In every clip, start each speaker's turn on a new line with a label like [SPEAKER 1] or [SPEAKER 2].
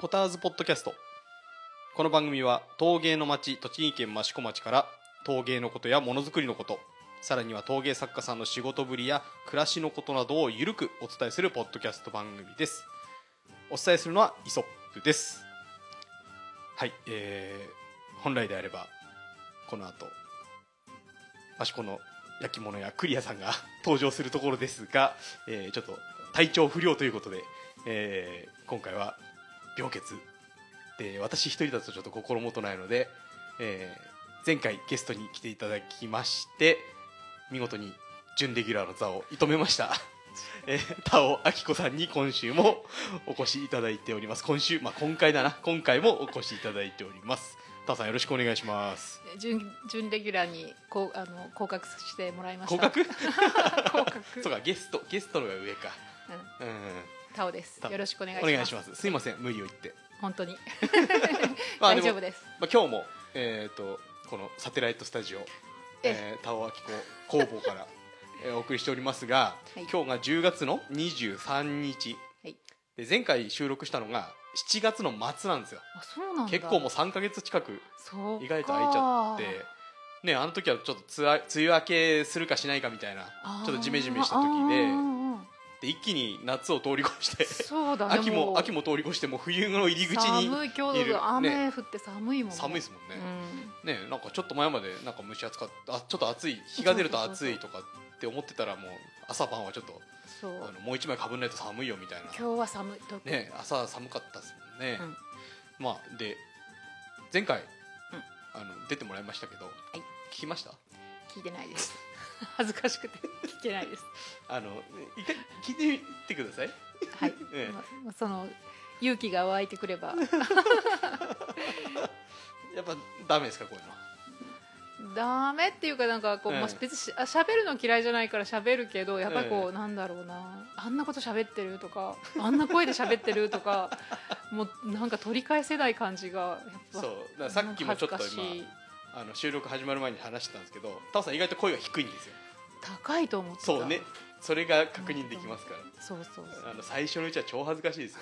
[SPEAKER 1] ポターズポッドキャストこの番組は陶芸の町栃木県益子町から陶芸のことやものづくりのことさらには陶芸作家さんの仕事ぶりや暮らしのことなどをゆるくお伝えするポッドキャスト番組ですお伝えするのはイソップですはいえー、本来であればこの後益子の焼き物やクリアさんが 登場するところですが、えーちょっと体調不良ということで、えー今回は病欠で私一人だとちょっと心もとないので、えー前回ゲストに来ていただきまして見事に準レギュラーの座を射止めま した、えー、田尾明子さんに今週もお越しいただいております今週まあ今回だな今回もお越しいただいております田尾さんよろしくお願いします
[SPEAKER 2] 準準レギュラーにこうあの降格してもらいまし
[SPEAKER 1] 合
[SPEAKER 2] た。
[SPEAKER 1] 格
[SPEAKER 2] 降格。
[SPEAKER 1] そうかゲストゲストのが上か
[SPEAKER 2] うん
[SPEAKER 1] うん
[SPEAKER 2] タオです。
[SPEAKER 1] タオ
[SPEAKER 2] よろしくお願いし
[SPEAKER 1] お
[SPEAKER 2] ます。
[SPEAKER 1] 願いしますすいません無理を言って、
[SPEAKER 2] 本当に
[SPEAKER 1] まあ、
[SPEAKER 2] 大丈
[SPEAKER 1] も
[SPEAKER 2] 夫です。
[SPEAKER 1] まあ、今日も、えー、とこのサテライトスタジオ、え
[SPEAKER 2] え
[SPEAKER 1] ー、田尾明子工房から えーお送りしておりますが、
[SPEAKER 2] はい
[SPEAKER 1] 今日が10月の23日
[SPEAKER 2] はい。
[SPEAKER 1] で前回収録したのが7月の末なんですよ
[SPEAKER 2] あ、そうなんだ。
[SPEAKER 1] 結構もう3か月近く
[SPEAKER 2] そうか
[SPEAKER 1] 意外と空いちゃって。ね、あの時はちょっとつあ梅雨明けするかしないかみたいな
[SPEAKER 2] あー
[SPEAKER 1] ちょっとジメジメした時で
[SPEAKER 2] うんうんうん
[SPEAKER 1] で一気に夏を通り越して
[SPEAKER 2] そうだね。
[SPEAKER 1] 秋も秋
[SPEAKER 2] も
[SPEAKER 1] も通り越してもう冬の入り口に
[SPEAKER 2] 寒い今日
[SPEAKER 1] いる
[SPEAKER 2] だと雨降って寒いもんね。
[SPEAKER 1] 寒いで
[SPEAKER 2] も
[SPEAKER 1] すもんね、ねなんかちょっと前までなんか蒸し暑かったあちょっと暑い日が出ると暑いとかって思ってたらもう朝晩はちょっと
[SPEAKER 2] そう。
[SPEAKER 1] あのもう一枚かぶんないと寒いよみたいな、
[SPEAKER 2] 今日は寒いと。
[SPEAKER 1] ね、朝寒かったですもんね、
[SPEAKER 2] うん
[SPEAKER 1] まあで前回、あの出てもらいましたけど、
[SPEAKER 2] い
[SPEAKER 1] 聞きました
[SPEAKER 2] 聞いてないです。恥ずかしくて聞けないです。
[SPEAKER 1] あの一回聞いてみてください
[SPEAKER 2] はい。
[SPEAKER 1] ええ
[SPEAKER 2] まあその勇気が湧いてくれば
[SPEAKER 1] やっぱダメですかこういうのは
[SPEAKER 2] ダメっていうかなんかこう、
[SPEAKER 1] ええ
[SPEAKER 2] まあ、別にしあ喋るの嫌いじゃないから喋るけどやっぱりこう、
[SPEAKER 1] ええ
[SPEAKER 2] なんだろうなあんなこと喋ってるとかあんな声で喋ってるとか もうなんか取り返せない感じが
[SPEAKER 1] そ
[SPEAKER 2] や
[SPEAKER 1] う
[SPEAKER 2] っぱ
[SPEAKER 1] だからさっきもちょっと
[SPEAKER 2] 恥ずかしい
[SPEAKER 1] 今あの収録始まる前に話してたんですけどタオさん意外と声が低いんですよ
[SPEAKER 2] 高いと思ってた
[SPEAKER 1] そうねそれが確認できますから
[SPEAKER 2] そうそうそう
[SPEAKER 1] あの最初のうちは超恥ずかしいです よ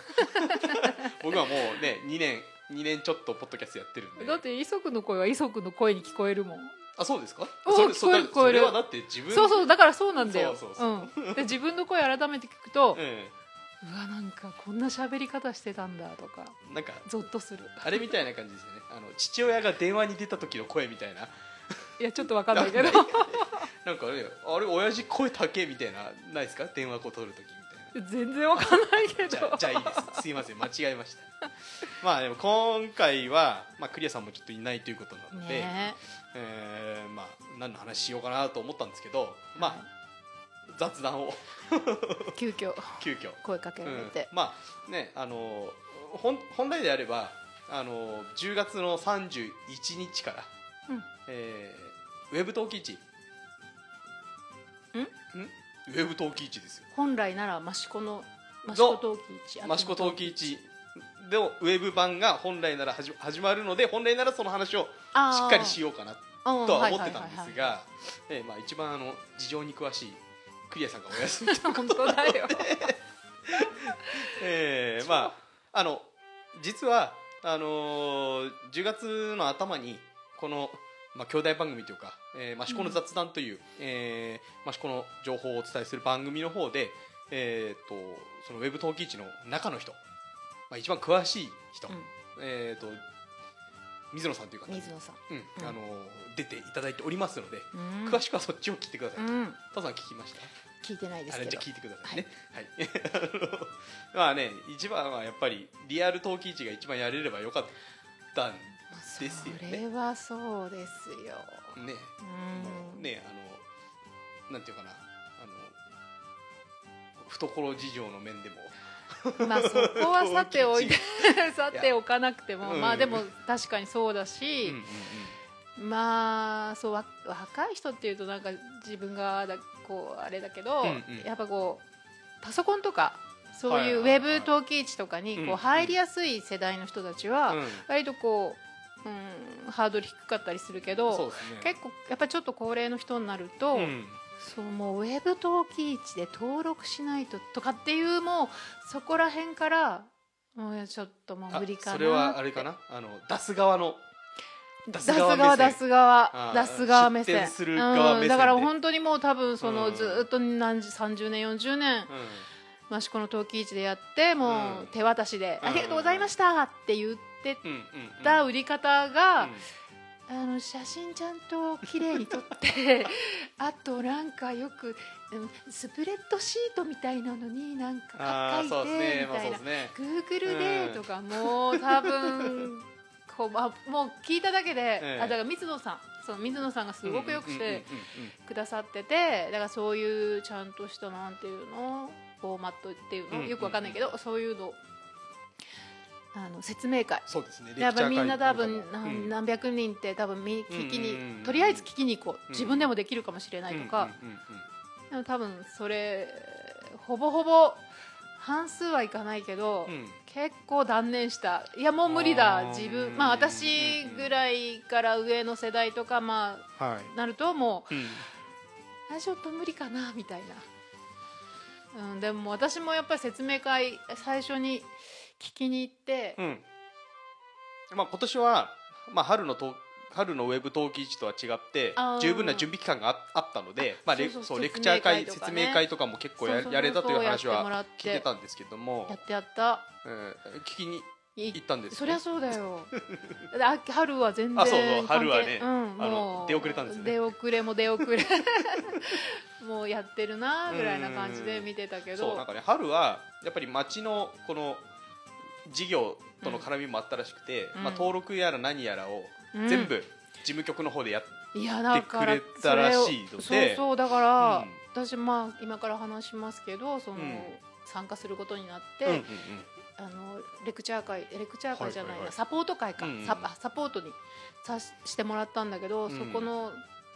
[SPEAKER 1] 僕はもうね2年2年ちょっとポッドキャストやってるんで
[SPEAKER 2] だってイソクの声はイソクの声に聞こえるもん
[SPEAKER 1] あそうですか
[SPEAKER 2] お
[SPEAKER 1] それ
[SPEAKER 2] 聞
[SPEAKER 1] そ
[SPEAKER 2] こえ
[SPEAKER 1] れ
[SPEAKER 2] る聞こえる
[SPEAKER 1] それはだって自分
[SPEAKER 2] そうそうだからそうなんだよ
[SPEAKER 1] そうそうそ
[SPEAKER 2] うん、で自分の声改めて聞くと、
[SPEAKER 1] え
[SPEAKER 2] うわなんかこんな喋り方してたんだとか
[SPEAKER 1] えなんか
[SPEAKER 2] ゾッとする
[SPEAKER 1] あれみたいな感じですよねあの父親が電話に出た時の声みたいない
[SPEAKER 2] やちょっとわかんないけど
[SPEAKER 1] なんかなんかあれあれ親父声高えみたいなないですか電話こう取る時みたいな
[SPEAKER 2] 全然わかんないけ
[SPEAKER 1] じ
[SPEAKER 2] ど
[SPEAKER 1] ゃあじゃあいいですすいません間違えましたまあでも今回は、まあ、クリアさんもちょっといないということなので、
[SPEAKER 2] ね
[SPEAKER 1] えーまあ、何の話しようかなと思ったんですけど、まあ、雑談を
[SPEAKER 2] え急遽
[SPEAKER 1] 急遽、
[SPEAKER 2] 声かけ
[SPEAKER 1] う
[SPEAKER 2] られ
[SPEAKER 1] ん
[SPEAKER 2] て、
[SPEAKER 1] まあねあの本本来であればあの10月の31日から、
[SPEAKER 2] うん
[SPEAKER 1] えーウェブ陶器市
[SPEAKER 2] ん
[SPEAKER 1] ウェブ陶器市ですよ
[SPEAKER 2] 本来なら益子の益子陶器市
[SPEAKER 1] 益子陶器市のウェブ版が本来なら始ま始まるので本来ならその話をしっかりし
[SPEAKER 2] よ
[SPEAKER 1] ようかな
[SPEAKER 2] う
[SPEAKER 1] とは思ってたんで
[SPEAKER 2] んはい
[SPEAKER 1] す
[SPEAKER 2] はいは
[SPEAKER 1] がえーまあ一番あの事情に詳しいクリアさんがお 休みと
[SPEAKER 2] いはい本当だ よ
[SPEAKER 1] えーまああの実はあのー10月の頭にこの、まあ、兄弟番組というか「えー、益子の雑談」という、えー益子の情報をお伝えする番組の方で、えー、とそのウェブ陶器市の中の人、まあ、一番詳しい人、
[SPEAKER 2] うん
[SPEAKER 1] えー、と水野さんという方に、
[SPEAKER 2] 水野さん
[SPEAKER 1] うん
[SPEAKER 2] うん
[SPEAKER 1] あのー出ていただいておりますので、
[SPEAKER 2] うん
[SPEAKER 1] 詳しくはそっちを聞いてください。
[SPEAKER 2] うん
[SPEAKER 1] タさん聞きました
[SPEAKER 2] 聞いてないで
[SPEAKER 1] あ
[SPEAKER 2] す
[SPEAKER 1] れ
[SPEAKER 2] け
[SPEAKER 1] じゃあ聞
[SPEAKER 2] ど
[SPEAKER 1] いてくださいね。はい。 あのまあね、一番はやっぱりリアル陶器市が一番やれればよかったん
[SPEAKER 2] まあそ
[SPEAKER 1] ですよね
[SPEAKER 2] れはそうですよ
[SPEAKER 1] ね。
[SPEAKER 2] うん
[SPEAKER 1] もうね、あのなんていうかな、あの懐事情の面でも、
[SPEAKER 2] まあそこはさて おいて さておかなくても、
[SPEAKER 1] いや
[SPEAKER 2] ま
[SPEAKER 1] う
[SPEAKER 2] あ
[SPEAKER 1] ん
[SPEAKER 2] でも確かにそうだ
[SPEAKER 1] う
[SPEAKER 2] し、
[SPEAKER 1] んうん
[SPEAKER 2] まあそうわ若い人っていうとなんか自分がだこうあれだけど、
[SPEAKER 1] うんうん
[SPEAKER 2] やっぱこうパソコンとかそういうウ
[SPEAKER 1] はいはい
[SPEAKER 2] ェ
[SPEAKER 1] はい
[SPEAKER 2] ブ登記市とかに
[SPEAKER 1] うんう
[SPEAKER 2] こ
[SPEAKER 1] ん
[SPEAKER 2] う入りやすい世代の人たちは、
[SPEAKER 1] うんうん
[SPEAKER 2] 割とこう、うん、ハードル低かったりするけ
[SPEAKER 1] そう
[SPEAKER 2] ど、
[SPEAKER 1] ですね。
[SPEAKER 2] 結構やっぱちょっと高齢の人になると、
[SPEAKER 1] うん
[SPEAKER 2] そうもうウェブ登記市で登録しないととかっていうもうそこら辺からもうちょっともう
[SPEAKER 1] あ
[SPEAKER 2] 無理かな
[SPEAKER 1] それはあれかなあの出す側の
[SPEAKER 2] 出
[SPEAKER 1] 出
[SPEAKER 2] す
[SPEAKER 1] す側
[SPEAKER 2] 側目
[SPEAKER 1] 目
[SPEAKER 2] 線
[SPEAKER 1] 線
[SPEAKER 2] 出す側
[SPEAKER 1] あ
[SPEAKER 2] 出す側目
[SPEAKER 1] 出
[SPEAKER 2] 線
[SPEAKER 1] 店する側目線
[SPEAKER 2] うん、
[SPEAKER 1] で
[SPEAKER 2] だから本当にもう多分その、
[SPEAKER 1] うん
[SPEAKER 2] ずーっと何十30年40年
[SPEAKER 1] うん
[SPEAKER 2] 益子の陶器市でやってもう
[SPEAKER 1] うん
[SPEAKER 2] 手渡しで、
[SPEAKER 1] うん
[SPEAKER 2] ありがとうございました」って言って
[SPEAKER 1] うんうんうん
[SPEAKER 2] た売り方
[SPEAKER 1] う
[SPEAKER 2] が、
[SPEAKER 1] ん
[SPEAKER 2] あの写真ちゃんと綺麗に撮って あとなんかよく、うんスプレッドシートみたいなのになん
[SPEAKER 1] あ
[SPEAKER 2] か
[SPEAKER 1] あそ
[SPEAKER 2] 書いうて
[SPEAKER 1] ですね
[SPEAKER 2] み
[SPEAKER 1] まあ
[SPEAKER 2] た
[SPEAKER 1] そうですね
[SPEAKER 2] いな「グーグルで」とかもう多分こう、まあ、もう聞いただけで、
[SPEAKER 1] ええ
[SPEAKER 2] あだから水野さんその水野さんがすごくよくして。
[SPEAKER 1] うんうんうんうん
[SPEAKER 2] くださっててだからそういうちゃんとしたなんていうのフォーマットっていうの、
[SPEAKER 1] うん
[SPEAKER 2] よくわかんないけどそういうのあの説明会
[SPEAKER 1] そうですね
[SPEAKER 2] やっぱみんな多分、
[SPEAKER 1] う
[SPEAKER 2] 何
[SPEAKER 1] ん
[SPEAKER 2] 何百人って多分み聞きに、
[SPEAKER 1] うんうんうんうん
[SPEAKER 2] とりあえず聞きに行こう、
[SPEAKER 1] ん
[SPEAKER 2] 自分でもできるかもしれないとか、
[SPEAKER 1] うんうんうんうん
[SPEAKER 2] でも多分それほぼほぼ半数はいかないけど、
[SPEAKER 1] うん
[SPEAKER 2] 結構断念したいやもう無理だ
[SPEAKER 1] あーう
[SPEAKER 2] 自
[SPEAKER 1] んうんう
[SPEAKER 2] 分
[SPEAKER 1] ん
[SPEAKER 2] まあ私ぐらいから上の世代とかま
[SPEAKER 1] はい
[SPEAKER 2] あなるともう
[SPEAKER 1] うん
[SPEAKER 2] あちょっと無理かなみたいな、うん、でも私もやっぱり説明会最初に聞きに行って、
[SPEAKER 1] うんまあ、今年は、まあ、春のと春のウェブ登記時とは違って
[SPEAKER 2] あー
[SPEAKER 1] 十分な準備期間がああったので、まあ、レ
[SPEAKER 2] そうそう
[SPEAKER 1] そうレク
[SPEAKER 2] 説明
[SPEAKER 1] チャー会
[SPEAKER 2] 会と
[SPEAKER 1] 説
[SPEAKER 2] かね
[SPEAKER 1] 明会とかも結構や
[SPEAKER 2] そうそう
[SPEAKER 1] やれたという話
[SPEAKER 2] やっても
[SPEAKER 1] は
[SPEAKER 2] らっ
[SPEAKER 1] 聞いてたんですけども
[SPEAKER 2] や、ってやった
[SPEAKER 1] うん、聞きに
[SPEAKER 2] い
[SPEAKER 1] 行ったんです
[SPEAKER 2] そ
[SPEAKER 1] よ
[SPEAKER 2] り
[SPEAKER 1] ね
[SPEAKER 2] ゃそうだ よであ春は全然
[SPEAKER 1] あそうそう
[SPEAKER 2] 関係
[SPEAKER 1] 春はね
[SPEAKER 2] うん、
[SPEAKER 1] あの
[SPEAKER 2] もう
[SPEAKER 1] 出遅れたんですよね
[SPEAKER 2] 出遅れも出遅 れもうやってるなぐらいな感じで見てたけ
[SPEAKER 1] そう
[SPEAKER 2] ど
[SPEAKER 1] なんかね春はやっぱり町のこの事業との絡みもあったらしくて、
[SPEAKER 2] うん
[SPEAKER 1] まあ、
[SPEAKER 2] うん
[SPEAKER 1] 登録やら何やらを
[SPEAKER 2] うん
[SPEAKER 1] 全部事務局の方でやっ
[SPEAKER 2] いやだから
[SPEAKER 1] やってくれたらしいので
[SPEAKER 2] それをそうそうだから、
[SPEAKER 1] うん
[SPEAKER 2] 私まあ今から話しますけどその、
[SPEAKER 1] うん
[SPEAKER 2] 参加することになっ
[SPEAKER 1] て、
[SPEAKER 2] て、
[SPEAKER 1] うんうん
[SPEAKER 2] あのレクチャー会レクチャー会じゃないな、
[SPEAKER 1] はいはいはい
[SPEAKER 2] サポート会か、
[SPEAKER 1] うんうん
[SPEAKER 2] サあサポートにさししてもらったんだけど、
[SPEAKER 1] うん
[SPEAKER 2] そこの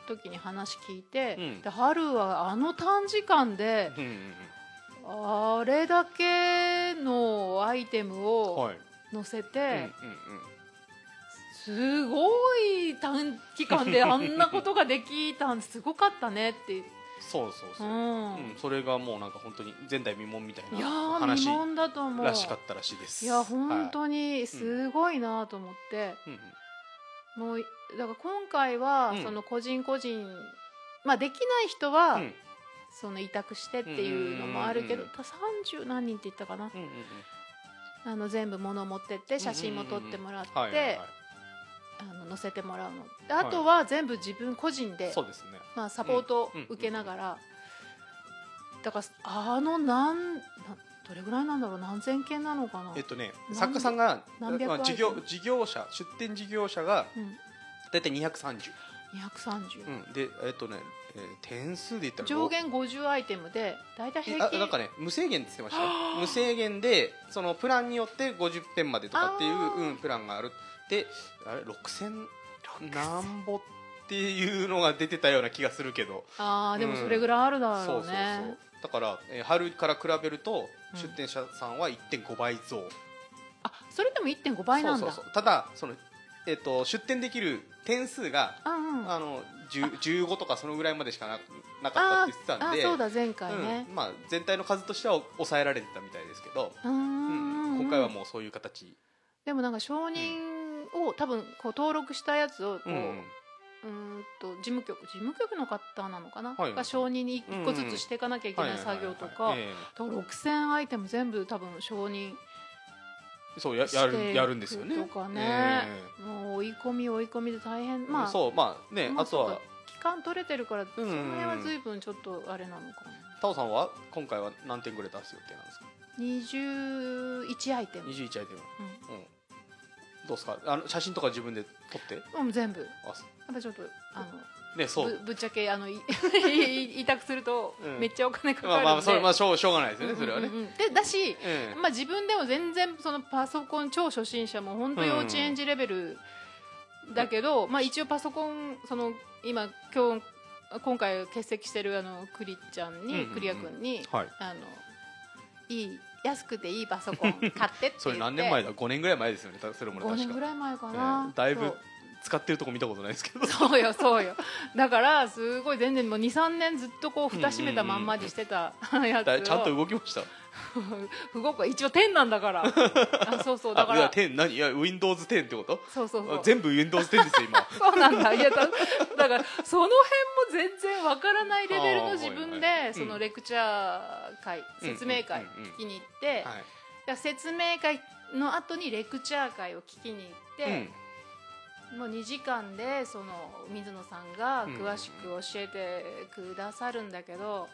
[SPEAKER 2] 時に話聞いて、
[SPEAKER 1] うん
[SPEAKER 2] で春はあの短時間で
[SPEAKER 1] うんうんうん
[SPEAKER 2] あれだけのアイテム
[SPEAKER 1] うん
[SPEAKER 2] を
[SPEAKER 1] はい、
[SPEAKER 2] 載せて、
[SPEAKER 1] うんうんうん
[SPEAKER 2] すごい短期間であんなことができたんすごかったねって、
[SPEAKER 1] そうそう
[SPEAKER 2] う
[SPEAKER 1] そう、
[SPEAKER 2] ん
[SPEAKER 1] うん、それがもうなんか本当に前代未聞みたい
[SPEAKER 2] いや
[SPEAKER 1] な
[SPEAKER 2] ー未
[SPEAKER 1] 話
[SPEAKER 2] 聞だと思う
[SPEAKER 1] らしかったらしいです。
[SPEAKER 2] いや本
[SPEAKER 1] は
[SPEAKER 2] 当にすごいなと思って。
[SPEAKER 1] いうん
[SPEAKER 2] もうだから今回は、
[SPEAKER 1] うん
[SPEAKER 2] その個人個人まあできない人は、
[SPEAKER 1] うん
[SPEAKER 2] その委託してっていうのもあるけど、
[SPEAKER 1] うんうんうん
[SPEAKER 2] た30何人って言ったかな、
[SPEAKER 1] うんうんうん
[SPEAKER 2] あの全部物を持ってって写真も撮ってもらって、
[SPEAKER 1] はいはいはい
[SPEAKER 2] あの載せてもらうので
[SPEAKER 1] は
[SPEAKER 2] あ
[SPEAKER 1] い
[SPEAKER 2] とは全部自分個人で、
[SPEAKER 1] そうですね。
[SPEAKER 2] まあ、サポートを
[SPEAKER 1] うんうん
[SPEAKER 2] 受けながら、だからあのなんなどれぐらいなんだろう何千件なのかな
[SPEAKER 1] えっ、とね
[SPEAKER 2] 何
[SPEAKER 1] 作家さんが
[SPEAKER 2] 何百
[SPEAKER 1] まあ事業
[SPEAKER 2] アイテ
[SPEAKER 1] 事業者出店事業者が
[SPEAKER 2] うん、
[SPEAKER 1] だいたい230、
[SPEAKER 2] 230、
[SPEAKER 1] うん、でえっとね、えー点数で言ったら
[SPEAKER 2] 上限50アイテムで大体平
[SPEAKER 1] あ
[SPEAKER 2] 均
[SPEAKER 1] なんかね無制限って言ってましたよ
[SPEAKER 2] はあ
[SPEAKER 1] 無制限でそのプランによって50点までとかってい
[SPEAKER 2] あ
[SPEAKER 1] う、
[SPEAKER 2] ー
[SPEAKER 1] うん、プランがあるであれ6000なんぼっていうのが出てたような気がするけど
[SPEAKER 2] あーでも
[SPEAKER 1] うん
[SPEAKER 2] それぐらいあるだ
[SPEAKER 1] そ
[SPEAKER 2] ろ
[SPEAKER 1] う
[SPEAKER 2] う
[SPEAKER 1] そう
[SPEAKER 2] ね、
[SPEAKER 1] そうだから、えー春から比べると
[SPEAKER 2] うん
[SPEAKER 1] 出店者さんは1.5倍増、
[SPEAKER 2] あそれでも1.5倍なん
[SPEAKER 1] そ
[SPEAKER 2] だ
[SPEAKER 1] うそうそうただその、えー、と出店できる点数が、
[SPEAKER 2] あうんうんあ
[SPEAKER 1] あの10 15とかそのぐらいまでしかななかったって言ってたん
[SPEAKER 2] あ
[SPEAKER 1] で
[SPEAKER 2] そうだ前回ね
[SPEAKER 1] うんまあ、全体の数としては抑えられてたみたいですけど、
[SPEAKER 2] うーん
[SPEAKER 1] うん今回はもうそういう形、
[SPEAKER 2] でもなんか承認を、多分こう登録したやつをこう,、
[SPEAKER 1] う
[SPEAKER 2] うんん、と事務局事務局の方なのかな、
[SPEAKER 1] はい
[SPEAKER 2] が承認に1個ずつしていかなきゃいけない作業とか、
[SPEAKER 1] え
[SPEAKER 2] と6000アイテム全部多分承認
[SPEAKER 1] えそうや
[SPEAKER 2] して
[SPEAKER 1] やるやるんですよね。
[SPEAKER 2] とかね、
[SPEAKER 1] え
[SPEAKER 2] もう追い込み追い込みで大変
[SPEAKER 1] え
[SPEAKER 2] まあ
[SPEAKER 1] そうまあね、
[SPEAKER 2] まあ
[SPEAKER 1] あと
[SPEAKER 2] そう
[SPEAKER 1] は
[SPEAKER 2] か期間取れてるから、
[SPEAKER 1] うんうん
[SPEAKER 2] その辺は随分ちょっとあれなのかな
[SPEAKER 1] タオさんは今回は何点ぐらい出す予定なんですか
[SPEAKER 2] 21アイテム、
[SPEAKER 1] 二十一アイテム、
[SPEAKER 2] うん
[SPEAKER 1] うん、どうですかあの写真とか自分で撮って
[SPEAKER 2] うん、全部や
[SPEAKER 1] あそ
[SPEAKER 2] っぱちょっとあの
[SPEAKER 1] ねそう
[SPEAKER 2] ぶぶっちゃけあのい い委託すると
[SPEAKER 1] うん
[SPEAKER 2] めっちゃお金かかるん
[SPEAKER 1] ま
[SPEAKER 2] で、
[SPEAKER 1] あまあそれまあしょうしょうがないですよね、それはね
[SPEAKER 2] うん、うんうんでだし、
[SPEAKER 1] ええ
[SPEAKER 2] まあ、自分でも全然そのパソコン超初心者も本当幼稚園児レベルだけど、まあ、一応パソコンその今今日今回欠席してるあのクリちゃ
[SPEAKER 1] う
[SPEAKER 2] んに、
[SPEAKER 1] んうんうん
[SPEAKER 2] クリア君に、
[SPEAKER 1] はい
[SPEAKER 2] あのいい安くていいパソコン買ってって言って
[SPEAKER 1] それ何年前だ5年ぐらい前ですよねたそれもね
[SPEAKER 2] 5年
[SPEAKER 1] 確か
[SPEAKER 2] ぐ
[SPEAKER 1] ら
[SPEAKER 2] い前か
[SPEAKER 1] え
[SPEAKER 2] な、
[SPEAKER 1] えだいぶ
[SPEAKER 2] そう
[SPEAKER 1] 使ってるとこ見たことないです けど
[SPEAKER 2] そうよそうよだからすごい全然もう23年ずっとこう蓋閉めたまんまにしてたやつを、
[SPEAKER 1] だいちゃんと動きました
[SPEAKER 2] 不合格は一応10なん だからあそうそうだ
[SPEAKER 1] あ
[SPEAKER 2] か
[SPEAKER 1] いや
[SPEAKER 2] ら
[SPEAKER 1] 10何いや Windows10 ってこと
[SPEAKER 2] そうそうそう
[SPEAKER 1] あ全部 Windows10 です よ今
[SPEAKER 2] そうなんだいやだだからその辺も全然わからないレベルの自分
[SPEAKER 1] あーはいはい
[SPEAKER 2] で
[SPEAKER 1] うん
[SPEAKER 2] そのレクチャー会
[SPEAKER 1] うん
[SPEAKER 2] 説明会
[SPEAKER 1] うんうんうん
[SPEAKER 2] 聞きに行ってだか
[SPEAKER 1] はい
[SPEAKER 2] ら説明会の後にレクチャー会を聞きに行って、もう2時間でその水野さんが詳しく教えてくださるんだけど、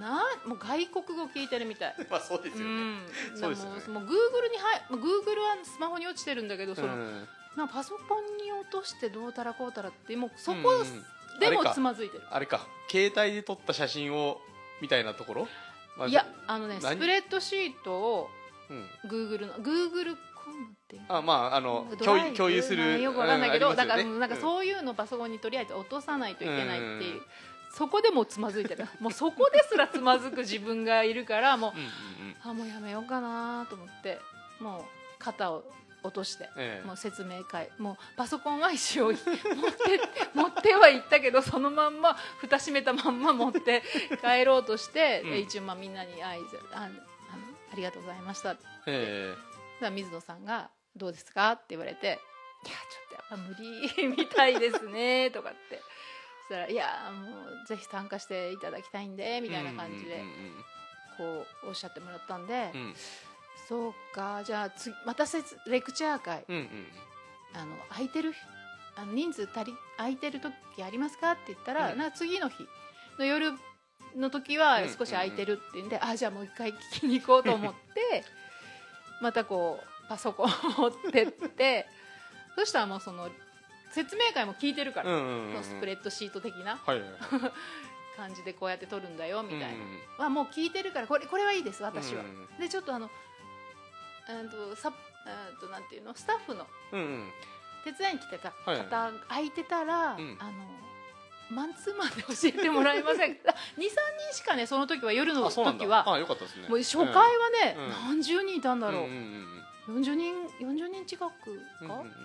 [SPEAKER 2] なもう外国語聞いてるみたい。
[SPEAKER 1] うんまあそうです
[SPEAKER 2] う
[SPEAKER 1] よね、
[SPEAKER 2] ん、
[SPEAKER 1] そうですよね
[SPEAKER 2] でももうグーグルにはい、グーグルはスマホに落ちてるんだけど、
[SPEAKER 1] う
[SPEAKER 2] その
[SPEAKER 1] ん、
[SPEAKER 2] なんかパソコンに落としてどうたらこうたらってもうそこ
[SPEAKER 1] うんうん
[SPEAKER 2] で
[SPEAKER 1] あれ
[SPEAKER 2] も
[SPEAKER 1] か
[SPEAKER 2] つまずいてる、
[SPEAKER 1] あれか携帯で撮った写真をみたいなところ、まあ
[SPEAKER 2] いやあのね
[SPEAKER 1] 何
[SPEAKER 2] スプレッドシートを
[SPEAKER 1] うん、
[SPEAKER 2] Google の Google コムっていう
[SPEAKER 1] あまああの
[SPEAKER 2] ド
[SPEAKER 1] 共
[SPEAKER 2] ライ
[SPEAKER 1] 有
[SPEAKER 2] ブ
[SPEAKER 1] 共有す
[SPEAKER 2] まあ
[SPEAKER 1] る
[SPEAKER 2] よくわかんないけど、
[SPEAKER 1] うあ
[SPEAKER 2] だ
[SPEAKER 1] り
[SPEAKER 2] か
[SPEAKER 1] ます
[SPEAKER 2] ら
[SPEAKER 1] よね
[SPEAKER 2] なんか
[SPEAKER 1] うん
[SPEAKER 2] そういうのパソコンにとりあえず落とさないといけないっていう、
[SPEAKER 1] うん
[SPEAKER 2] そこでもつまずいてるもうそこですらつまずく自分がいるからもう
[SPEAKER 1] うんうんうん
[SPEAKER 2] あもうやめようかなと思ってもう肩を落として
[SPEAKER 1] ええ
[SPEAKER 2] もう説明会もうパソコンは一応持って持っては行ったけどそのまんま蓋閉めたまんま持 って帰ろうとして、
[SPEAKER 1] うん
[SPEAKER 2] で一応まあみんなに挨拶ああのありがとうございましただか
[SPEAKER 1] え
[SPEAKER 2] ら水野さんが「どうですか?」って言われて「いやちょっとやっぱ無理みたいです ね」とかってそしたら「いやもうぜひ参加していただきたいんで」
[SPEAKER 1] え
[SPEAKER 2] みたいな感じで
[SPEAKER 1] うんうんうん
[SPEAKER 2] こうおっしゃってもらったんで、
[SPEAKER 1] うん
[SPEAKER 2] そうかじゃあ次またせつレクチャー会
[SPEAKER 1] うんうん
[SPEAKER 2] あの空いてるあの人数足り空いてる時ありますかって言ったら、
[SPEAKER 1] うん
[SPEAKER 2] な次の日の夜の時
[SPEAKER 1] うん
[SPEAKER 2] は
[SPEAKER 1] うんうん
[SPEAKER 2] 少し空いてるって言うんで、あじゃあもう一回聞きに行こうと思って またこうパソコンを持ってって そしたらもうその説明会も聞いてるから、
[SPEAKER 1] うんうんうん
[SPEAKER 2] そのスプレッドシート的な
[SPEAKER 1] はいはいはい
[SPEAKER 2] 感じでこうやって撮るんだよみたいな、
[SPEAKER 1] うんうん
[SPEAKER 2] はもう聞いてるからこれこれはいいです私は。
[SPEAKER 1] うん
[SPEAKER 2] でちょっとあのうんとさうんとなんていうのスタッフの
[SPEAKER 1] うんうん
[SPEAKER 2] 手伝いに来てた方、
[SPEAKER 1] はい
[SPEAKER 2] 空いてたら、
[SPEAKER 1] うん
[SPEAKER 2] あのマンツーマンで教えてもらえません か23人しかねその時は夜の
[SPEAKER 1] あそうなんだ
[SPEAKER 2] 時は
[SPEAKER 1] あよかったですね
[SPEAKER 2] もう初回はね、
[SPEAKER 1] うん
[SPEAKER 2] 何十人いたんだろ
[SPEAKER 1] ん
[SPEAKER 2] う、
[SPEAKER 1] んん
[SPEAKER 2] 40人40人近く
[SPEAKER 1] うん
[SPEAKER 2] か、
[SPEAKER 1] うんうん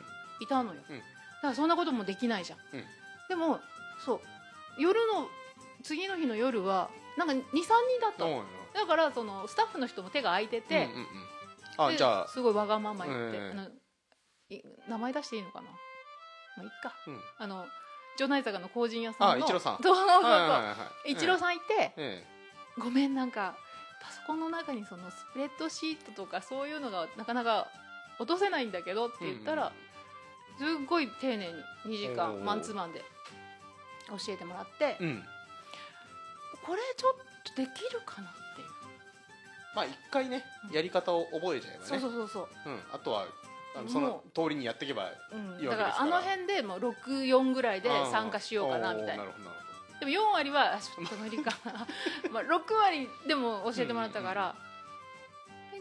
[SPEAKER 2] いたのよ、
[SPEAKER 1] うん
[SPEAKER 2] だからそんなこともできないじゃん、
[SPEAKER 1] うん
[SPEAKER 2] でもそう夜の次の日の夜はなんか23人だった
[SPEAKER 1] う
[SPEAKER 2] の、
[SPEAKER 1] んうん
[SPEAKER 2] だからそのスタッフの人も手が空いてて、
[SPEAKER 1] うんうんうんあ
[SPEAKER 2] で
[SPEAKER 1] じゃあ
[SPEAKER 2] すごいわがまま言って、
[SPEAKER 1] うん
[SPEAKER 2] あのい名前出していいのかなまあいっか、
[SPEAKER 1] うん
[SPEAKER 2] あの城内坂の工人屋さんの
[SPEAKER 1] あ一郎さん
[SPEAKER 2] そうそうそうそう、
[SPEAKER 1] はいはいはいはい
[SPEAKER 2] 一郎さんいて、
[SPEAKER 1] え
[SPEAKER 2] ごめんなんかパソコンの中にそのスプレッドシートとかそういうのがなかなか落とせないんだけどって
[SPEAKER 1] え
[SPEAKER 2] 言ったら、すっごい丁寧に2時
[SPEAKER 1] おー
[SPEAKER 2] 間マンツーマンで教えてもらって、
[SPEAKER 1] うんうん
[SPEAKER 2] これちょっとできるかなっていう、
[SPEAKER 1] まあ一回ねやり方を覚えちゃえばね
[SPEAKER 2] そうそうそうそう
[SPEAKER 1] うんあとはあのその
[SPEAKER 2] も
[SPEAKER 1] 通りにやっていけば
[SPEAKER 2] うん
[SPEAKER 1] いいわ
[SPEAKER 2] だ
[SPEAKER 1] け
[SPEAKER 2] か
[SPEAKER 1] ですから
[SPEAKER 2] らあの辺でもう64ぐらいで
[SPEAKER 1] あー
[SPEAKER 2] 参加しようかな
[SPEAKER 1] おー
[SPEAKER 2] みたいな
[SPEAKER 1] るほどなるほど
[SPEAKER 2] でも4割はあちょっと無理 かなまあ6割でも教えてもらったから、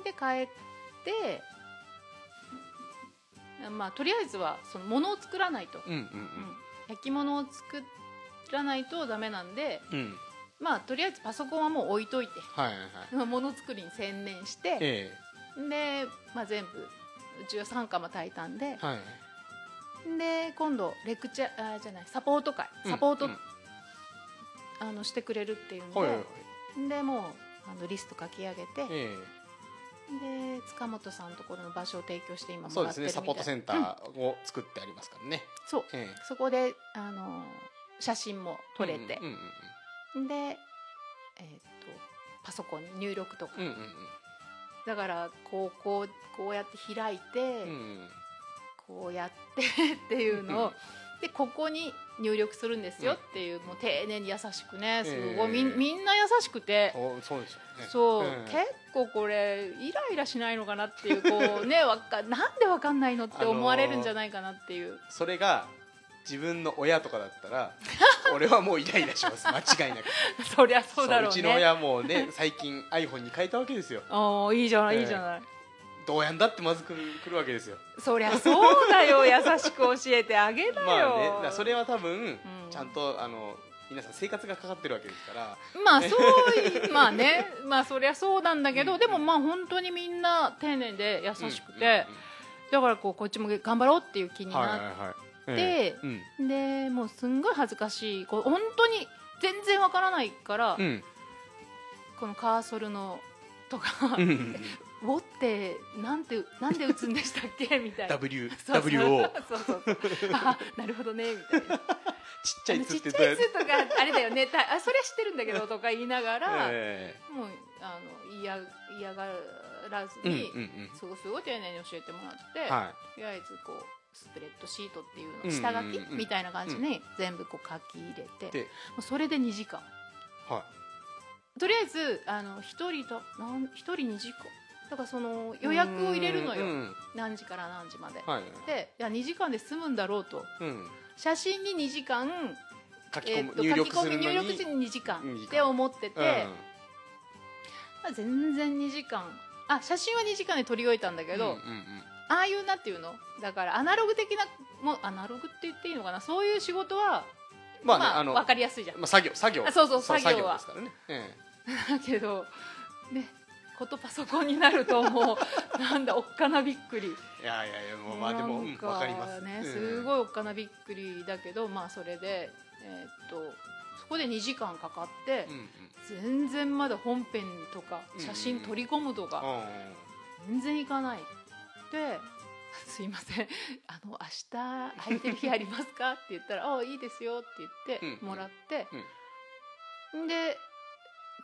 [SPEAKER 2] で帰ってまあとりあえずはその物を作らないと、
[SPEAKER 1] うんうん
[SPEAKER 2] うん焼き物を作らないとダメなんで
[SPEAKER 1] うんうん
[SPEAKER 2] まあとりあえずパソコンはもう置いといて
[SPEAKER 1] はいはいはい
[SPEAKER 2] まあ物作りに専念して
[SPEAKER 1] え
[SPEAKER 2] で、まあ、全部うちは3釜炊いたんで
[SPEAKER 1] えはい
[SPEAKER 2] で今度レクチャーあじゃないサポート会サポート、
[SPEAKER 1] うんうん
[SPEAKER 2] あのしてくれるっていうんで、
[SPEAKER 1] はいはいはい
[SPEAKER 2] でもうあのリスト書き上げて
[SPEAKER 1] え
[SPEAKER 2] で塚本さんのところの場所を提供して今
[SPEAKER 1] え
[SPEAKER 2] も
[SPEAKER 1] そう
[SPEAKER 2] ら
[SPEAKER 1] で
[SPEAKER 2] って
[SPEAKER 1] す
[SPEAKER 2] る
[SPEAKER 1] ね
[SPEAKER 2] みた
[SPEAKER 1] サ
[SPEAKER 2] い
[SPEAKER 1] ポートセンタ
[SPEAKER 2] うん
[SPEAKER 1] ーを作ってありますからね
[SPEAKER 2] そう
[SPEAKER 1] ええ
[SPEAKER 2] そこであの写真も撮れて
[SPEAKER 1] うん、うん
[SPEAKER 2] で、えー、とパソコンに入力とか、
[SPEAKER 1] うんうん
[SPEAKER 2] だからこうこうこうやって開いて、
[SPEAKER 1] うんうんうん
[SPEAKER 2] こうやって っていうのを、
[SPEAKER 1] うん
[SPEAKER 2] でここに入力するんですよっていう、もう丁寧に優しくねすごい、
[SPEAKER 1] えー
[SPEAKER 2] みんみんな優しくて。
[SPEAKER 1] おそうですよね
[SPEAKER 2] そう、
[SPEAKER 1] ええ
[SPEAKER 2] 結構これイライラしないのかなっていうこ うねわかなんでわかんないのって思われるんじゃないかなっ ていう、
[SPEAKER 1] それが自分の親とかだった ら俺はもうイライラします間違いなく
[SPEAKER 2] そりゃそうだろうね
[SPEAKER 1] ちの親も ね最近 iPhone に変えたわけですよ
[SPEAKER 2] おーいいじゃない、
[SPEAKER 1] ええ
[SPEAKER 2] いいじゃない
[SPEAKER 1] どうやんだってまずくるくるわけですよ
[SPEAKER 2] そりゃそう だよ優しく教えてあげなよ、
[SPEAKER 1] まあねだからそれは多分、
[SPEAKER 2] ん
[SPEAKER 1] ちゃんとあの皆さん生活がかかってるわけですから
[SPEAKER 2] まあそう いまあねまあそりゃそうなんだけど、
[SPEAKER 1] うん
[SPEAKER 2] でもまあ本当にみんな丁寧で優しくて、だからこうこっちも頑張ろうっていう気
[SPEAKER 1] うん
[SPEAKER 2] に
[SPEAKER 1] うんうん
[SPEAKER 2] なっ
[SPEAKER 1] はいはいはい
[SPEAKER 2] で
[SPEAKER 1] うん
[SPEAKER 2] でもうすんごい恥ずかしいこう本当に全然わからないから、
[SPEAKER 1] うん
[SPEAKER 2] このカーソルのとか
[SPEAKER 1] うんうん
[SPEAKER 2] 「お」ってなんてなんで打つんでしたっ けみた
[SPEAKER 1] う
[SPEAKER 2] い
[SPEAKER 1] ん
[SPEAKER 2] な
[SPEAKER 1] W
[SPEAKER 2] そうそう
[SPEAKER 1] WO
[SPEAKER 2] そうそうそうあなるほどねみたいな
[SPEAKER 1] ちっち
[SPEAKER 2] あ
[SPEAKER 1] ゃい
[SPEAKER 2] の
[SPEAKER 1] つ
[SPEAKER 2] ち
[SPEAKER 1] っ
[SPEAKER 2] っち
[SPEAKER 1] て
[SPEAKER 2] ゃ
[SPEAKER 1] どうや
[SPEAKER 2] い
[SPEAKER 1] って
[SPEAKER 2] つとかあれだよねたあそれは知ってるんだけどとか言いながら、
[SPEAKER 1] え
[SPEAKER 2] もうあの嫌嫌がらず
[SPEAKER 1] えうん
[SPEAKER 2] に、
[SPEAKER 1] うんうん
[SPEAKER 2] すごいすごい丁寧に教えてもらって、
[SPEAKER 1] は
[SPEAKER 2] とりあえずこうスプレッドシートっていう
[SPEAKER 1] うん
[SPEAKER 2] の下書き
[SPEAKER 1] うん
[SPEAKER 2] みたいな感じに全部こう書き入れて、
[SPEAKER 1] で
[SPEAKER 2] もうそれで2時間
[SPEAKER 1] いは
[SPEAKER 2] とりあえずあの1人となん1人2時間だからその予約を入れるのよ、
[SPEAKER 1] うんうん
[SPEAKER 2] 何時から何時まで、
[SPEAKER 1] はい
[SPEAKER 2] でいや2時間で済むんだろうと
[SPEAKER 1] うん
[SPEAKER 2] 写真に2時間、
[SPEAKER 1] 書き
[SPEAKER 2] え
[SPEAKER 1] 込
[SPEAKER 2] ー
[SPEAKER 1] む
[SPEAKER 2] と
[SPEAKER 1] 入力
[SPEAKER 2] 書
[SPEAKER 1] す
[SPEAKER 2] き込
[SPEAKER 1] る
[SPEAKER 2] み
[SPEAKER 1] の
[SPEAKER 2] 入力
[SPEAKER 1] に
[SPEAKER 2] 時に2時間
[SPEAKER 1] うん時間
[SPEAKER 2] って思ってて、
[SPEAKER 1] うん
[SPEAKER 2] まあ全然2時間あ写真は2時間で撮り終えたんだけど、
[SPEAKER 1] うんうんうん
[SPEAKER 2] ああいうなっていうのだからアナログ的なもうアナログって言っていいのかなそういう仕事は、
[SPEAKER 1] まあね
[SPEAKER 2] ま
[SPEAKER 1] あ
[SPEAKER 2] あ
[SPEAKER 1] の
[SPEAKER 2] 分かりやすいじゃん
[SPEAKER 1] まあ作業作業
[SPEAKER 2] あそうそう作業
[SPEAKER 1] 業
[SPEAKER 2] は
[SPEAKER 1] ですからねえ
[SPEAKER 2] だけどねことパソコンになるとも うなんだおっかなびっくり
[SPEAKER 1] えいやいやいやもうまあでもうん
[SPEAKER 2] なん
[SPEAKER 1] わかります
[SPEAKER 2] ね
[SPEAKER 1] うん
[SPEAKER 2] すごいおっかなびっくりだけどまあそれでえーっとそこで2時間かかって
[SPEAKER 1] うんうん
[SPEAKER 2] 全然まだ本編とか写真取り込むとか
[SPEAKER 1] うん
[SPEAKER 2] 全然行かないで 「すいません あの明日空いてる日ありますか?」って言ったら「あ あいいですよ」って言
[SPEAKER 1] うん
[SPEAKER 2] っ
[SPEAKER 1] う
[SPEAKER 2] て
[SPEAKER 1] ん
[SPEAKER 2] もらって、で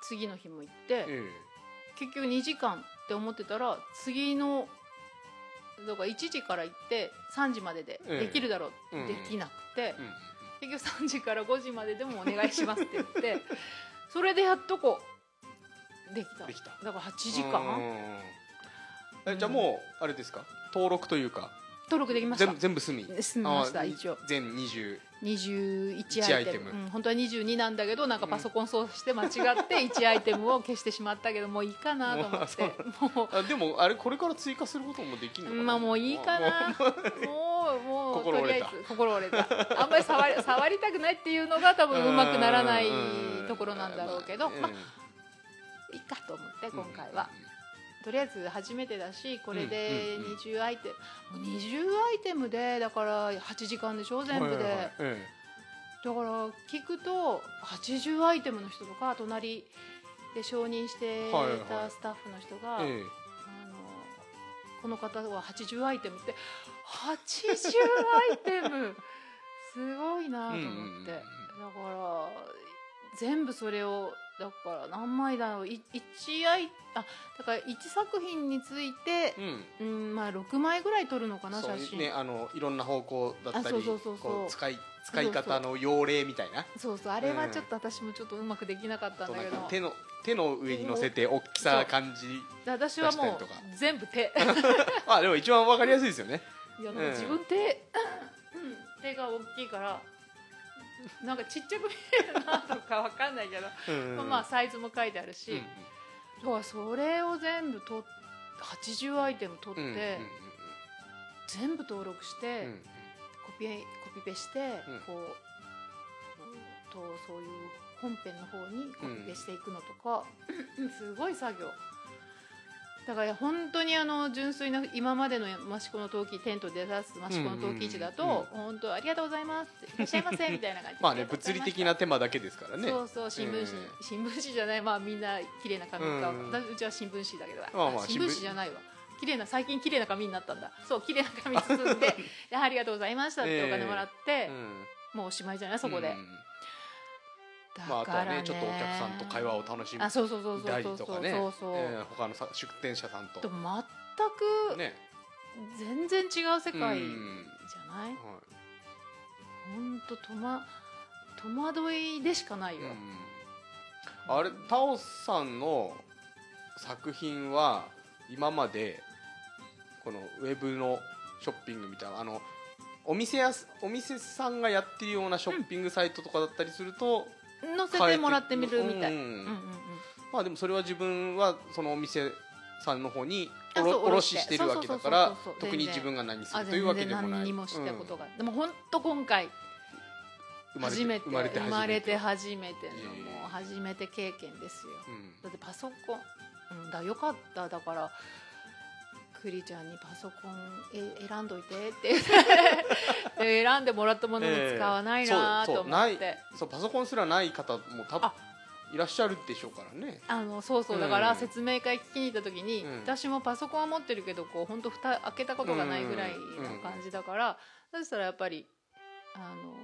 [SPEAKER 2] 次の日も行って、
[SPEAKER 1] え
[SPEAKER 2] 結局2時間って思ってたら次のだから1時から行って3時までで
[SPEAKER 1] ええ
[SPEAKER 2] できるだろう、
[SPEAKER 1] うん
[SPEAKER 2] できなくて
[SPEAKER 1] えう、ん
[SPEAKER 2] 結局3時から5時まででもお願いしますって言ってそれでやっとこうできた
[SPEAKER 1] できた
[SPEAKER 2] だから8時間
[SPEAKER 1] うんえじゃあもうあれですか登録というか
[SPEAKER 2] 登録できました
[SPEAKER 1] 全部全部済み
[SPEAKER 2] 済みまし
[SPEAKER 1] あ
[SPEAKER 2] た
[SPEAKER 1] ー
[SPEAKER 2] 一応
[SPEAKER 1] 全20
[SPEAKER 2] 21アイテ
[SPEAKER 1] 1ア
[SPEAKER 2] ム
[SPEAKER 1] イテム
[SPEAKER 2] うん、本当は22なんだけどなんかパソコン操作して間違って1アイテムを消してしまったけどもういいかなと思っても
[SPEAKER 1] あでもあれこれから追加することもでき
[SPEAKER 2] う
[SPEAKER 1] るのかな
[SPEAKER 2] まあもういいかなもうもう
[SPEAKER 1] 心
[SPEAKER 2] と
[SPEAKER 1] 折れ
[SPEAKER 2] りあえ
[SPEAKER 1] た
[SPEAKER 2] ず心折れたあんまり触り 触りたくないっていうのが多分うまくならない
[SPEAKER 1] うん
[SPEAKER 2] ところなんだろうけど
[SPEAKER 1] ん
[SPEAKER 2] まあいいかと思って今回はとりあえず初めてだしこれで
[SPEAKER 1] うんうんうん
[SPEAKER 2] 20アイテムもう20アイテムでだから8時間でしょ全部
[SPEAKER 1] はいはいは
[SPEAKER 2] で
[SPEAKER 1] い。え
[SPEAKER 2] だから聞くと80アイテムの人とか隣で承認してい
[SPEAKER 1] はいはい
[SPEAKER 2] たスタッフの人が、
[SPEAKER 1] えええ
[SPEAKER 2] あのこの方は80アイテムって80アイテムすごいなと思って、
[SPEAKER 1] うんうんうんうん
[SPEAKER 2] だから全部それをだから何枚だろうい一アイあだから1作品について、
[SPEAKER 1] うん
[SPEAKER 2] うんまあ、6枚ぐらい撮るのかな
[SPEAKER 1] そ
[SPEAKER 2] 写
[SPEAKER 1] う
[SPEAKER 2] 真、
[SPEAKER 1] ねあのいろんな方向だった
[SPEAKER 2] あそ
[SPEAKER 1] り
[SPEAKER 2] うそうそうそう
[SPEAKER 1] こう使い使い方の用例みたいな
[SPEAKER 2] そうそうあれはちょっと私もちょっとうまくできなかったんだけ
[SPEAKER 1] あとなん
[SPEAKER 2] ど
[SPEAKER 1] か手の手の上に乗せて大きさ感じ
[SPEAKER 2] で私はもう
[SPEAKER 1] 出したり
[SPEAKER 2] 全部手
[SPEAKER 1] あでも一番わかりやすいですよね
[SPEAKER 2] いやなん
[SPEAKER 1] うん
[SPEAKER 2] か自分手、うん手が大きいからなんかちっちゃく見えるなとかわかんないけど、
[SPEAKER 1] うん
[SPEAKER 2] まあサイズも書いてあるし、
[SPEAKER 1] うんう
[SPEAKER 2] だからそれを全部と80アイテム取って、
[SPEAKER 1] んうんうんうん
[SPEAKER 2] 全部登録して、
[SPEAKER 1] うん
[SPEAKER 2] コピーコピペして、
[SPEAKER 1] うん
[SPEAKER 2] こううんとそういう本編の方にコピペしていくのとか、すごい作業だから本当にあの純粋な今までの益子の陶器テントで出す益子の陶器市だと、
[SPEAKER 1] うんうんうん
[SPEAKER 2] 本当ありがとうございますっていらっしゃいませみたいな感じで
[SPEAKER 1] まあね物理的な
[SPEAKER 2] ね
[SPEAKER 1] 手間だけですからね
[SPEAKER 2] そうそう新聞紙、
[SPEAKER 1] うん
[SPEAKER 2] 新聞紙じゃないまあみんな綺麗な紙か、
[SPEAKER 1] うん
[SPEAKER 2] 私うちは新聞紙だけど、
[SPEAKER 1] まあまあ
[SPEAKER 2] 新聞紙じゃないわ綺麗な最近綺麗な紙になったんだそう綺麗な紙包 んでいやありがとうございましたってお金もらって、
[SPEAKER 1] うん
[SPEAKER 2] もうおしまいじゃないそこで、
[SPEAKER 1] うん
[SPEAKER 2] だ
[SPEAKER 1] まああと
[SPEAKER 2] か
[SPEAKER 1] は
[SPEAKER 2] ら
[SPEAKER 1] ねちょっとお客さんと会話を楽しみ
[SPEAKER 2] あそうそうそうそ
[SPEAKER 1] た
[SPEAKER 2] う
[SPEAKER 1] り
[SPEAKER 2] そう
[SPEAKER 1] と
[SPEAKER 2] そ
[SPEAKER 1] か
[SPEAKER 2] う
[SPEAKER 1] ね
[SPEAKER 2] そうそう、
[SPEAKER 1] えー他のさ出店者さん
[SPEAKER 2] で
[SPEAKER 1] と
[SPEAKER 2] も全く、
[SPEAKER 1] ね
[SPEAKER 2] 全然違う
[SPEAKER 1] う
[SPEAKER 2] 世界じ
[SPEAKER 1] ん
[SPEAKER 2] ゃない
[SPEAKER 1] は
[SPEAKER 2] 本当とま戸惑いでしかない
[SPEAKER 1] い
[SPEAKER 2] よ、
[SPEAKER 1] うんあれタオさんの作品は今までこのウェブのショッピングみたいなあのお店やすお店さんがやってるようなショッピングサイトとかだったりすると、
[SPEAKER 2] 乗せてもらってみるみたい、
[SPEAKER 1] うん
[SPEAKER 2] うんうんうん
[SPEAKER 1] まあでもそれは自分はそのお店さんの方にお
[SPEAKER 2] あ
[SPEAKER 1] ろ
[SPEAKER 2] そ
[SPEAKER 1] お
[SPEAKER 2] う
[SPEAKER 1] ろ
[SPEAKER 2] 卸し
[SPEAKER 1] してしてるわけだか
[SPEAKER 2] そ
[SPEAKER 1] ら
[SPEAKER 2] うそうそうそう
[SPEAKER 1] 特に
[SPEAKER 2] 全然
[SPEAKER 1] 自分が何す
[SPEAKER 2] あ
[SPEAKER 1] るというわけ
[SPEAKER 2] 全然
[SPEAKER 1] でもない
[SPEAKER 2] 何にもしたことが、
[SPEAKER 1] うん
[SPEAKER 2] でも本当今回
[SPEAKER 1] 生まれ
[SPEAKER 2] 初めて
[SPEAKER 1] 生まれて初めて
[SPEAKER 2] 生まれて初めて
[SPEAKER 1] いえい
[SPEAKER 2] の
[SPEAKER 1] え
[SPEAKER 2] もう初めて経験ですよ
[SPEAKER 1] うん
[SPEAKER 2] だってパソコン、うん、だよかっただからクリちゃんにパソコンえ選んどいてって で選んでもらったものも使わないなと思って、
[SPEAKER 1] ええそうだよそうないそうパソコンすらない方も多分
[SPEAKER 2] あ
[SPEAKER 1] いらっしゃるでしょうからね
[SPEAKER 2] あのそうそううんだから説明会聞きに行った時に、
[SPEAKER 1] うん
[SPEAKER 2] 私もパソコンは持ってるけどこう本当蓋開けたことがないぐらいの感じだから、そしたらやっぱりあの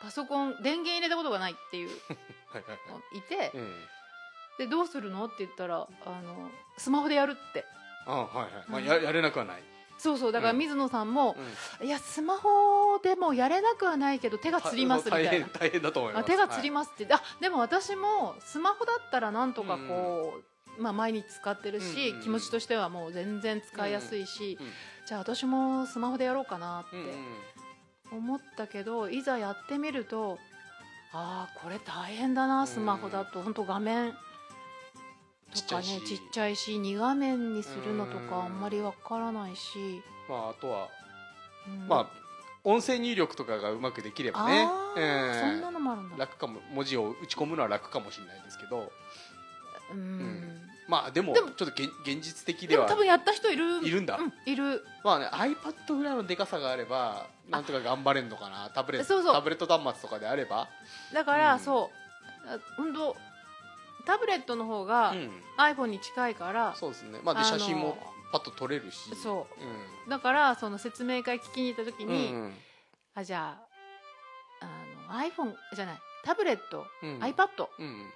[SPEAKER 2] パソコン電源入れたことがないっていう
[SPEAKER 1] はいはい
[SPEAKER 2] のいて
[SPEAKER 1] うん
[SPEAKER 2] でどうするのって言ったらあのスマホでやるって
[SPEAKER 1] あはいはい、まあ、
[SPEAKER 2] うん
[SPEAKER 1] ややれなくはない、
[SPEAKER 2] そうそうだから
[SPEAKER 1] うん
[SPEAKER 2] 水野さんも
[SPEAKER 1] う、ん
[SPEAKER 2] いやスマホでもやれなくはないけど手がつりますみた
[SPEAKER 1] 大
[SPEAKER 2] いな
[SPEAKER 1] 変 大変だと思います
[SPEAKER 2] あ手がつりますって、あでも私もスマホだったらなんとかこう、まあ、毎日使ってるし、
[SPEAKER 1] うんうん
[SPEAKER 2] 気持ちとしてはもう全然使いやすいし、
[SPEAKER 1] うんうん
[SPEAKER 2] じゃあ私もスマホでやろうかな
[SPEAKER 1] はい
[SPEAKER 2] って思ったけど、いざやってみるとああこれ大変だなスマホだと、本当画面とかね
[SPEAKER 1] ちっちゃいし
[SPEAKER 2] ちっちゃいし2画面にするのと
[SPEAKER 1] うん
[SPEAKER 2] かあんまりわからないし、
[SPEAKER 1] まああとは、
[SPEAKER 2] うん
[SPEAKER 1] まあ音声入力とかがうまくできれば
[SPEAKER 2] あ
[SPEAKER 1] ね
[SPEAKER 2] ー、
[SPEAKER 1] ええ
[SPEAKER 2] そんなのもあるんだ、
[SPEAKER 1] 楽かも文字を打ち込むのは楽かもしれないですけど
[SPEAKER 2] うん
[SPEAKER 1] んまあでも
[SPEAKER 2] でも
[SPEAKER 1] ちょっと現現実的
[SPEAKER 2] で
[SPEAKER 1] で
[SPEAKER 2] も
[SPEAKER 1] は
[SPEAKER 2] 多分やった人いる
[SPEAKER 1] いるんだ
[SPEAKER 2] うん、いる
[SPEAKER 1] まあね iPad ぐらいのでかさがあればなんとか頑張れるのかなタブレット
[SPEAKER 2] そうそう
[SPEAKER 1] タブレット端末とかであれば、
[SPEAKER 2] だから、
[SPEAKER 1] うん
[SPEAKER 2] そうあ本当タブレットの方が
[SPEAKER 1] うん
[SPEAKER 2] iPhone に近いから、
[SPEAKER 1] そうですねまあで
[SPEAKER 2] あの
[SPEAKER 1] 写真もパッと撮れるし、
[SPEAKER 2] そうだからその説明会聞きに行った時
[SPEAKER 1] ん、
[SPEAKER 2] に、
[SPEAKER 1] うん
[SPEAKER 2] あじゃああの iPhone じゃないタブレット、
[SPEAKER 1] うん
[SPEAKER 2] iPad
[SPEAKER 1] うん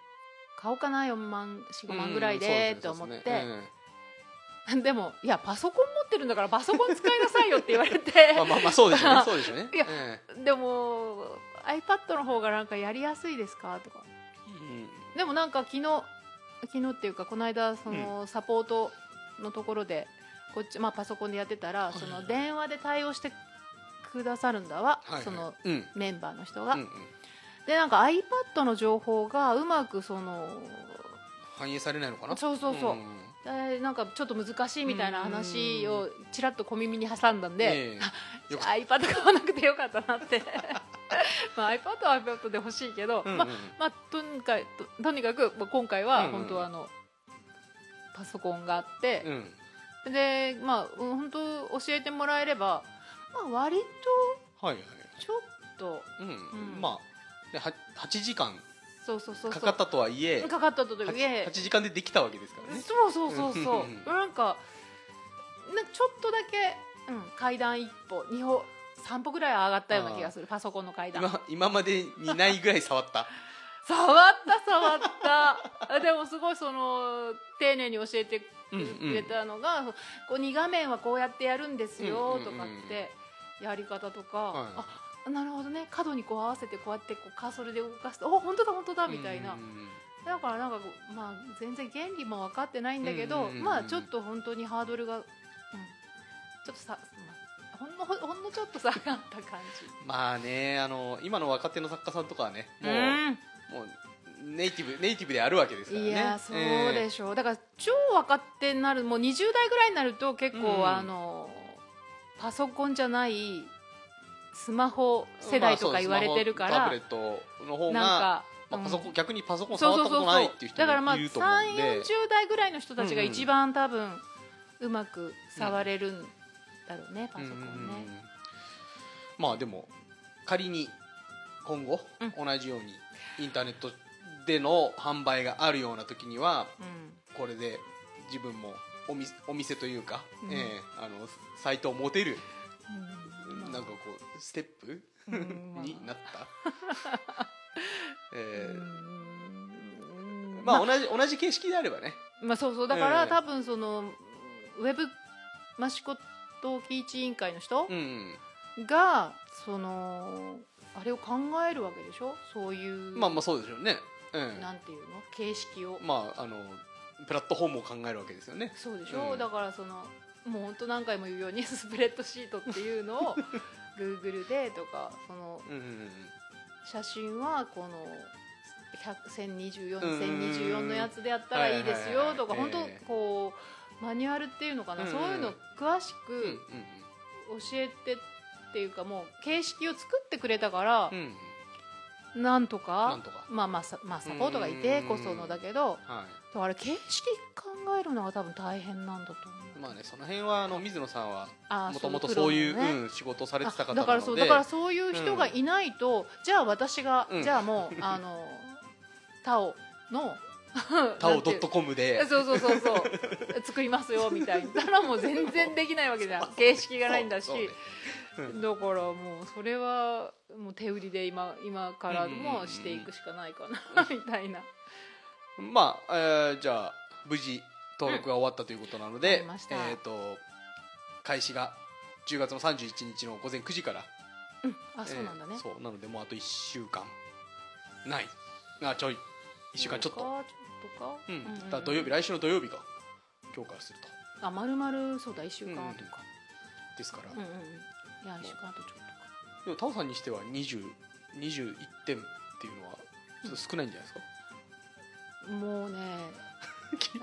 [SPEAKER 2] 買おうかな4万45万ぐらい
[SPEAKER 1] うん
[SPEAKER 2] で、と
[SPEAKER 1] そ
[SPEAKER 2] 思
[SPEAKER 1] うす
[SPEAKER 2] っ
[SPEAKER 1] ね
[SPEAKER 2] て、
[SPEAKER 1] そうですね
[SPEAKER 2] でもいやパソコン持ってるんだからパソコン使いなさいよって言われて
[SPEAKER 1] うんまあまあまあそうでしょうね そうでしょうね
[SPEAKER 2] いや
[SPEAKER 1] え
[SPEAKER 2] でも iPad の方がなんかやりやすいですかとか
[SPEAKER 1] えうん
[SPEAKER 2] でもなんか昨日昨日っていうかこの間そのサポートのところでこっち、まあ、パソコンでやってたらその電話で対応してくださるんだわ、
[SPEAKER 1] はいはい
[SPEAKER 2] その
[SPEAKER 1] うん
[SPEAKER 2] メンバーの人が、
[SPEAKER 1] うんうん
[SPEAKER 2] でなんか iPad の情報がうまくその
[SPEAKER 1] 反映されないのかな
[SPEAKER 2] そうそうそう、
[SPEAKER 1] んん
[SPEAKER 2] でなんかちょっと難しいみたいな話をちらっと小耳に挟んだんで、
[SPEAKER 1] ええよかっ
[SPEAKER 2] iPad 買わなくてよかったなって まあ iPad は iPad で欲しいけど、
[SPEAKER 1] たうん
[SPEAKER 2] まあ
[SPEAKER 1] うんうん
[SPEAKER 2] まあ、とにかくととにかく、まあ、今回
[SPEAKER 1] うん
[SPEAKER 2] は
[SPEAKER 1] うん
[SPEAKER 2] 本当はあの、パソコンがあって
[SPEAKER 1] う、ん
[SPEAKER 2] でまあうん本当教えてもらえれば、まあ、割
[SPEAKER 1] はいはい
[SPEAKER 2] とちょっと
[SPEAKER 1] うん
[SPEAKER 2] うん
[SPEAKER 1] まあでは8時間
[SPEAKER 2] そうそうそうそう
[SPEAKER 1] かかったとはいえ
[SPEAKER 2] かかったと時
[SPEAKER 1] 8時間でできたわけですからね
[SPEAKER 2] そうそうそう
[SPEAKER 1] う
[SPEAKER 2] そ
[SPEAKER 1] ん
[SPEAKER 2] うなんかなちょっとだけ、うん、階段一歩二歩三歩ぐらい上がったような気がするパソコンの階段
[SPEAKER 1] 今今までにないぐらい触った
[SPEAKER 2] 触った触ったあでもすごいその丁寧に教えてくれたのが、こう2画面はこうやってやるんですよとか
[SPEAKER 1] うんうんうん
[SPEAKER 2] って。やり方とか、
[SPEAKER 1] はい
[SPEAKER 2] あなるほどね角にこう合わせてこうやってこうカーソルで動かすとお本当だ本当だみたいな、
[SPEAKER 1] うん
[SPEAKER 2] だからなんかこう、まあ、全然原理も分かってないんだけ
[SPEAKER 1] うん
[SPEAKER 2] ど、
[SPEAKER 1] うんうんうん
[SPEAKER 2] まあちょっと本当にハードルが、うん、ちょっとさ、まあ、ほんのほほんのちょっと下がった感じ。
[SPEAKER 1] まあねあの今の若手の作家さんとかはねもう,、もうネイティブネイティブであるわけですからね
[SPEAKER 2] いやそうでしょう、だから超若手になるもう20代ぐらいになると結構、
[SPEAKER 1] うん
[SPEAKER 2] あのパソコンじゃないスマホ世代とか言われてるから、
[SPEAKER 1] まあそうですねタブレットの方が
[SPEAKER 2] なんか、
[SPEAKER 1] まあ、パソコン逆にパソコン
[SPEAKER 2] そう
[SPEAKER 1] 触っ
[SPEAKER 2] そ
[SPEAKER 1] たこ
[SPEAKER 2] うそう
[SPEAKER 1] と
[SPEAKER 2] そ
[SPEAKER 1] な
[SPEAKER 2] う
[SPEAKER 1] いっていう人
[SPEAKER 2] だからま
[SPEAKER 1] も
[SPEAKER 2] あ
[SPEAKER 1] い
[SPEAKER 2] 3
[SPEAKER 1] ると思うん
[SPEAKER 2] 4
[SPEAKER 1] で
[SPEAKER 2] 0代ぐらいの人たちが
[SPEAKER 1] うんうん
[SPEAKER 2] 一番多分うまく触れるんだろうね、パソコンね、
[SPEAKER 1] うんまあでも仮に今後、
[SPEAKER 2] う
[SPEAKER 1] 同じようにインターネットでの販売があるような時にはこれで自分もお店お店というか、
[SPEAKER 2] うん
[SPEAKER 1] ええあのサイトを持てる
[SPEAKER 2] うん
[SPEAKER 1] なんかこうステップ、
[SPEAKER 2] うんまあ
[SPEAKER 1] にな った、ええ
[SPEAKER 2] うん
[SPEAKER 1] まあ同じ同じ形式であればね
[SPEAKER 2] まあそうそうだから、
[SPEAKER 1] ええ
[SPEAKER 2] 多分そのウェブマシコ陶器一委員会の人
[SPEAKER 1] うん
[SPEAKER 2] が、そのあれを考えるわけでしょそういう、
[SPEAKER 1] まあまあそうでしょうね、うん、
[SPEAKER 2] なんていうの形式を、
[SPEAKER 1] まああのプラットフォームを考えるわけですよね
[SPEAKER 2] そうでしょ、
[SPEAKER 1] うん
[SPEAKER 2] だからそのもう本当何回も言うように スプレッドシートっていうの を Google でとかその
[SPEAKER 1] うんうん
[SPEAKER 2] 写真はこの1024
[SPEAKER 1] うん
[SPEAKER 2] 1024のやつでやったらいいですよとか
[SPEAKER 1] はいはいは
[SPEAKER 2] 本
[SPEAKER 1] い
[SPEAKER 2] 当
[SPEAKER 1] ええ
[SPEAKER 2] こうマニュアルっていうのかな、
[SPEAKER 1] うんうん
[SPEAKER 2] そういうの詳し
[SPEAKER 1] うんうん
[SPEAKER 2] く教えてっていうかもう形式を作ってくれたから
[SPEAKER 1] うんう、んうん
[SPEAKER 2] なんと
[SPEAKER 1] な
[SPEAKER 2] か
[SPEAKER 1] んとか
[SPEAKER 2] まあまあさまあサポートがいてこそのだけど
[SPEAKER 1] は
[SPEAKER 2] だから形式考えるのが多分大変なんだと思う。
[SPEAKER 1] いまあねその辺はあの水野さんは
[SPEAKER 2] あー
[SPEAKER 1] もともとそういう
[SPEAKER 2] の苦労のね
[SPEAKER 1] うん仕事をされてた
[SPEAKER 2] あ
[SPEAKER 1] 方
[SPEAKER 2] だ
[SPEAKER 1] な
[SPEAKER 2] からそ
[SPEAKER 1] の
[SPEAKER 2] う
[SPEAKER 1] で
[SPEAKER 2] だからそういう人がいないと、じゃあ私が、
[SPEAKER 1] うん
[SPEAKER 2] じゃあもうあの他をの
[SPEAKER 1] タオ
[SPEAKER 2] なんていう
[SPEAKER 1] .com で
[SPEAKER 2] そうそうそうそう作りますよみたいなたらもう全然できないわけ じゃん形式がないんだし
[SPEAKER 1] そうそうね
[SPEAKER 2] だからもうそれはもう手売りで今今からもしていくしかないかなみたいな
[SPEAKER 1] まあ、えーじゃあ無事登録が終わったということなの
[SPEAKER 2] わか
[SPEAKER 1] で、
[SPEAKER 2] りました
[SPEAKER 1] えっ、と開始が10月の31日の午前9時から
[SPEAKER 2] あそうなんだ
[SPEAKER 1] え
[SPEAKER 2] ね
[SPEAKER 1] ーそうなのでもうあと1週間ないあちょい1週間ちょっと、
[SPEAKER 2] かちょっとか
[SPEAKER 1] う
[SPEAKER 2] うんうんうん
[SPEAKER 1] ん、だから土曜日来週の土曜日が今日からすると
[SPEAKER 2] あまるまるそうだ1週間とか
[SPEAKER 1] ですから、
[SPEAKER 2] うんうんうんいや1週間とちょっとか
[SPEAKER 1] でもタオさんにしては20 21点っていうのはちょっと少ないんじゃないですか、
[SPEAKER 2] もうね
[SPEAKER 1] 記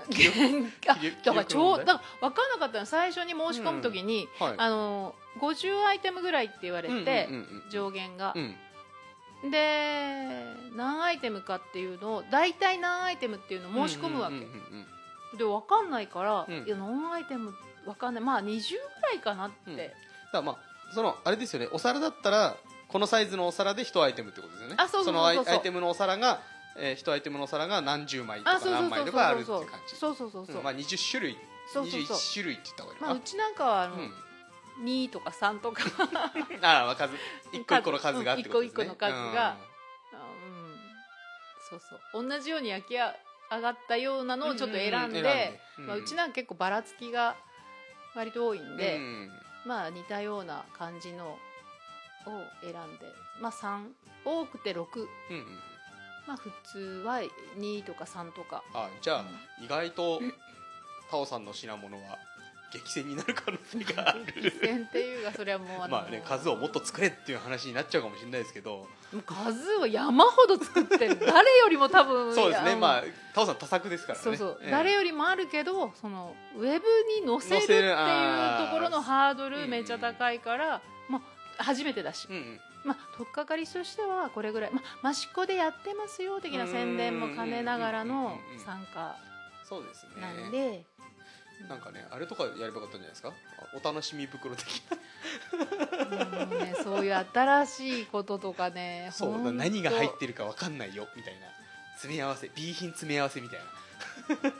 [SPEAKER 2] あ
[SPEAKER 1] 記録
[SPEAKER 2] だからちょ
[SPEAKER 1] 記
[SPEAKER 2] う
[SPEAKER 1] 録問題
[SPEAKER 2] だから分かんなかったの最初に申し込むときに、
[SPEAKER 1] はい
[SPEAKER 2] あの50アイテムぐらいって言われて、
[SPEAKER 1] うんうんうんうん
[SPEAKER 2] 上限が
[SPEAKER 1] う、ん
[SPEAKER 2] で何アイテムかっていうのを大体何アイテムっていうのを申し込むわけ、
[SPEAKER 1] うんうんうん
[SPEAKER 2] で分かんないから、
[SPEAKER 1] うん
[SPEAKER 2] いや何アイテム分かんないまあ20ぐらいかなって、
[SPEAKER 1] うんだからまあそのあれですよねお皿だったらこのサイズのお皿で1アイテムってことですよね
[SPEAKER 2] あそうそうそうそう
[SPEAKER 1] のアイアイテムのお皿が、え1アイテムのお皿が何十枚と
[SPEAKER 2] あ
[SPEAKER 1] か
[SPEAKER 2] そうそう
[SPEAKER 1] 何枚
[SPEAKER 2] そう
[SPEAKER 1] とかあるって
[SPEAKER 2] そ
[SPEAKER 1] いうう感じ
[SPEAKER 2] そうそうそうそうそう
[SPEAKER 1] うんまあ、20種類
[SPEAKER 2] そうそうそう
[SPEAKER 1] 21種類って言った方がいいの
[SPEAKER 2] まあ、う
[SPEAKER 1] か
[SPEAKER 2] ちなんかはあの、
[SPEAKER 1] な、
[SPEAKER 2] 2とか3とか
[SPEAKER 1] うん、ああ数一個一個の数がってことですね、
[SPEAKER 2] うん一個一個の数があうんそうそう同じように焼きあ上がったようなのをちょっと選
[SPEAKER 1] うんうんうん
[SPEAKER 2] んで,、
[SPEAKER 1] 選んでうん
[SPEAKER 2] まあ、うちなんか結構ばらつきが割と多いん
[SPEAKER 1] うん
[SPEAKER 2] で、
[SPEAKER 1] うん
[SPEAKER 2] まあ似たような感じのを選んで、まあ、3多くて6、
[SPEAKER 1] うんうん
[SPEAKER 2] まあ、普通は2とか3とか
[SPEAKER 1] あじゃあ意外とタオさんの品物は激戦になる可能性があ
[SPEAKER 2] 一
[SPEAKER 1] る
[SPEAKER 2] 線っていうかそれはもうの
[SPEAKER 1] まあね数をもっと作れっていう話になっちゃうかもしれないですけど
[SPEAKER 2] もう数を山ほど作ってる誰よりも多分
[SPEAKER 1] そうですね
[SPEAKER 2] ん
[SPEAKER 1] まあタオさん多作ですからね
[SPEAKER 2] そうそう、
[SPEAKER 1] ええ
[SPEAKER 2] 誰よりもあるけどそのウェブに載せ
[SPEAKER 1] 載
[SPEAKER 2] るってい
[SPEAKER 1] せ
[SPEAKER 2] う
[SPEAKER 1] る
[SPEAKER 2] と
[SPEAKER 1] あー
[SPEAKER 2] ころのハード
[SPEAKER 1] うんう
[SPEAKER 2] ル
[SPEAKER 1] ん
[SPEAKER 2] めっちゃ高いから、まあ、初めてだし、
[SPEAKER 1] うんうん
[SPEAKER 2] まあ、取っかかりとしてはこれぐらい、まあ、益子でやってますよ的な宣伝も兼ねながら
[SPEAKER 1] うんうん
[SPEAKER 2] の
[SPEAKER 1] うんうんうん
[SPEAKER 2] 参加
[SPEAKER 1] そうですね
[SPEAKER 2] なんで、
[SPEAKER 1] なんかねあれとかやればよかったんじゃないですかあお楽しみ袋的な
[SPEAKER 2] もうね、そういう新しいこととかね
[SPEAKER 1] そ
[SPEAKER 2] ほ
[SPEAKER 1] うん
[SPEAKER 2] と
[SPEAKER 1] 何が入ってるかわかんないよみたいな詰め合わせ B 品詰め合わせみたいな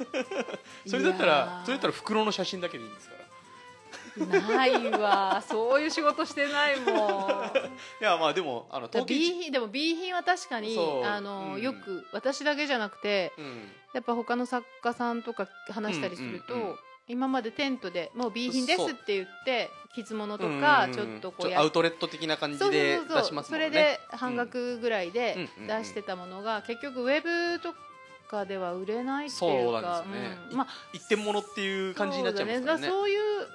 [SPEAKER 1] それだった
[SPEAKER 2] いや
[SPEAKER 1] ら
[SPEAKER 2] ー
[SPEAKER 1] それだったら袋の写真だけでいいんですから
[SPEAKER 2] ないわそういう仕事してないもん。
[SPEAKER 1] いやまあでもあの
[SPEAKER 2] だから
[SPEAKER 1] 統計
[SPEAKER 2] B
[SPEAKER 1] 値
[SPEAKER 2] 品でも B 品は確かに
[SPEAKER 1] そう
[SPEAKER 2] あの、
[SPEAKER 1] うん
[SPEAKER 2] よく私だけじゃなくて
[SPEAKER 1] うん
[SPEAKER 2] やっぱ他の作家さんとか話したりすると、
[SPEAKER 1] うんうんうん
[SPEAKER 2] 今までテントでもう B 品ですって言って傷物と
[SPEAKER 1] う
[SPEAKER 2] か
[SPEAKER 1] んうん
[SPEAKER 2] ちょ
[SPEAKER 1] う
[SPEAKER 2] っ
[SPEAKER 1] ん
[SPEAKER 2] とこう
[SPEAKER 1] ちょっとア
[SPEAKER 2] や
[SPEAKER 1] ウトレット的な感じ
[SPEAKER 2] そうそう
[SPEAKER 1] で
[SPEAKER 2] そう
[SPEAKER 1] 出
[SPEAKER 2] そ
[SPEAKER 1] し
[SPEAKER 2] う
[SPEAKER 1] ます
[SPEAKER 2] そ
[SPEAKER 1] もんね
[SPEAKER 2] れで半額ぐらいで
[SPEAKER 1] うんうんうん
[SPEAKER 2] 出してたものが結局ウェブとかでは売れないっていう
[SPEAKER 1] そう
[SPEAKER 2] か
[SPEAKER 1] なんですよね
[SPEAKER 2] うんまあ
[SPEAKER 1] 一点物っていう感じになっちゃいますからね
[SPEAKER 2] そうだねだからそういう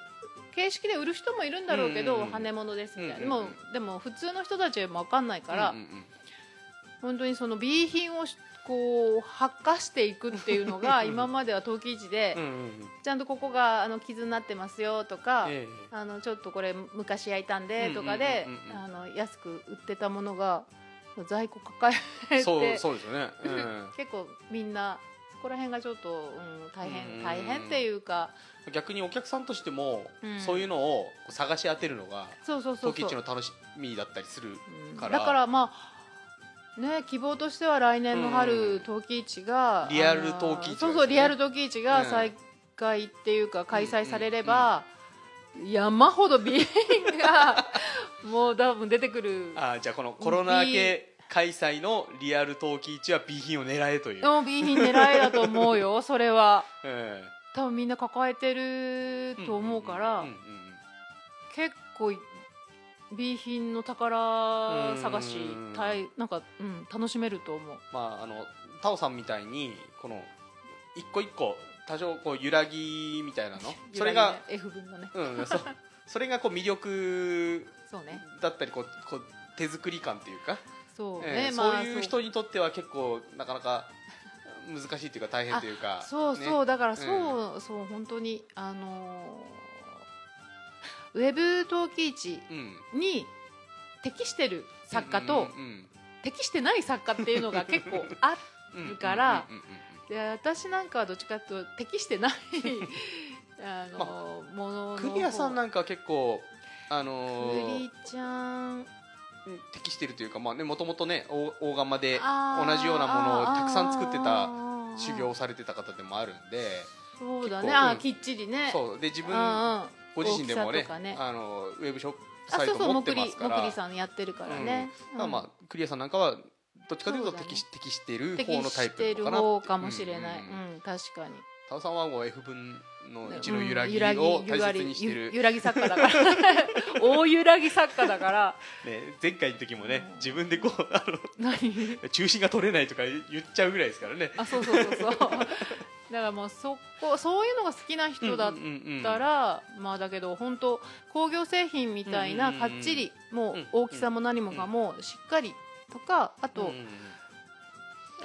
[SPEAKER 2] 形式で売る人もいるんだろうけ
[SPEAKER 1] う
[SPEAKER 2] ど、
[SPEAKER 1] んうんうん
[SPEAKER 2] 羽根物ですみたいな、
[SPEAKER 1] うんうんうん
[SPEAKER 2] もうでも普通の人たちは分かんないから、
[SPEAKER 1] うんうんうん
[SPEAKER 2] 本当にその B 品をしこう発火していくっていうのが今までは陶器市で、
[SPEAKER 1] うんうんうん
[SPEAKER 2] ちゃんとここがあの傷になってますよとか、
[SPEAKER 1] ええ
[SPEAKER 2] あ のちょっとこれ昔焼いたんでとかで
[SPEAKER 1] うんうんうんうん
[SPEAKER 2] あの安く売ってたものが在庫抱えて
[SPEAKER 1] そうそうですよね、うん
[SPEAKER 2] 結構みんなそこら辺がちょっと、うん、大
[SPEAKER 1] うんうんう
[SPEAKER 2] 変
[SPEAKER 1] ん
[SPEAKER 2] 大変っていうか、
[SPEAKER 1] 逆にお客さんとしても、
[SPEAKER 2] うん
[SPEAKER 1] そういうのを探し当てるのが
[SPEAKER 2] そうそうそ
[SPEAKER 1] 陶
[SPEAKER 2] う
[SPEAKER 1] 器
[SPEAKER 2] そう
[SPEAKER 1] 市の楽しみだったりする
[SPEAKER 2] うん
[SPEAKER 1] から
[SPEAKER 2] だからまあね希望としては来年の
[SPEAKER 1] う
[SPEAKER 2] 春
[SPEAKER 1] ん
[SPEAKER 2] 陶器市が
[SPEAKER 1] リアル
[SPEAKER 2] あのー
[SPEAKER 1] 陶器市がですね
[SPEAKER 2] そうそうリアル陶器市
[SPEAKER 1] う
[SPEAKER 2] が
[SPEAKER 1] ん
[SPEAKER 2] 再開っていうか開催されれば山ほど備品が もう多分出てくる
[SPEAKER 1] あーじゃあこのコロナ明け開催のリアル陶器市は B 品を狙えという、
[SPEAKER 2] の備品狙いだと思 うよそれは
[SPEAKER 1] え
[SPEAKER 2] 多分みんな抱えてる
[SPEAKER 1] え
[SPEAKER 2] と思うから
[SPEAKER 1] んんん
[SPEAKER 2] 結構備品の宝探し
[SPEAKER 1] うん
[SPEAKER 2] たいなんか、うん、楽しめると思う
[SPEAKER 1] まああのタオさんみたいにこの一個一個多少こう揺らぎみた いなのそれが、
[SPEAKER 2] 由来ね F 分のね
[SPEAKER 1] うん、そそれがこう魅力
[SPEAKER 2] そうね
[SPEAKER 1] だったりこうこう手作り感っていうか
[SPEAKER 2] そう
[SPEAKER 1] え
[SPEAKER 2] ね、
[SPEAKER 1] え
[SPEAKER 2] まあ
[SPEAKER 1] そういう人にとっては結構なかなか難しいというか大変というか
[SPEAKER 2] そうそうそう、
[SPEAKER 1] ね
[SPEAKER 2] だからそう、そう本当にあのーウェブ陶器市
[SPEAKER 1] うん
[SPEAKER 2] に適してる作家と、
[SPEAKER 1] うん
[SPEAKER 2] 適してない作家っていうのが結構あっ
[SPEAKER 1] うんうん
[SPEAKER 2] るから
[SPEAKER 1] うんうんうんうん
[SPEAKER 2] て 私なんかはどっちかというと適してないあのーものの
[SPEAKER 1] クリアさんなんかは結構あの
[SPEAKER 2] ク
[SPEAKER 1] ー
[SPEAKER 2] リちゃん
[SPEAKER 3] 適してるというかまあねもともとね大大釜で
[SPEAKER 2] あー
[SPEAKER 3] 同じようなものをたくさん作ってた
[SPEAKER 2] あー
[SPEAKER 3] 修行をされてた方でもあるんで
[SPEAKER 2] そうだ
[SPEAKER 3] 結構
[SPEAKER 2] ねあ
[SPEAKER 3] う
[SPEAKER 2] ー
[SPEAKER 3] ん
[SPEAKER 2] きっちりねう
[SPEAKER 3] そうで自分
[SPEAKER 2] んうん
[SPEAKER 3] ご自身でも
[SPEAKER 2] 大
[SPEAKER 3] ね
[SPEAKER 2] きさとかね
[SPEAKER 3] あのウェブショップ
[SPEAKER 2] あ
[SPEAKER 3] サイ
[SPEAKER 2] そう
[SPEAKER 3] ト
[SPEAKER 2] そう
[SPEAKER 3] 持
[SPEAKER 2] も
[SPEAKER 3] っ
[SPEAKER 2] く
[SPEAKER 3] てま
[SPEAKER 2] り
[SPEAKER 3] すか
[SPEAKER 2] もく
[SPEAKER 3] ら
[SPEAKER 2] りさんやってるからね、
[SPEAKER 3] うんだからまあクリアさんなんかはどっちかというと
[SPEAKER 2] そうだね
[SPEAKER 3] 適し適してる
[SPEAKER 2] 適
[SPEAKER 3] 方のタイ
[SPEAKER 2] し
[SPEAKER 3] プな
[SPEAKER 2] て
[SPEAKER 3] の
[SPEAKER 2] る
[SPEAKER 3] かな
[SPEAKER 2] 方かもしれない、
[SPEAKER 3] う
[SPEAKER 2] うんん
[SPEAKER 3] うんうん
[SPEAKER 2] 確かに
[SPEAKER 3] タオさんはもう F 分の1の
[SPEAKER 2] うん
[SPEAKER 3] 揺らぎを
[SPEAKER 2] 揺
[SPEAKER 3] 大
[SPEAKER 2] ら
[SPEAKER 3] 切
[SPEAKER 2] ぎ
[SPEAKER 3] にしてる
[SPEAKER 2] ゆ、揺らぎ作家だから 大揺らぎ作家だから
[SPEAKER 1] ね、前回の時もね自分でこうあ
[SPEAKER 2] 何
[SPEAKER 1] の 中心が取れないとか言っちゃうぐらいですからね
[SPEAKER 2] あそうそうそうそうだからもうそこそういうのが好きな人だっ
[SPEAKER 3] うんうんうんうん
[SPEAKER 2] たら、まあだけど本当工業製品みたいな
[SPEAKER 1] うんうんう
[SPEAKER 2] か
[SPEAKER 1] ん
[SPEAKER 2] っちり、も
[SPEAKER 1] うん
[SPEAKER 2] う大きさも何もかもしっかりとかあと、
[SPEAKER 1] うんうんうん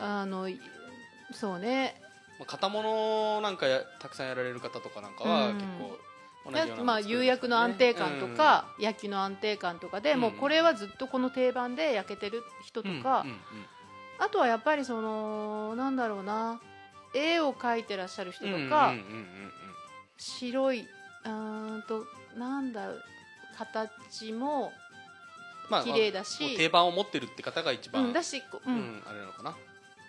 [SPEAKER 2] あのいそうね
[SPEAKER 1] まあ片物なんかやたくさんやられる方とかなんかは
[SPEAKER 2] うん
[SPEAKER 1] 結構同じようなもの作りますからね
[SPEAKER 2] まあ、釉薬の安定感とか、焼きの安定感とかで、
[SPEAKER 1] うん
[SPEAKER 2] もうこれはずっとこの定番で焼けてる人と
[SPEAKER 1] うんうん
[SPEAKER 2] か、
[SPEAKER 1] うんうん
[SPEAKER 2] あとはやっぱりそのなんだろうな絵を描いてらっしゃる人とか、
[SPEAKER 1] うんうんうんうん
[SPEAKER 2] 白いうーんとなんだろう形も
[SPEAKER 1] まあ
[SPEAKER 2] 綺麗だし
[SPEAKER 1] こう定番を持ってるって方が一番、
[SPEAKER 2] うん、だし、こう
[SPEAKER 1] うんんあれなのかな、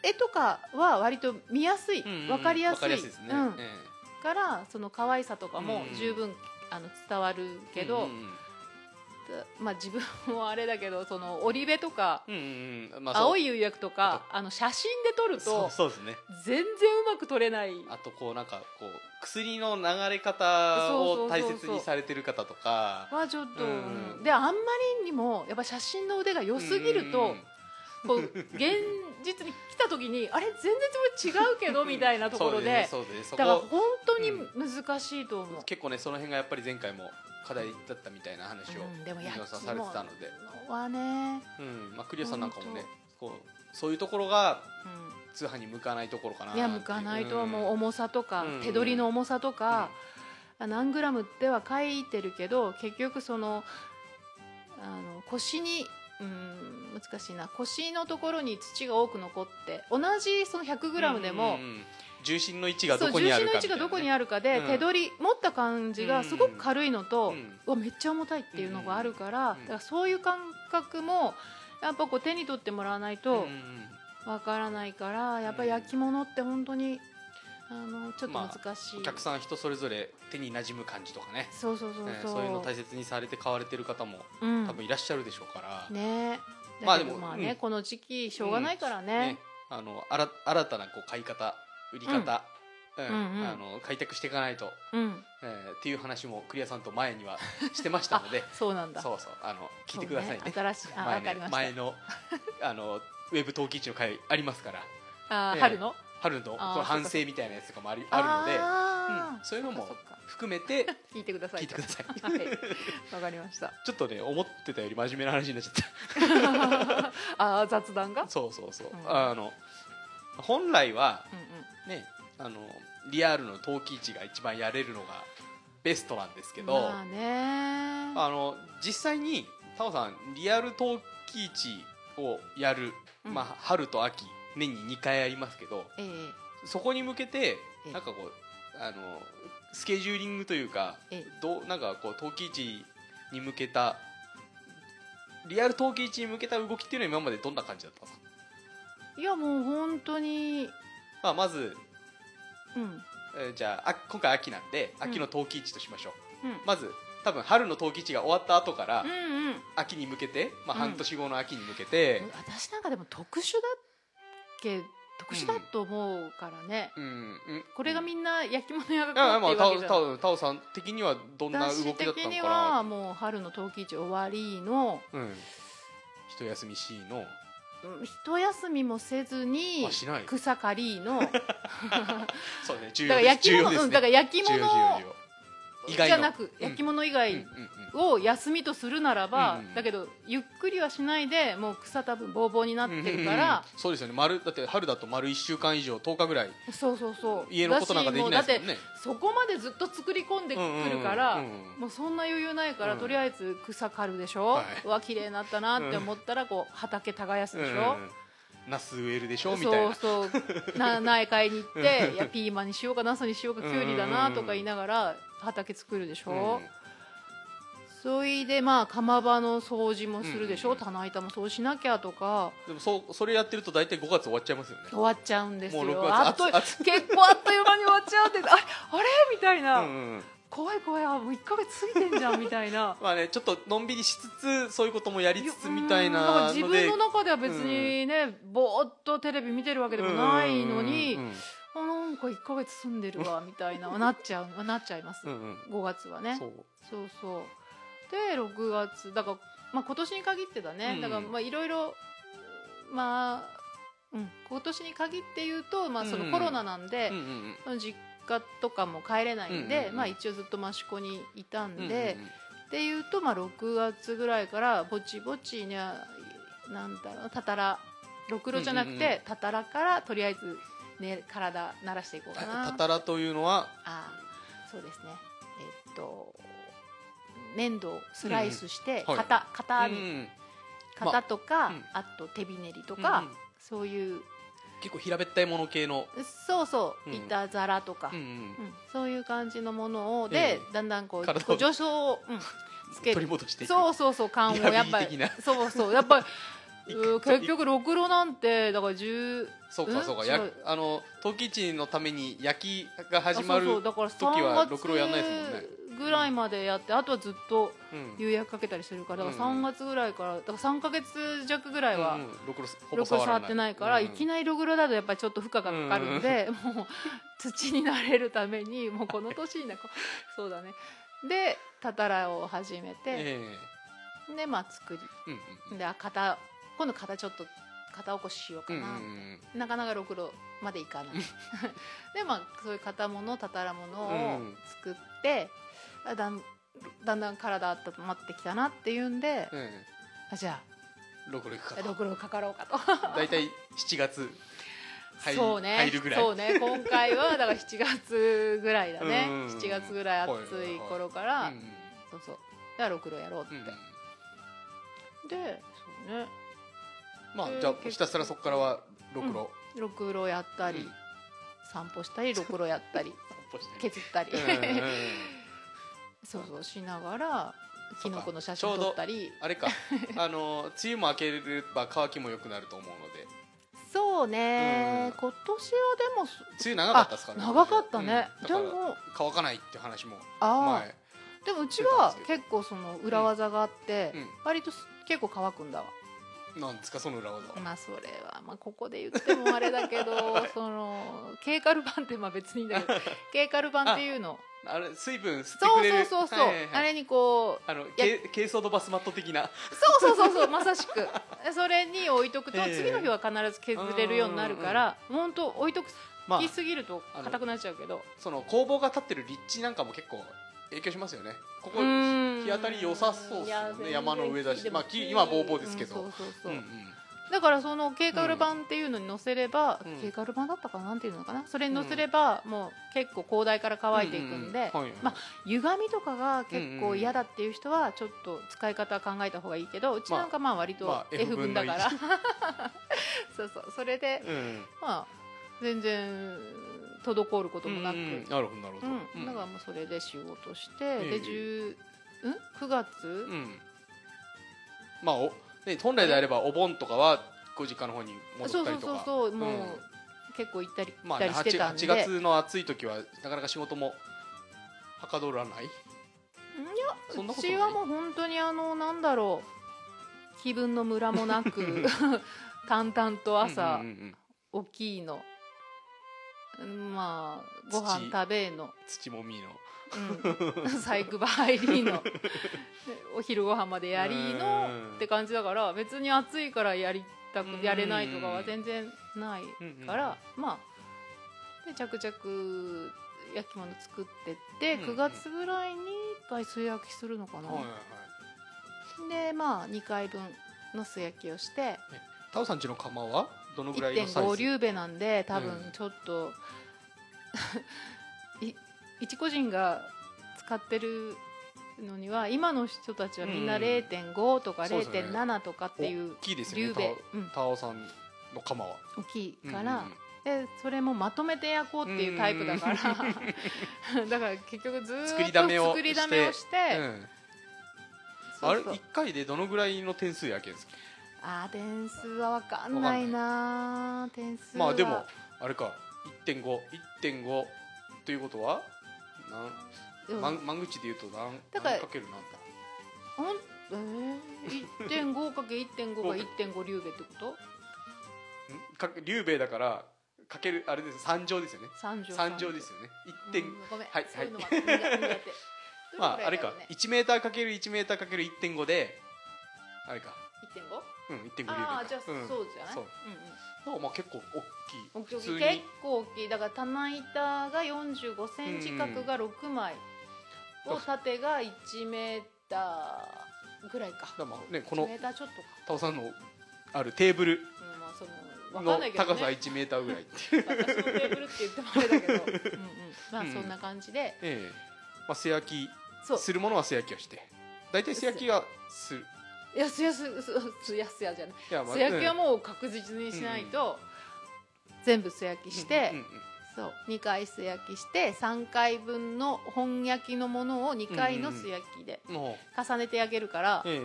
[SPEAKER 2] 絵とかは割と見やすい、
[SPEAKER 1] うんうん
[SPEAKER 2] わかりやすい
[SPEAKER 1] わかりやすいですね、
[SPEAKER 2] うん
[SPEAKER 1] え
[SPEAKER 2] からその可愛さとかも
[SPEAKER 1] うんうん
[SPEAKER 2] 十分、あの伝わる
[SPEAKER 1] え
[SPEAKER 2] けど、
[SPEAKER 1] うんうん
[SPEAKER 2] だまあ、自分もあれだけどその織部とか、
[SPEAKER 1] うんうんうんまあ、
[SPEAKER 2] 青
[SPEAKER 1] い
[SPEAKER 2] い釉薬と
[SPEAKER 1] あ
[SPEAKER 2] かあの写真で撮る
[SPEAKER 1] そう
[SPEAKER 2] と
[SPEAKER 1] そうですね
[SPEAKER 2] 全然うまく撮れない
[SPEAKER 1] あとこうなんかこう薬の流れ方を大切にされてる方とか
[SPEAKER 2] はちょっと、
[SPEAKER 1] うん
[SPEAKER 2] うんであんまりにもやっぱ写真の腕が良すぎると、こう現実に来た時にあれ全然違うけどみたいなところで
[SPEAKER 1] そうですねそうですね
[SPEAKER 2] だから
[SPEAKER 1] そこ
[SPEAKER 2] 本当に難しいと思う、
[SPEAKER 1] 結構ねその辺がやっぱり前回も課題だったみたいな話を
[SPEAKER 2] うんでも
[SPEAKER 1] 飯
[SPEAKER 2] 焼
[SPEAKER 1] 野
[SPEAKER 2] き
[SPEAKER 1] さんされてたので、
[SPEAKER 2] のはね、
[SPEAKER 1] うんまあ、クリアさんなんかもねこうそういうところが
[SPEAKER 2] うん
[SPEAKER 1] 通販に向かないところかなって
[SPEAKER 2] いや向かないとはもう重さとか、
[SPEAKER 1] うん
[SPEAKER 2] 手取りの重さとか、何グラムっては書いてるけど結局そのあの腰に、うん、難しいな腰のところに土が多く残って同じその1 0 0ムで
[SPEAKER 1] うん
[SPEAKER 2] も、
[SPEAKER 1] うんうん重心の位置が
[SPEAKER 2] そ
[SPEAKER 1] ど
[SPEAKER 2] う
[SPEAKER 1] こ
[SPEAKER 2] 重
[SPEAKER 1] にある
[SPEAKER 2] 心
[SPEAKER 1] か
[SPEAKER 2] の位置がどこに
[SPEAKER 1] あ
[SPEAKER 2] あるかで、
[SPEAKER 1] うん
[SPEAKER 2] 手取り持った感じがすごく軽いの
[SPEAKER 1] う
[SPEAKER 2] と、
[SPEAKER 1] ん
[SPEAKER 2] うわめっちゃ重たいっていうのがあるから,、
[SPEAKER 1] うん
[SPEAKER 2] だからそういう感覚もやっぱこう手に取ってもらわないと。わからないからやっぱり焼き物って本当に、あのちょっと
[SPEAKER 1] まあ
[SPEAKER 2] 難しい、
[SPEAKER 1] お客さん人それぞれ手に馴染む感じとかね
[SPEAKER 2] そうそうそうそう、
[SPEAKER 1] ねそういうの大切にされて買われてる方も
[SPEAKER 2] うん
[SPEAKER 1] 多分いらっしゃるでしょうから、
[SPEAKER 2] ね
[SPEAKER 1] ま
[SPEAKER 2] ま
[SPEAKER 1] あ
[SPEAKER 2] あ
[SPEAKER 1] で
[SPEAKER 2] で
[SPEAKER 1] も
[SPEAKER 2] もまあね、
[SPEAKER 1] うん
[SPEAKER 2] この時期しょうがないからね
[SPEAKER 1] ね,、あのあら新たなこう買い方売り方、うん
[SPEAKER 2] うんうん
[SPEAKER 1] あの開拓していかないと、
[SPEAKER 2] うん、
[SPEAKER 1] えーっていう話も クリアさんと前にはしてましたので
[SPEAKER 2] そうなんだ
[SPEAKER 1] そうそうあの聞いてくださいね
[SPEAKER 2] そう新しいあ
[SPEAKER 1] 前
[SPEAKER 2] わ
[SPEAKER 1] ね
[SPEAKER 2] かりました、
[SPEAKER 1] 前のあのウェブ陶器市の会ありますから
[SPEAKER 2] あー
[SPEAKER 1] ええ
[SPEAKER 2] 春の
[SPEAKER 1] 春のこの
[SPEAKER 2] あー
[SPEAKER 1] 反省みたいなやつとかもありあるので。
[SPEAKER 2] あ
[SPEAKER 1] うん
[SPEAKER 2] ー
[SPEAKER 1] そういうのも
[SPEAKER 2] そっかそっか
[SPEAKER 1] 含めて
[SPEAKER 2] 聞いてください
[SPEAKER 1] 聞いてください
[SPEAKER 2] はいわかりました
[SPEAKER 1] ちょっとね思ってたより真面目な話になっちゃった
[SPEAKER 2] あー雑談が
[SPEAKER 1] そうそうそう、
[SPEAKER 2] うん
[SPEAKER 1] あの本来は
[SPEAKER 2] うんうん
[SPEAKER 1] ねあのリアルの陶器市が一番やれるのがベストなんですけど、
[SPEAKER 2] まあね
[SPEAKER 1] あの実際にタオさんリアル陶器市をやる、
[SPEAKER 2] うん
[SPEAKER 1] まあ、春と秋年に2回ありますけど
[SPEAKER 2] ええ
[SPEAKER 1] そこに向けて
[SPEAKER 2] え
[SPEAKER 1] なんかこうあのスケジューリングというか
[SPEAKER 2] ええ
[SPEAKER 1] どうなんかこう陶器市に向けたリアル陶器市に向けた動きっていうのは今までどんな感じだったんですか
[SPEAKER 2] いやもう本当に
[SPEAKER 1] まあ、まず、
[SPEAKER 2] うんうん
[SPEAKER 1] えーじゃああ今回秋なんで秋の陶器市としましょう、
[SPEAKER 2] うん
[SPEAKER 1] まず多分春の陶器市が終わった後から
[SPEAKER 2] うん
[SPEAKER 1] 秋に向けて、まあ、
[SPEAKER 2] うん
[SPEAKER 1] 半年後の秋に向けて、
[SPEAKER 2] 私なんかでも特殊だっけ特殊だと思うからね、
[SPEAKER 1] うんうん
[SPEAKER 2] これがみんな焼き物屋が
[SPEAKER 1] いやま
[SPEAKER 2] こう
[SPEAKER 1] あ
[SPEAKER 2] っていう
[SPEAKER 1] タ
[SPEAKER 2] わ
[SPEAKER 1] オ
[SPEAKER 2] け
[SPEAKER 1] タ
[SPEAKER 2] じゃない
[SPEAKER 1] オタオさん的にはどんな動
[SPEAKER 2] 私
[SPEAKER 1] きだった
[SPEAKER 2] 的
[SPEAKER 1] の
[SPEAKER 2] に
[SPEAKER 1] か
[SPEAKER 2] は
[SPEAKER 1] な
[SPEAKER 2] もう春の陶器市終わりの
[SPEAKER 1] うん一休み C の
[SPEAKER 2] うん一休みもせずに
[SPEAKER 1] あし ない
[SPEAKER 2] 草刈りのだか
[SPEAKER 1] そうね重要
[SPEAKER 2] ら
[SPEAKER 1] です
[SPEAKER 2] 焼き
[SPEAKER 1] 重要
[SPEAKER 2] 物、
[SPEAKER 1] で
[SPEAKER 2] う
[SPEAKER 1] す
[SPEAKER 2] んだから
[SPEAKER 1] ね
[SPEAKER 2] 焼き
[SPEAKER 1] 重要重
[SPEAKER 2] 物
[SPEAKER 1] 要重要以外
[SPEAKER 2] じ
[SPEAKER 1] の
[SPEAKER 2] ゃなく
[SPEAKER 1] ん
[SPEAKER 2] 焼き物以
[SPEAKER 1] うんう
[SPEAKER 2] 外
[SPEAKER 1] んうん
[SPEAKER 2] を休みとするならば、
[SPEAKER 1] うんうん
[SPEAKER 2] だけどゆっくりはしないでもう草多分ボーボーになってるか
[SPEAKER 1] うんうん
[SPEAKER 2] ら、
[SPEAKER 1] うんそうですよね丸だって春だと丸1週間以上10日ぐらい
[SPEAKER 2] そうそうそう
[SPEAKER 1] 家のことなんかできないですもんね
[SPEAKER 2] そこまでずっと作り込んでくるから、
[SPEAKER 1] うんうんうんうん
[SPEAKER 2] もうそんな余裕ないから、
[SPEAKER 1] うん
[SPEAKER 2] とりあえず草刈るでしょ、
[SPEAKER 1] は
[SPEAKER 2] はいわ綺麗になったなって思ったらこう畑耕すでしょ、
[SPEAKER 1] うんナス植えるでしょみたいな
[SPEAKER 2] そうそう な苗買いに行っていやピーマンにしようかなすにしようか
[SPEAKER 1] うん
[SPEAKER 2] き
[SPEAKER 1] うん
[SPEAKER 2] ゅ
[SPEAKER 1] うん
[SPEAKER 2] うりだなとか言いながら畑作るでしょ、
[SPEAKER 1] うん
[SPEAKER 2] それでまあ釜場の掃除もするでしょ、
[SPEAKER 1] うんうんうん
[SPEAKER 2] 棚板もそうしなきゃとか
[SPEAKER 1] でもそうそれやってると大体5月終わっちゃいますよね
[SPEAKER 2] 終わっちゃうんですよ
[SPEAKER 1] もう6
[SPEAKER 2] あっ
[SPEAKER 1] 月
[SPEAKER 2] と
[SPEAKER 1] 暑い
[SPEAKER 2] 結構あっという間に終わっちゃうんですあれあれみたいな、
[SPEAKER 1] うんうんうん
[SPEAKER 2] 怖い怖いあもう1か月過ぎてんじゃんみたいな
[SPEAKER 1] まあねちょっとのんびりしつつそういうこともやりつつみたい
[SPEAKER 2] うんだから
[SPEAKER 1] な
[SPEAKER 2] 自
[SPEAKER 1] の
[SPEAKER 2] 分
[SPEAKER 1] で
[SPEAKER 2] の中では別にね、ぼーっとテレビ見てるわけでもないのに、
[SPEAKER 1] うん
[SPEAKER 2] あなんか1か月住んでるわみたい ななっちゃうなっちゃいます、
[SPEAKER 1] うんうんうん
[SPEAKER 2] 5月はね
[SPEAKER 1] そう
[SPEAKER 2] そうそうで6月だから、まあ、今年に限ってだね、
[SPEAKER 1] うん
[SPEAKER 2] だからまあいろいろまあ、うん、今年に限って言うと、まあ、そのコロナなんで、
[SPEAKER 1] うんうん
[SPEAKER 2] その実家とかも帰れないんで、
[SPEAKER 1] うんうんうん
[SPEAKER 2] まあ、一応ずっと益子にいたん
[SPEAKER 1] うん
[SPEAKER 2] で、
[SPEAKER 1] うんうんうん
[SPEAKER 2] っていうと、まあ、6月ぐらいからぼちぼちにゃなんだろうたたらろくろじゃな
[SPEAKER 1] う
[SPEAKER 2] くて、
[SPEAKER 1] んうんうん
[SPEAKER 2] たたらからとりあえず、ね、体慣らしていこうかな
[SPEAKER 1] たたらというのは
[SPEAKER 2] あーそうですねえっと粘土をスライスして、
[SPEAKER 1] うんうんはい
[SPEAKER 2] 型型
[SPEAKER 1] う
[SPEAKER 2] に、
[SPEAKER 1] んまあ
[SPEAKER 2] 型とか、
[SPEAKER 1] うん
[SPEAKER 2] あと手びねりとか、
[SPEAKER 1] うんうん
[SPEAKER 2] そういう
[SPEAKER 1] 結構平べったいもの系の
[SPEAKER 2] そうそう、
[SPEAKER 1] うん
[SPEAKER 2] 板皿とか、
[SPEAKER 1] うん
[SPEAKER 2] うんそういう感じのものを
[SPEAKER 1] え
[SPEAKER 2] で、だんだんこう
[SPEAKER 1] 体を
[SPEAKER 2] こう助走を、うんつ
[SPEAKER 1] うん
[SPEAKER 2] け
[SPEAKER 1] 取り
[SPEAKER 2] る
[SPEAKER 1] 戻していく
[SPEAKER 2] そうそうそう感をやっぱ
[SPEAKER 1] リハビリ的
[SPEAKER 2] り
[SPEAKER 1] な
[SPEAKER 2] そうそうや っぱり
[SPEAKER 1] いく
[SPEAKER 2] うん結局ろくろなんてだから10
[SPEAKER 1] そうか
[SPEAKER 2] ん
[SPEAKER 1] そうか
[SPEAKER 2] 違う
[SPEAKER 1] やあの陶器市のために焼きが始ま
[SPEAKER 2] あそうそ
[SPEAKER 1] る
[SPEAKER 2] うだから
[SPEAKER 1] 時は
[SPEAKER 2] 3
[SPEAKER 1] ろくろやんないですもんね
[SPEAKER 2] 月ぐらいまでやってあとはずっと
[SPEAKER 1] うん
[SPEAKER 2] 釉薬かけたりするからだか
[SPEAKER 1] う
[SPEAKER 2] ら
[SPEAKER 1] んうん
[SPEAKER 2] 3月ぐらいからだから3か月弱ぐらいは
[SPEAKER 1] うんうんろくろほ
[SPEAKER 2] ろ
[SPEAKER 1] ぼ
[SPEAKER 2] くろ
[SPEAKER 1] 触
[SPEAKER 2] 触
[SPEAKER 1] ら
[SPEAKER 2] ってないからいき
[SPEAKER 1] な
[SPEAKER 2] なりろくろだとやっぱりちょっと負荷がかかるんでもう土になれるためにもうこの年になこうそうだねでたたらを始 め
[SPEAKER 1] り
[SPEAKER 2] てでまあ作り
[SPEAKER 1] うんうん
[SPEAKER 2] であ型今度型ちょっと型起こししようか
[SPEAKER 1] うんう
[SPEAKER 2] なみたいなんなかなかろくろまでいかない でまあそういう型物たたら物を
[SPEAKER 1] うん
[SPEAKER 2] 作って、あだんだんだん体温まってきたなっていうんで、
[SPEAKER 1] うん
[SPEAKER 2] あじゃ
[SPEAKER 1] うんろくろ行くか
[SPEAKER 2] あろくろかかろうかと
[SPEAKER 1] 大体7月入
[SPEAKER 2] そうね
[SPEAKER 1] 入るぐらい
[SPEAKER 2] そうね今回はだから7月ぐらいだね
[SPEAKER 1] うん
[SPEAKER 2] 7月ぐらい暑い頃から、
[SPEAKER 1] うんうん
[SPEAKER 2] そうそうじゃあろくろやろうって、
[SPEAKER 1] うん
[SPEAKER 2] でそうね
[SPEAKER 1] まあ
[SPEAKER 2] で
[SPEAKER 1] じゃ
[SPEAKER 2] 結
[SPEAKER 1] あ
[SPEAKER 2] 構
[SPEAKER 1] ひたすらそこからはろくろ
[SPEAKER 2] ろくろやったり、
[SPEAKER 1] うん
[SPEAKER 2] 散歩したりろくろ やったり
[SPEAKER 1] 散歩して
[SPEAKER 2] 削ったり
[SPEAKER 1] うんうんうん
[SPEAKER 2] そうそうしながらキノコの写真
[SPEAKER 1] そうか
[SPEAKER 2] 撮ったり
[SPEAKER 1] あれかあの梅雨も明ければ乾きも良くなると思うので
[SPEAKER 2] そうね、
[SPEAKER 1] うん
[SPEAKER 2] 今年はでもそ
[SPEAKER 1] 梅雨長かったですからね
[SPEAKER 2] 長かった
[SPEAKER 1] う
[SPEAKER 2] ね、
[SPEAKER 1] ん
[SPEAKER 2] で
[SPEAKER 1] だから
[SPEAKER 2] も
[SPEAKER 1] 乾かないって話も
[SPEAKER 2] ああ
[SPEAKER 1] 前
[SPEAKER 2] でもうち
[SPEAKER 1] 言って
[SPEAKER 2] は
[SPEAKER 1] たんですけ
[SPEAKER 2] 結構その裏技があって、
[SPEAKER 1] うん
[SPEAKER 2] 割とす結構乾くんだわ
[SPEAKER 1] なんですかその裏技は
[SPEAKER 2] まあそれはまあここで言ってもあれだけ どそのケーカル板ってまあ別にいいんだけどケーカル板っていうの
[SPEAKER 1] あれ水分吸って
[SPEAKER 2] そ
[SPEAKER 1] く
[SPEAKER 2] う
[SPEAKER 1] れ
[SPEAKER 2] そう
[SPEAKER 1] る
[SPEAKER 2] そうそう、
[SPEAKER 1] はいはいはい
[SPEAKER 2] あれにこう
[SPEAKER 1] あのけ珪藻土バスマット的な
[SPEAKER 2] そうそうそうそうまさ しくそれに置いとくと
[SPEAKER 1] ええ
[SPEAKER 2] 次の日は必ず削れるようになるから本当置いとく
[SPEAKER 1] まあ
[SPEAKER 2] きすぎると硬くなっちゃうけど、
[SPEAKER 1] その工房が立ってる立地なんかも結構影響しますよねここ
[SPEAKER 2] うーん
[SPEAKER 1] 日当たり良さそうっす
[SPEAKER 2] い
[SPEAKER 1] よ
[SPEAKER 2] や全
[SPEAKER 1] ね
[SPEAKER 2] 然
[SPEAKER 1] 山の上だ
[SPEAKER 2] で
[SPEAKER 1] し
[SPEAKER 2] も
[SPEAKER 1] まあ木今ボーボーですけ
[SPEAKER 2] う
[SPEAKER 1] ど
[SPEAKER 2] んそうそうそううんだからそのケーカル板っていうのに載せれば、
[SPEAKER 1] うん
[SPEAKER 2] ケーカル板だったかななんていうのかなそれに載せれば、もう結構広大から乾いていくんで、
[SPEAKER 1] うんうんはい
[SPEAKER 2] まあ歪みとかが結構嫌だっていう人はちょっと使い方考えた方がいいけどうちなんかまあ割と
[SPEAKER 1] まあ
[SPEAKER 2] F 分だから、
[SPEAKER 1] F
[SPEAKER 2] そうそうそれで、
[SPEAKER 1] うん
[SPEAKER 2] まあ全然滞ることもなく、
[SPEAKER 1] う
[SPEAKER 2] うん
[SPEAKER 1] うん
[SPEAKER 2] ん
[SPEAKER 1] なるほどなるほどうん
[SPEAKER 2] だからもうそれで仕事して、
[SPEAKER 1] ええ
[SPEAKER 2] で10ん9月、
[SPEAKER 1] うんまあおね本来であればお盆とかはご実家の方に戻
[SPEAKER 2] そ
[SPEAKER 1] っ
[SPEAKER 2] う
[SPEAKER 1] た
[SPEAKER 2] そ
[SPEAKER 1] り
[SPEAKER 2] う
[SPEAKER 1] と
[SPEAKER 2] そう
[SPEAKER 1] か
[SPEAKER 2] そう
[SPEAKER 1] うん
[SPEAKER 2] もう、結構行ったり
[SPEAKER 1] ま
[SPEAKER 2] 来
[SPEAKER 1] あ
[SPEAKER 2] た
[SPEAKER 1] ね
[SPEAKER 2] りして
[SPEAKER 1] 8
[SPEAKER 2] たんで、
[SPEAKER 1] 8月の暑い時はなかなか仕事もはかどらないそんなこ
[SPEAKER 2] う
[SPEAKER 1] と
[SPEAKER 2] ち
[SPEAKER 1] ない
[SPEAKER 2] はもう本当にあのなんだろう気分のムラもなく 淡々と朝
[SPEAKER 1] うんうんうん
[SPEAKER 2] 大きいの、まあご飯
[SPEAKER 1] 土
[SPEAKER 2] 食べの、
[SPEAKER 1] 土もみの
[SPEAKER 2] うん、細工場入りのでお昼ご飯までやり
[SPEAKER 1] う
[SPEAKER 2] の
[SPEAKER 1] ん
[SPEAKER 2] って感じだから別に暑いからやりたく
[SPEAKER 1] うん
[SPEAKER 2] やれないとかは全然ないから、まあで着々焼き物作ってって
[SPEAKER 1] うん
[SPEAKER 2] 9月ぐらいに一回素焼きするのかな、
[SPEAKER 1] はいはいはい
[SPEAKER 2] でまあ2回分の素焼きをして
[SPEAKER 1] タオさんちの釜はどのぐらいのサイ
[SPEAKER 2] 1.5
[SPEAKER 1] ズ
[SPEAKER 2] リューベなんで多
[SPEAKER 1] う
[SPEAKER 2] 分
[SPEAKER 1] ん
[SPEAKER 2] ちょっと、 い一個人が使ってるのには今の人たちはみんな
[SPEAKER 1] うん
[SPEAKER 2] 0.5とか
[SPEAKER 1] そうですね
[SPEAKER 2] 0.7とかっていう
[SPEAKER 1] 大きいです
[SPEAKER 2] リュ
[SPEAKER 1] よ
[SPEAKER 2] ーベ
[SPEAKER 1] ね、
[SPEAKER 2] うん、
[SPEAKER 1] タオさんの釜は
[SPEAKER 2] 大きい
[SPEAKER 1] うん
[SPEAKER 2] から、
[SPEAKER 1] うんうん
[SPEAKER 2] でそれもまとめて焼こうっていうタイプだから だから結局ずーっと
[SPEAKER 1] 作りだめを
[SPEAKER 2] 作りだめをして、
[SPEAKER 1] うん
[SPEAKER 2] そ
[SPEAKER 1] あ
[SPEAKER 2] う
[SPEAKER 1] れ
[SPEAKER 2] そう
[SPEAKER 1] 1回でどのぐらいの点数やけんですか
[SPEAKER 2] あー点数はわかんないな点数は
[SPEAKER 1] まあでもあれか1.51.5ということは
[SPEAKER 2] で
[SPEAKER 1] なん
[SPEAKER 2] も
[SPEAKER 1] 満満口で言うと何
[SPEAKER 2] だから
[SPEAKER 1] 何かけるなんだ
[SPEAKER 2] ほんえー、1.5かけ1.5が1.5竜兵ってこと
[SPEAKER 1] んか竜兵衛だからかけるあれです3乗ですよね
[SPEAKER 2] 三乗
[SPEAKER 1] 3乗ですよね1点、
[SPEAKER 2] うんごめん、
[SPEAKER 1] はい
[SPEAKER 2] そういうのは無理だ無理だって
[SPEAKER 1] まああれか
[SPEAKER 2] どれ
[SPEAKER 1] 1メーターかける1メーターかける1.5であれか
[SPEAKER 2] くらいだろうね
[SPEAKER 1] うん1.5竜兵衛
[SPEAKER 2] 1.5? ああじゃあ、
[SPEAKER 1] うん
[SPEAKER 2] そうじゃない
[SPEAKER 1] そううん
[SPEAKER 2] うん
[SPEAKER 1] だからまあ結構大きい普
[SPEAKER 2] 結
[SPEAKER 1] 通に
[SPEAKER 2] 構大きいだから棚板が4 5センチ角が6枚を縦が1メーターぐらいか
[SPEAKER 1] だからまあねこ
[SPEAKER 2] 1
[SPEAKER 1] の
[SPEAKER 2] メーターちょっとか、
[SPEAKER 1] タオさんのあるテーブル
[SPEAKER 2] うんまあ、そのわか
[SPEAKER 1] の
[SPEAKER 2] んないけど、ね、
[SPEAKER 1] 高さ1メーターぐらいって いう
[SPEAKER 2] 私のテーブルって言ってもあれだけ ど、うんうん、まあ
[SPEAKER 1] うん
[SPEAKER 2] そんな感じで、
[SPEAKER 1] ええまあ素焼き
[SPEAKER 2] そう
[SPEAKER 1] するものは素焼きをして大体素焼きはする
[SPEAKER 2] やすやすすやすやじゃない
[SPEAKER 1] いやまあ
[SPEAKER 2] 素焼きは
[SPEAKER 1] うん
[SPEAKER 2] もう確実にしないと、全部素焼きして、
[SPEAKER 1] うんうんうん
[SPEAKER 2] そう2回素焼きして3回分の本焼きのものを2回の素焼きで
[SPEAKER 1] も
[SPEAKER 2] 重ねて焼けるから、
[SPEAKER 1] うえ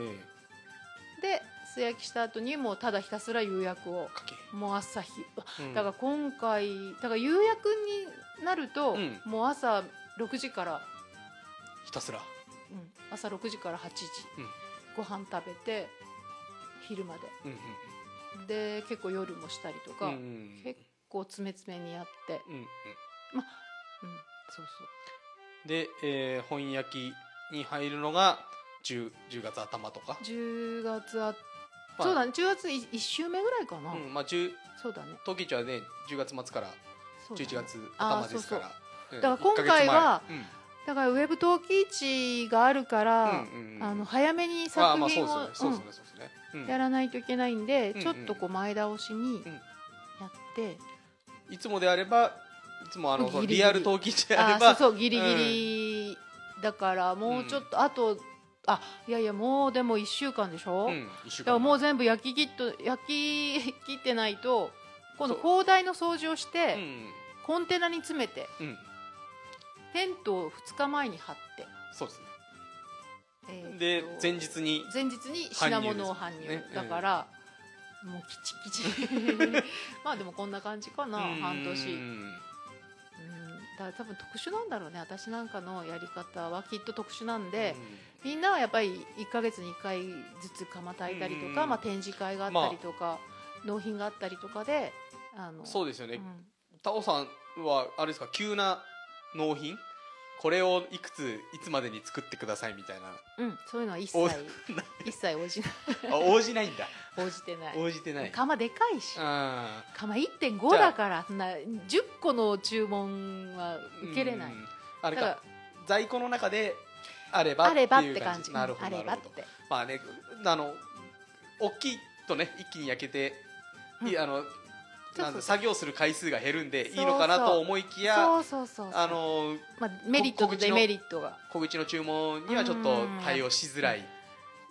[SPEAKER 2] で素焼きした後にもうただひたすら釉薬を
[SPEAKER 1] えかけ
[SPEAKER 2] もう朝日
[SPEAKER 1] うん
[SPEAKER 2] だから今回だから釉薬になると、
[SPEAKER 1] うん
[SPEAKER 2] もう朝6時から、
[SPEAKER 1] ひたすら
[SPEAKER 2] うん、朝6時から8時、
[SPEAKER 1] うん
[SPEAKER 2] ご飯食べて昼まで
[SPEAKER 1] うんうん
[SPEAKER 2] で結構夜もしたりとか、
[SPEAKER 1] うんうん
[SPEAKER 2] 結構つめつめにやって、
[SPEAKER 1] うんうん
[SPEAKER 2] うん、そうそう
[SPEAKER 1] で、えー本焼きに入るのが 10, 10月頭とか、
[SPEAKER 2] 10月あ、
[SPEAKER 1] まあ
[SPEAKER 2] そうだね10月1週目ぐらいかな、
[SPEAKER 1] うんまあ、10
[SPEAKER 2] そうだね
[SPEAKER 1] 東京地はね10月末から
[SPEAKER 2] そうだね
[SPEAKER 1] 11月
[SPEAKER 2] あー
[SPEAKER 1] 頭ですから
[SPEAKER 2] そう
[SPEAKER 1] うん
[SPEAKER 2] だから今回は
[SPEAKER 1] 一ヶ月前
[SPEAKER 2] だからウェブ陶器市があるから、
[SPEAKER 1] うんうんうん
[SPEAKER 2] あの早めに
[SPEAKER 1] うん、あーま
[SPEAKER 2] 作
[SPEAKER 1] あそ
[SPEAKER 2] 品
[SPEAKER 1] う
[SPEAKER 2] を
[SPEAKER 1] ですねそうですねそ
[SPEAKER 2] う
[SPEAKER 1] うですね、うん
[SPEAKER 2] んやらないといけないんで、
[SPEAKER 1] んうん
[SPEAKER 2] ちょっとこう前倒しにやって、
[SPEAKER 1] いつもであればいつもあの
[SPEAKER 2] ギリギリ
[SPEAKER 1] リアル陶器地 であ
[SPEAKER 2] あ
[SPEAKER 1] れば
[SPEAKER 2] あそうそうギリギリ、だからもうちょっと、あとあいやいやもうでも1週間でしょ、
[SPEAKER 1] うん、一週
[SPEAKER 2] だから
[SPEAKER 1] 間
[SPEAKER 2] もう全部焼き切っと焼き切ってないと今度
[SPEAKER 1] そう
[SPEAKER 2] 広大の掃除をし
[SPEAKER 1] う
[SPEAKER 2] て、
[SPEAKER 1] ん、
[SPEAKER 2] コンテナに詰めて
[SPEAKER 1] うん、
[SPEAKER 2] テントを2日前に張って、
[SPEAKER 1] そうですね
[SPEAKER 2] えーと
[SPEAKER 1] で前日に
[SPEAKER 2] 前日に品物を搬入
[SPEAKER 1] 搬入ですね
[SPEAKER 2] だから、もうキチキチ まあでもこんな感じかな
[SPEAKER 1] うん
[SPEAKER 2] 半年
[SPEAKER 1] う
[SPEAKER 2] うん
[SPEAKER 1] ん
[SPEAKER 2] だから多分特殊なんだろうね私なんかのやり方はきっと特殊なんで、みんなはやっぱり1か月に1回ずつ釜炊いたりとか、
[SPEAKER 1] うん
[SPEAKER 2] まあ、展示会があったりとか、納品があったりとかであ
[SPEAKER 1] う
[SPEAKER 2] の
[SPEAKER 1] んそうですよ
[SPEAKER 2] う
[SPEAKER 1] ね、
[SPEAKER 2] ん
[SPEAKER 1] タオさんはあれですか急な納品これをいくついつまでに作ってくださいみたい な
[SPEAKER 2] うんそういうのは一切
[SPEAKER 1] お
[SPEAKER 2] 一切応じな
[SPEAKER 1] あ 応じないんだ
[SPEAKER 2] 応じてない
[SPEAKER 1] 応じてない
[SPEAKER 2] 釜でかいし
[SPEAKER 1] あ
[SPEAKER 2] 釜1.5だからそんな10個の注文は
[SPEAKER 1] ー
[SPEAKER 2] 受けれない
[SPEAKER 1] うんあ
[SPEAKER 2] だ
[SPEAKER 1] れ
[SPEAKER 2] から
[SPEAKER 1] か在庫の中であれば
[SPEAKER 2] あればっ
[SPEAKER 1] いう
[SPEAKER 2] て感じ
[SPEAKER 1] なるほど
[SPEAKER 2] あれば
[SPEAKER 1] な
[SPEAKER 2] っ
[SPEAKER 1] るほど
[SPEAKER 2] て
[SPEAKER 1] まあねあの大きいとね一気に焼けて、い
[SPEAKER 2] うん
[SPEAKER 1] あの
[SPEAKER 2] そう
[SPEAKER 1] なん
[SPEAKER 2] そう
[SPEAKER 1] だ作業する回数が減るんで
[SPEAKER 2] そう
[SPEAKER 1] い
[SPEAKER 2] そう
[SPEAKER 1] いのかなと思いきや
[SPEAKER 2] そうそうそう
[SPEAKER 1] あの
[SPEAKER 2] まあ、メリットと
[SPEAKER 1] 告知
[SPEAKER 2] デ
[SPEAKER 1] の
[SPEAKER 2] メリットが
[SPEAKER 1] 小口の注文にはちょっと対応しづらい、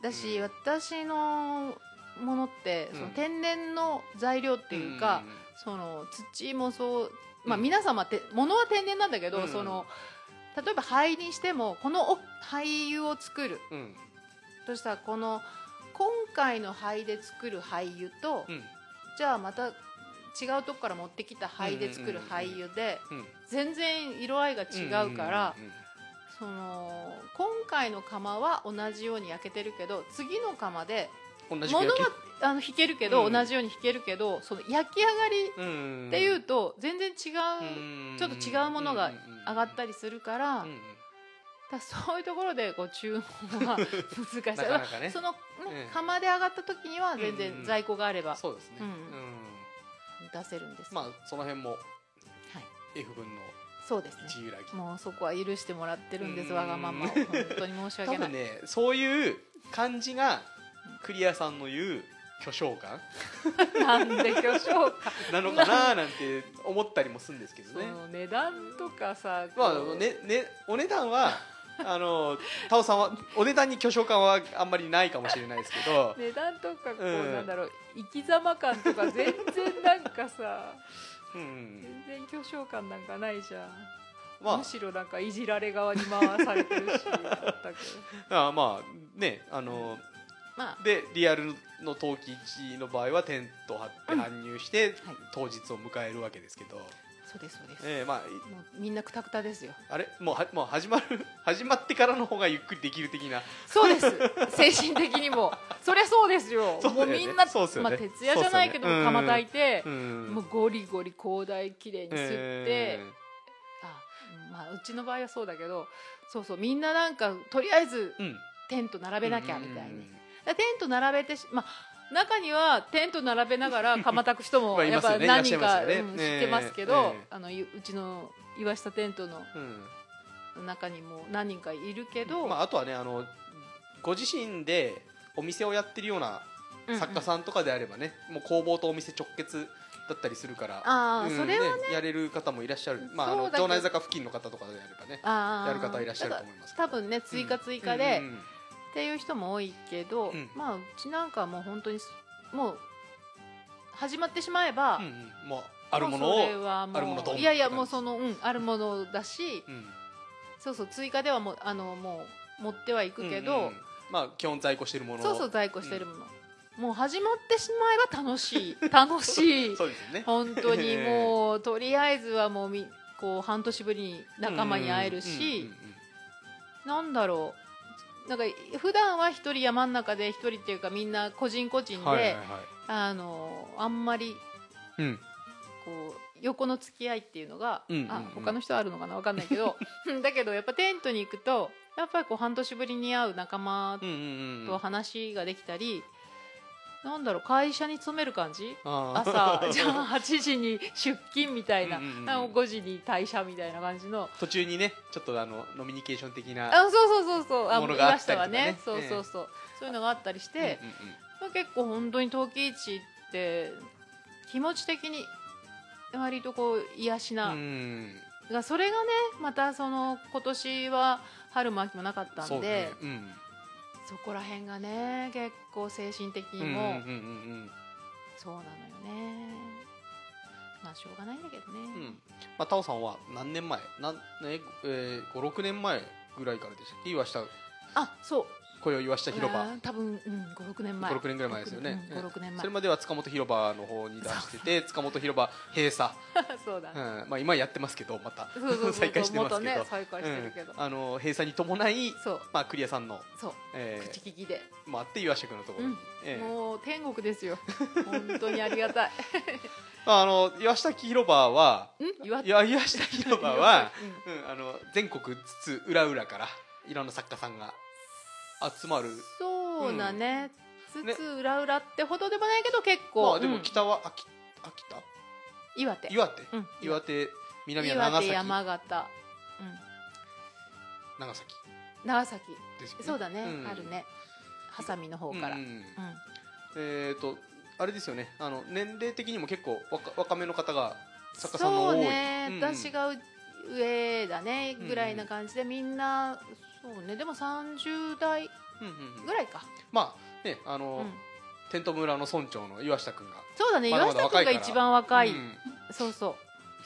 [SPEAKER 2] だし、
[SPEAKER 1] うん
[SPEAKER 2] 私のものって
[SPEAKER 1] うん
[SPEAKER 2] その天然の材料っていうか、
[SPEAKER 1] ん
[SPEAKER 2] その土もそう、まあ、
[SPEAKER 1] うん
[SPEAKER 2] 皆様ってものは天然なんだけど、
[SPEAKER 1] うん
[SPEAKER 2] その例えば灰にしてもこのお灰油を作る
[SPEAKER 1] うん
[SPEAKER 2] としたらこの今回の灰で作る灰油と、
[SPEAKER 1] うん
[SPEAKER 2] じゃあまた違うとこから持ってきた灰で作る灰油で
[SPEAKER 1] うん
[SPEAKER 2] 全然色合いが違うから、
[SPEAKER 1] うんうんうん
[SPEAKER 2] その今回の釜は同じように焼けてるけど次の釜で
[SPEAKER 1] うん同じく
[SPEAKER 2] 物は
[SPEAKER 1] 焼き
[SPEAKER 2] あの引けるけど、
[SPEAKER 1] うん
[SPEAKER 2] 同じように引けるけどその焼き上がり
[SPEAKER 1] うん
[SPEAKER 2] っていうと全然違う、ちょっと違うものが上がった
[SPEAKER 1] り
[SPEAKER 2] りするから,、だからそういうところでこう注文は 難しい
[SPEAKER 1] なかなかね
[SPEAKER 2] その、ね
[SPEAKER 1] うん
[SPEAKER 2] 釜で上がった時には
[SPEAKER 1] う
[SPEAKER 2] 全
[SPEAKER 1] んう
[SPEAKER 2] 然
[SPEAKER 1] ん
[SPEAKER 2] 在庫があれば
[SPEAKER 1] そうですね
[SPEAKER 2] う
[SPEAKER 1] うんん
[SPEAKER 2] 出せるんです、
[SPEAKER 1] まあその辺も
[SPEAKER 2] はい
[SPEAKER 1] F 分の
[SPEAKER 2] そうですね
[SPEAKER 1] 一揺らぎ
[SPEAKER 2] もうそこは許してもらってるんです
[SPEAKER 1] うん
[SPEAKER 2] わがままを本当に申し
[SPEAKER 1] 多
[SPEAKER 2] 訳ない、
[SPEAKER 1] 分ねそういう感じがクリアさんの言う巨匠 感
[SPEAKER 2] なんで巨匠か
[SPEAKER 1] なのかななんて思ったりもするんですけ
[SPEAKER 2] そ
[SPEAKER 1] どね
[SPEAKER 2] の値段とかさこ
[SPEAKER 1] まあ
[SPEAKER 2] う
[SPEAKER 1] ねねお値段はあのタオさんはお値段に巨匠感はあんまりないかもしれないですけど
[SPEAKER 2] 値段とかこう、
[SPEAKER 1] うん
[SPEAKER 2] なんだろう生き様感とか全然なんかさ
[SPEAKER 1] うん
[SPEAKER 2] 全然巨匠感なんかないじゃん
[SPEAKER 1] ま
[SPEAKER 2] むしろなんかいじられ側に回されてるし全く
[SPEAKER 1] ああまあねあの
[SPEAKER 2] まあ
[SPEAKER 1] でリアルの陶器市の場合はテント張って
[SPEAKER 2] うん
[SPEAKER 1] 搬入して、
[SPEAKER 2] はい
[SPEAKER 1] 当日を迎えるわけですけど、
[SPEAKER 2] そうですそうです、
[SPEAKER 1] えーまあい
[SPEAKER 2] もうみんなクタクタですよ
[SPEAKER 1] あれもうはもう始まる 始まってからの方がゆっくりできる的な
[SPEAKER 2] そう です精神的にもそりゃそうですよ
[SPEAKER 1] そうだ
[SPEAKER 2] も
[SPEAKER 1] よ
[SPEAKER 2] う
[SPEAKER 1] ね
[SPEAKER 2] みんな、
[SPEAKER 1] そうっすよ
[SPEAKER 2] ま
[SPEAKER 1] ね
[SPEAKER 2] あ、徹夜じゃないけど
[SPEAKER 1] そうっすよね
[SPEAKER 2] 釜炊いて、
[SPEAKER 1] うん
[SPEAKER 2] もうゴリゴリ広大きれいに吸って、
[SPEAKER 1] え
[SPEAKER 2] あまあうちの場合はそうだけどそうそうみんななんかとりあえず
[SPEAKER 1] ーうん
[SPEAKER 2] テント並べなきゃみたいな、
[SPEAKER 1] うんうんうん
[SPEAKER 2] だからテント並べてしまあ中にはテント並べながら 釜炊く人も
[SPEAKER 1] まあい
[SPEAKER 2] や
[SPEAKER 1] ますよ
[SPEAKER 2] っぱ
[SPEAKER 1] ね
[SPEAKER 2] 何人か、
[SPEAKER 1] いらっしゃいますよね
[SPEAKER 2] うん知
[SPEAKER 1] ね
[SPEAKER 2] ってますけど、
[SPEAKER 1] ええ
[SPEAKER 2] あのいうちの岩下テントの
[SPEAKER 1] うん
[SPEAKER 2] 中にも何人かいるけど、
[SPEAKER 1] まあ、あとはねあのご自身でお店をやってるような
[SPEAKER 2] うんうん
[SPEAKER 1] 作家さんとかであればね、もう工房とお店直結だったりするから
[SPEAKER 2] あー
[SPEAKER 1] うん
[SPEAKER 2] それはね
[SPEAKER 1] やれる方もいらっしゃる、まあ、あ
[SPEAKER 2] そ
[SPEAKER 1] の
[SPEAKER 2] うだけど
[SPEAKER 1] 城内坂付近の方とかであればね
[SPEAKER 2] あー
[SPEAKER 1] やる方いらっしゃると思いますけど
[SPEAKER 2] ただ多分ね追加追加で、
[SPEAKER 1] うんうんうん
[SPEAKER 2] っていう人も多いけど、
[SPEAKER 1] うん
[SPEAKER 2] まあうちなんかはもう本当にすもう始まってしまえば、
[SPEAKER 1] うんうんもうあるものを
[SPEAKER 2] うそれはもう
[SPEAKER 1] あるものドン
[SPEAKER 2] いやいや
[SPEAKER 1] って感じ
[SPEAKER 2] もうその、うん、あるものだし、
[SPEAKER 1] うん
[SPEAKER 2] そうそう追加ではもうあのもう持ってはいくけど、
[SPEAKER 1] うんうんまあ基本在庫してるものを
[SPEAKER 2] そうそう在庫してるもの、もう始まってしまえば楽し い楽しい
[SPEAKER 1] そうですよね
[SPEAKER 2] 本当にもうとりあえずはもうみこう半年ぶりに仲間に会えるし、
[SPEAKER 1] うんうんうんうん
[SPEAKER 2] なんだろうなんか普段は一人山の中で一人っていうかみんな個人個人で、
[SPEAKER 1] はいはいはい
[SPEAKER 2] あのあんまり
[SPEAKER 1] うん
[SPEAKER 2] こう横の付き合いっていうのが、
[SPEAKER 1] うんうんうん
[SPEAKER 2] あ他の人はあるのかなわかんない けどだけどやっぱテントに行くとやっぱりこう半年ぶりに会う仲間
[SPEAKER 1] うんうんう
[SPEAKER 2] と
[SPEAKER 1] ん
[SPEAKER 2] 話ができたり、なんだろう会社に勤める感 じ
[SPEAKER 1] あー
[SPEAKER 2] 朝じゃあ8時に出勤みたいな、
[SPEAKER 1] うんうんうん
[SPEAKER 2] あの5時に退社みたいな感じの。
[SPEAKER 1] 途中にねちょっとあのノミニケーション的な
[SPEAKER 2] あそうそうそうそうあ
[SPEAKER 1] ものがあ
[SPEAKER 2] ま
[SPEAKER 1] っ
[SPEAKER 2] したた
[SPEAKER 1] りとか
[SPEAKER 2] わ
[SPEAKER 1] ね
[SPEAKER 2] ねそうそうそう、そういうのがあったりして、
[SPEAKER 1] うんうんうん
[SPEAKER 2] まあ、結構本当に陶器市って気持ち的に割とこう癒しな、
[SPEAKER 1] うん
[SPEAKER 2] がそれがねまたその今年は春も秋もなかった
[SPEAKER 1] そ
[SPEAKER 2] んでそ,、
[SPEAKER 1] うねうん
[SPEAKER 2] こら辺がね結構精神的に
[SPEAKER 1] うん
[SPEAKER 2] も
[SPEAKER 1] うんうん
[SPEAKER 2] そうなのよね、まあしょうがないんだけどね、
[SPEAKER 1] うんうんまあタオさんは何年前なんねえー五六年前ぐらいからでしたっけ岩下
[SPEAKER 2] あそう
[SPEAKER 1] 雇用岩下広場
[SPEAKER 2] うわー多分、うん、56年前
[SPEAKER 1] 56年ぐらい前ですよね
[SPEAKER 2] うん56年
[SPEAKER 1] そ
[SPEAKER 2] 前
[SPEAKER 1] れまでは塚本広場の方に出してて塚本広場閉鎖
[SPEAKER 2] そうだ、
[SPEAKER 1] うんまあ今やってますけどまた
[SPEAKER 2] そうそうそう
[SPEAKER 1] 再開してますけど
[SPEAKER 2] 元ね再開してるけど、
[SPEAKER 1] うんあの閉鎖に伴い
[SPEAKER 2] そう
[SPEAKER 1] まあクリアさんの
[SPEAKER 2] そう
[SPEAKER 1] え
[SPEAKER 2] 口利きで、
[SPEAKER 1] ーもあって岩下君のところに
[SPEAKER 2] うん
[SPEAKER 1] えー
[SPEAKER 2] もう天国ですよ本当にあり がたい
[SPEAKER 1] まああの岩下広場は
[SPEAKER 2] ん岩
[SPEAKER 1] いや岩下広場 は、うん、あの全国津々浦々からいろんな作家さんが集まる
[SPEAKER 2] そうだね、
[SPEAKER 1] ん
[SPEAKER 2] つつ裏裏ってほどでもないけど結構、
[SPEAKER 1] まあで
[SPEAKER 2] う
[SPEAKER 1] も
[SPEAKER 2] ん
[SPEAKER 1] 北は秋秋田
[SPEAKER 2] 岩手
[SPEAKER 1] 岩手
[SPEAKER 2] うん
[SPEAKER 1] 岩手南は
[SPEAKER 2] 岩
[SPEAKER 1] 長
[SPEAKER 2] 手
[SPEAKER 1] 崎
[SPEAKER 2] 山形、
[SPEAKER 1] 長崎
[SPEAKER 2] うん、長崎
[SPEAKER 1] ですよね
[SPEAKER 2] そうだね、
[SPEAKER 1] ん
[SPEAKER 2] あるねハサミの方から、う
[SPEAKER 1] うん
[SPEAKER 2] ん
[SPEAKER 1] えー、とあれですよねあの年齢的にも結構若若めの方が作家さんの多い
[SPEAKER 2] そうね、
[SPEAKER 1] うん
[SPEAKER 2] 私が上だねぐらいな感じで、みんなそうねでも30代
[SPEAKER 1] うんうんうん
[SPEAKER 2] ぐらいか、
[SPEAKER 1] まあねあ
[SPEAKER 2] う
[SPEAKER 1] の、
[SPEAKER 2] ん、
[SPEAKER 1] テント村の村長の岩下君が
[SPEAKER 2] そうだね
[SPEAKER 1] まだ
[SPEAKER 2] 岩
[SPEAKER 1] まだ
[SPEAKER 2] 下
[SPEAKER 1] 若
[SPEAKER 2] 君
[SPEAKER 1] い
[SPEAKER 2] が
[SPEAKER 1] から
[SPEAKER 2] 一番若い、
[SPEAKER 1] うん
[SPEAKER 2] そうそう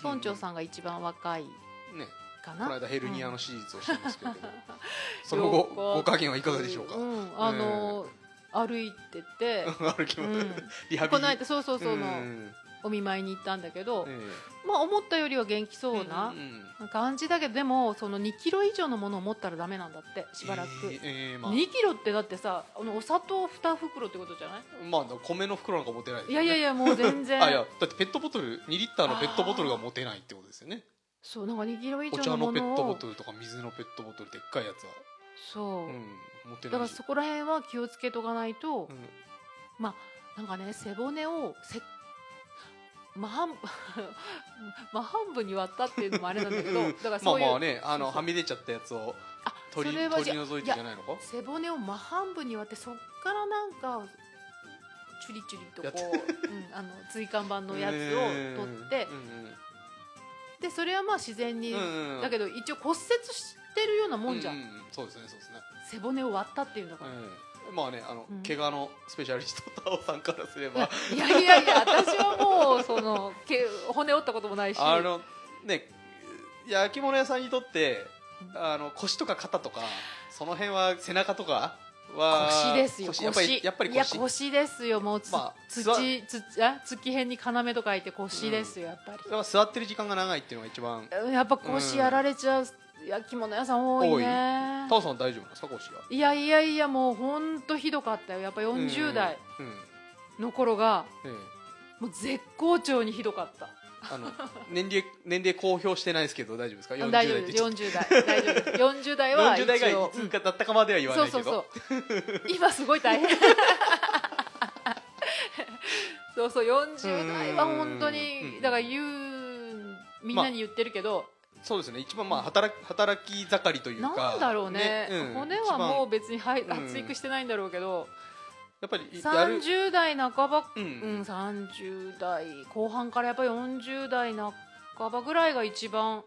[SPEAKER 2] 村長さんが一番若い
[SPEAKER 1] ね
[SPEAKER 2] か
[SPEAKER 1] こ
[SPEAKER 2] な、
[SPEAKER 1] の間ヘルニアの手術をしてますけれど、 その後
[SPEAKER 2] 了解
[SPEAKER 1] ご加減はいかがでしょうか、
[SPEAKER 2] んあのー歩いてて、
[SPEAKER 1] 歩き
[SPEAKER 2] う
[SPEAKER 1] も
[SPEAKER 2] ん、
[SPEAKER 1] リハビリ
[SPEAKER 2] この間そうそうそうの
[SPEAKER 1] ん
[SPEAKER 2] お見舞いに行ったんだけど、
[SPEAKER 1] え
[SPEAKER 2] まあ思ったよりは元気
[SPEAKER 1] え
[SPEAKER 2] そうなん
[SPEAKER 1] ん
[SPEAKER 2] 感じだけどでもその2キロ以上のものを持ったらダメなんだってしばらく、
[SPEAKER 1] ええええまあ
[SPEAKER 2] 2キロってだってさあのお砂糖2袋ってことじゃない
[SPEAKER 1] まあ米の袋なんか持てないです
[SPEAKER 2] い
[SPEAKER 1] よね
[SPEAKER 2] やいやいやもう全 然
[SPEAKER 1] あいやだってペットボトル2リッターのペットボトルが持てないってことですよね
[SPEAKER 2] そうなんか2キロ以
[SPEAKER 1] お
[SPEAKER 2] 上
[SPEAKER 1] 茶
[SPEAKER 2] のも
[SPEAKER 1] のペ
[SPEAKER 2] の
[SPEAKER 1] ットボ
[SPEAKER 2] を
[SPEAKER 1] トルとか水のペットボトルでっかいやつは、
[SPEAKER 2] そうう、
[SPEAKER 1] ん、持って
[SPEAKER 2] だ
[SPEAKER 1] な
[SPEAKER 2] から
[SPEAKER 1] いし
[SPEAKER 2] そこら辺は気をつけとかないと、
[SPEAKER 1] うん
[SPEAKER 2] まあなんかね背骨をせ真 半真半分に割ったっていうのもあれなんだ けどだから
[SPEAKER 1] ま
[SPEAKER 2] そ
[SPEAKER 1] あ
[SPEAKER 2] ういう、
[SPEAKER 1] まあねあの
[SPEAKER 2] そうそう
[SPEAKER 1] はみ出ちゃったやつを
[SPEAKER 2] あ
[SPEAKER 1] 取
[SPEAKER 2] そ
[SPEAKER 1] り
[SPEAKER 2] れは
[SPEAKER 1] 取
[SPEAKER 2] じ
[SPEAKER 1] り
[SPEAKER 2] ゃ
[SPEAKER 1] 除い
[SPEAKER 2] い
[SPEAKER 1] て
[SPEAKER 2] や
[SPEAKER 1] じゃないのか
[SPEAKER 2] 背骨を真半分に割ってそっからなんかチュリチュリと
[SPEAKER 1] やっ
[SPEAKER 2] こう、うん、あの椎間板のやつ
[SPEAKER 1] ええ
[SPEAKER 2] を取って
[SPEAKER 1] う、ん
[SPEAKER 2] でそれはまあ自然に、
[SPEAKER 1] うんうん
[SPEAKER 2] だけど一応骨折してるようなもんじゃん、
[SPEAKER 1] ううそうですねそうですね
[SPEAKER 2] 背骨を割ったっていうのが、
[SPEAKER 1] ええまあねあの、
[SPEAKER 2] うん
[SPEAKER 1] 怪我のスペシャリストタオさんからすれば
[SPEAKER 2] いや いやいや私はもうそのけ骨折ったこともないし
[SPEAKER 1] あのね焼き物屋さんにとってあの腰とか肩とかその辺は背中とかは
[SPEAKER 2] 腰ですよ
[SPEAKER 1] やっぱり
[SPEAKER 2] 腰
[SPEAKER 1] やっぱり
[SPEAKER 2] いや
[SPEAKER 1] 腰
[SPEAKER 2] 腰ですよもうつ、
[SPEAKER 1] まあ
[SPEAKER 2] 土
[SPEAKER 1] 座
[SPEAKER 2] 土あ月辺に要と書いて腰ですよ、やっぱ
[SPEAKER 1] やっぱ座ってる時間が長いっていうのが一番
[SPEAKER 2] りやっぱ腰やられちゃう、焼き物屋さん多いね
[SPEAKER 1] タオさん大丈夫なんですか腰が
[SPEAKER 2] いやいやいやもうほんとひどかったよやっぱ40代
[SPEAKER 1] うん、うん
[SPEAKER 2] の頃が
[SPEAKER 1] ええ
[SPEAKER 2] もう絶好調にひどかった
[SPEAKER 1] あの 年齢年齢公表してないですけど大丈夫ですか40代
[SPEAKER 2] 大
[SPEAKER 1] っ
[SPEAKER 2] 丈
[SPEAKER 1] て
[SPEAKER 2] 夫で
[SPEAKER 1] 言っ
[SPEAKER 2] す
[SPEAKER 1] ちゃっ
[SPEAKER 2] 40代大丈夫です40代は
[SPEAKER 1] 40
[SPEAKER 2] 一応
[SPEAKER 1] 代がいつかだったかまでは言わ
[SPEAKER 2] そ
[SPEAKER 1] な
[SPEAKER 2] う
[SPEAKER 1] いけ
[SPEAKER 2] そ
[SPEAKER 1] ど
[SPEAKER 2] うそう今すごい大変 そうそう40代は本当
[SPEAKER 1] う
[SPEAKER 2] に
[SPEAKER 1] ん
[SPEAKER 2] だから言うみんなに言ってるけど、
[SPEAKER 1] そうですね一番まあ働き働き盛りというか
[SPEAKER 2] なんだろうね
[SPEAKER 1] ん
[SPEAKER 2] 骨はも
[SPEAKER 1] 一番
[SPEAKER 2] う別にはい
[SPEAKER 1] ん
[SPEAKER 2] 発育してないんだろうけど、
[SPEAKER 1] やっぱりやる
[SPEAKER 2] 30代半ば
[SPEAKER 1] うん
[SPEAKER 2] うん、30代後半からやっぱり40代半ばぐらいが一番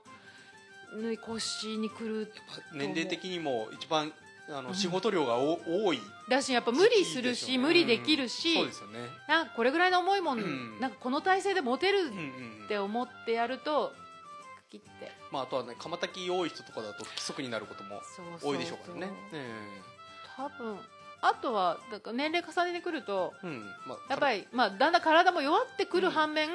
[SPEAKER 2] ね腰にくる
[SPEAKER 1] 年齢的にも一番あ
[SPEAKER 2] う
[SPEAKER 1] の
[SPEAKER 2] ん
[SPEAKER 1] 仕事量がお多い
[SPEAKER 2] だしやっぱ無理する
[SPEAKER 1] 時期で
[SPEAKER 2] し
[SPEAKER 1] よね
[SPEAKER 2] 無理できる
[SPEAKER 1] うん
[SPEAKER 2] し、
[SPEAKER 1] そうですよね
[SPEAKER 2] なんかこれぐらいの重いもん、
[SPEAKER 1] うん
[SPEAKER 2] なんかこの体勢でモテる
[SPEAKER 1] うんう
[SPEAKER 2] っ
[SPEAKER 1] ん
[SPEAKER 2] て思ってやると切って
[SPEAKER 1] まああとはね釜炊き多い人とかだと不規則になることも
[SPEAKER 2] そうそうそう
[SPEAKER 1] 多いでしょうからねえ
[SPEAKER 2] 多分あとはだから年齢重ねてくると
[SPEAKER 1] えうんまあ
[SPEAKER 2] やっぱり、まあ、だんだん体も弱ってくる反面、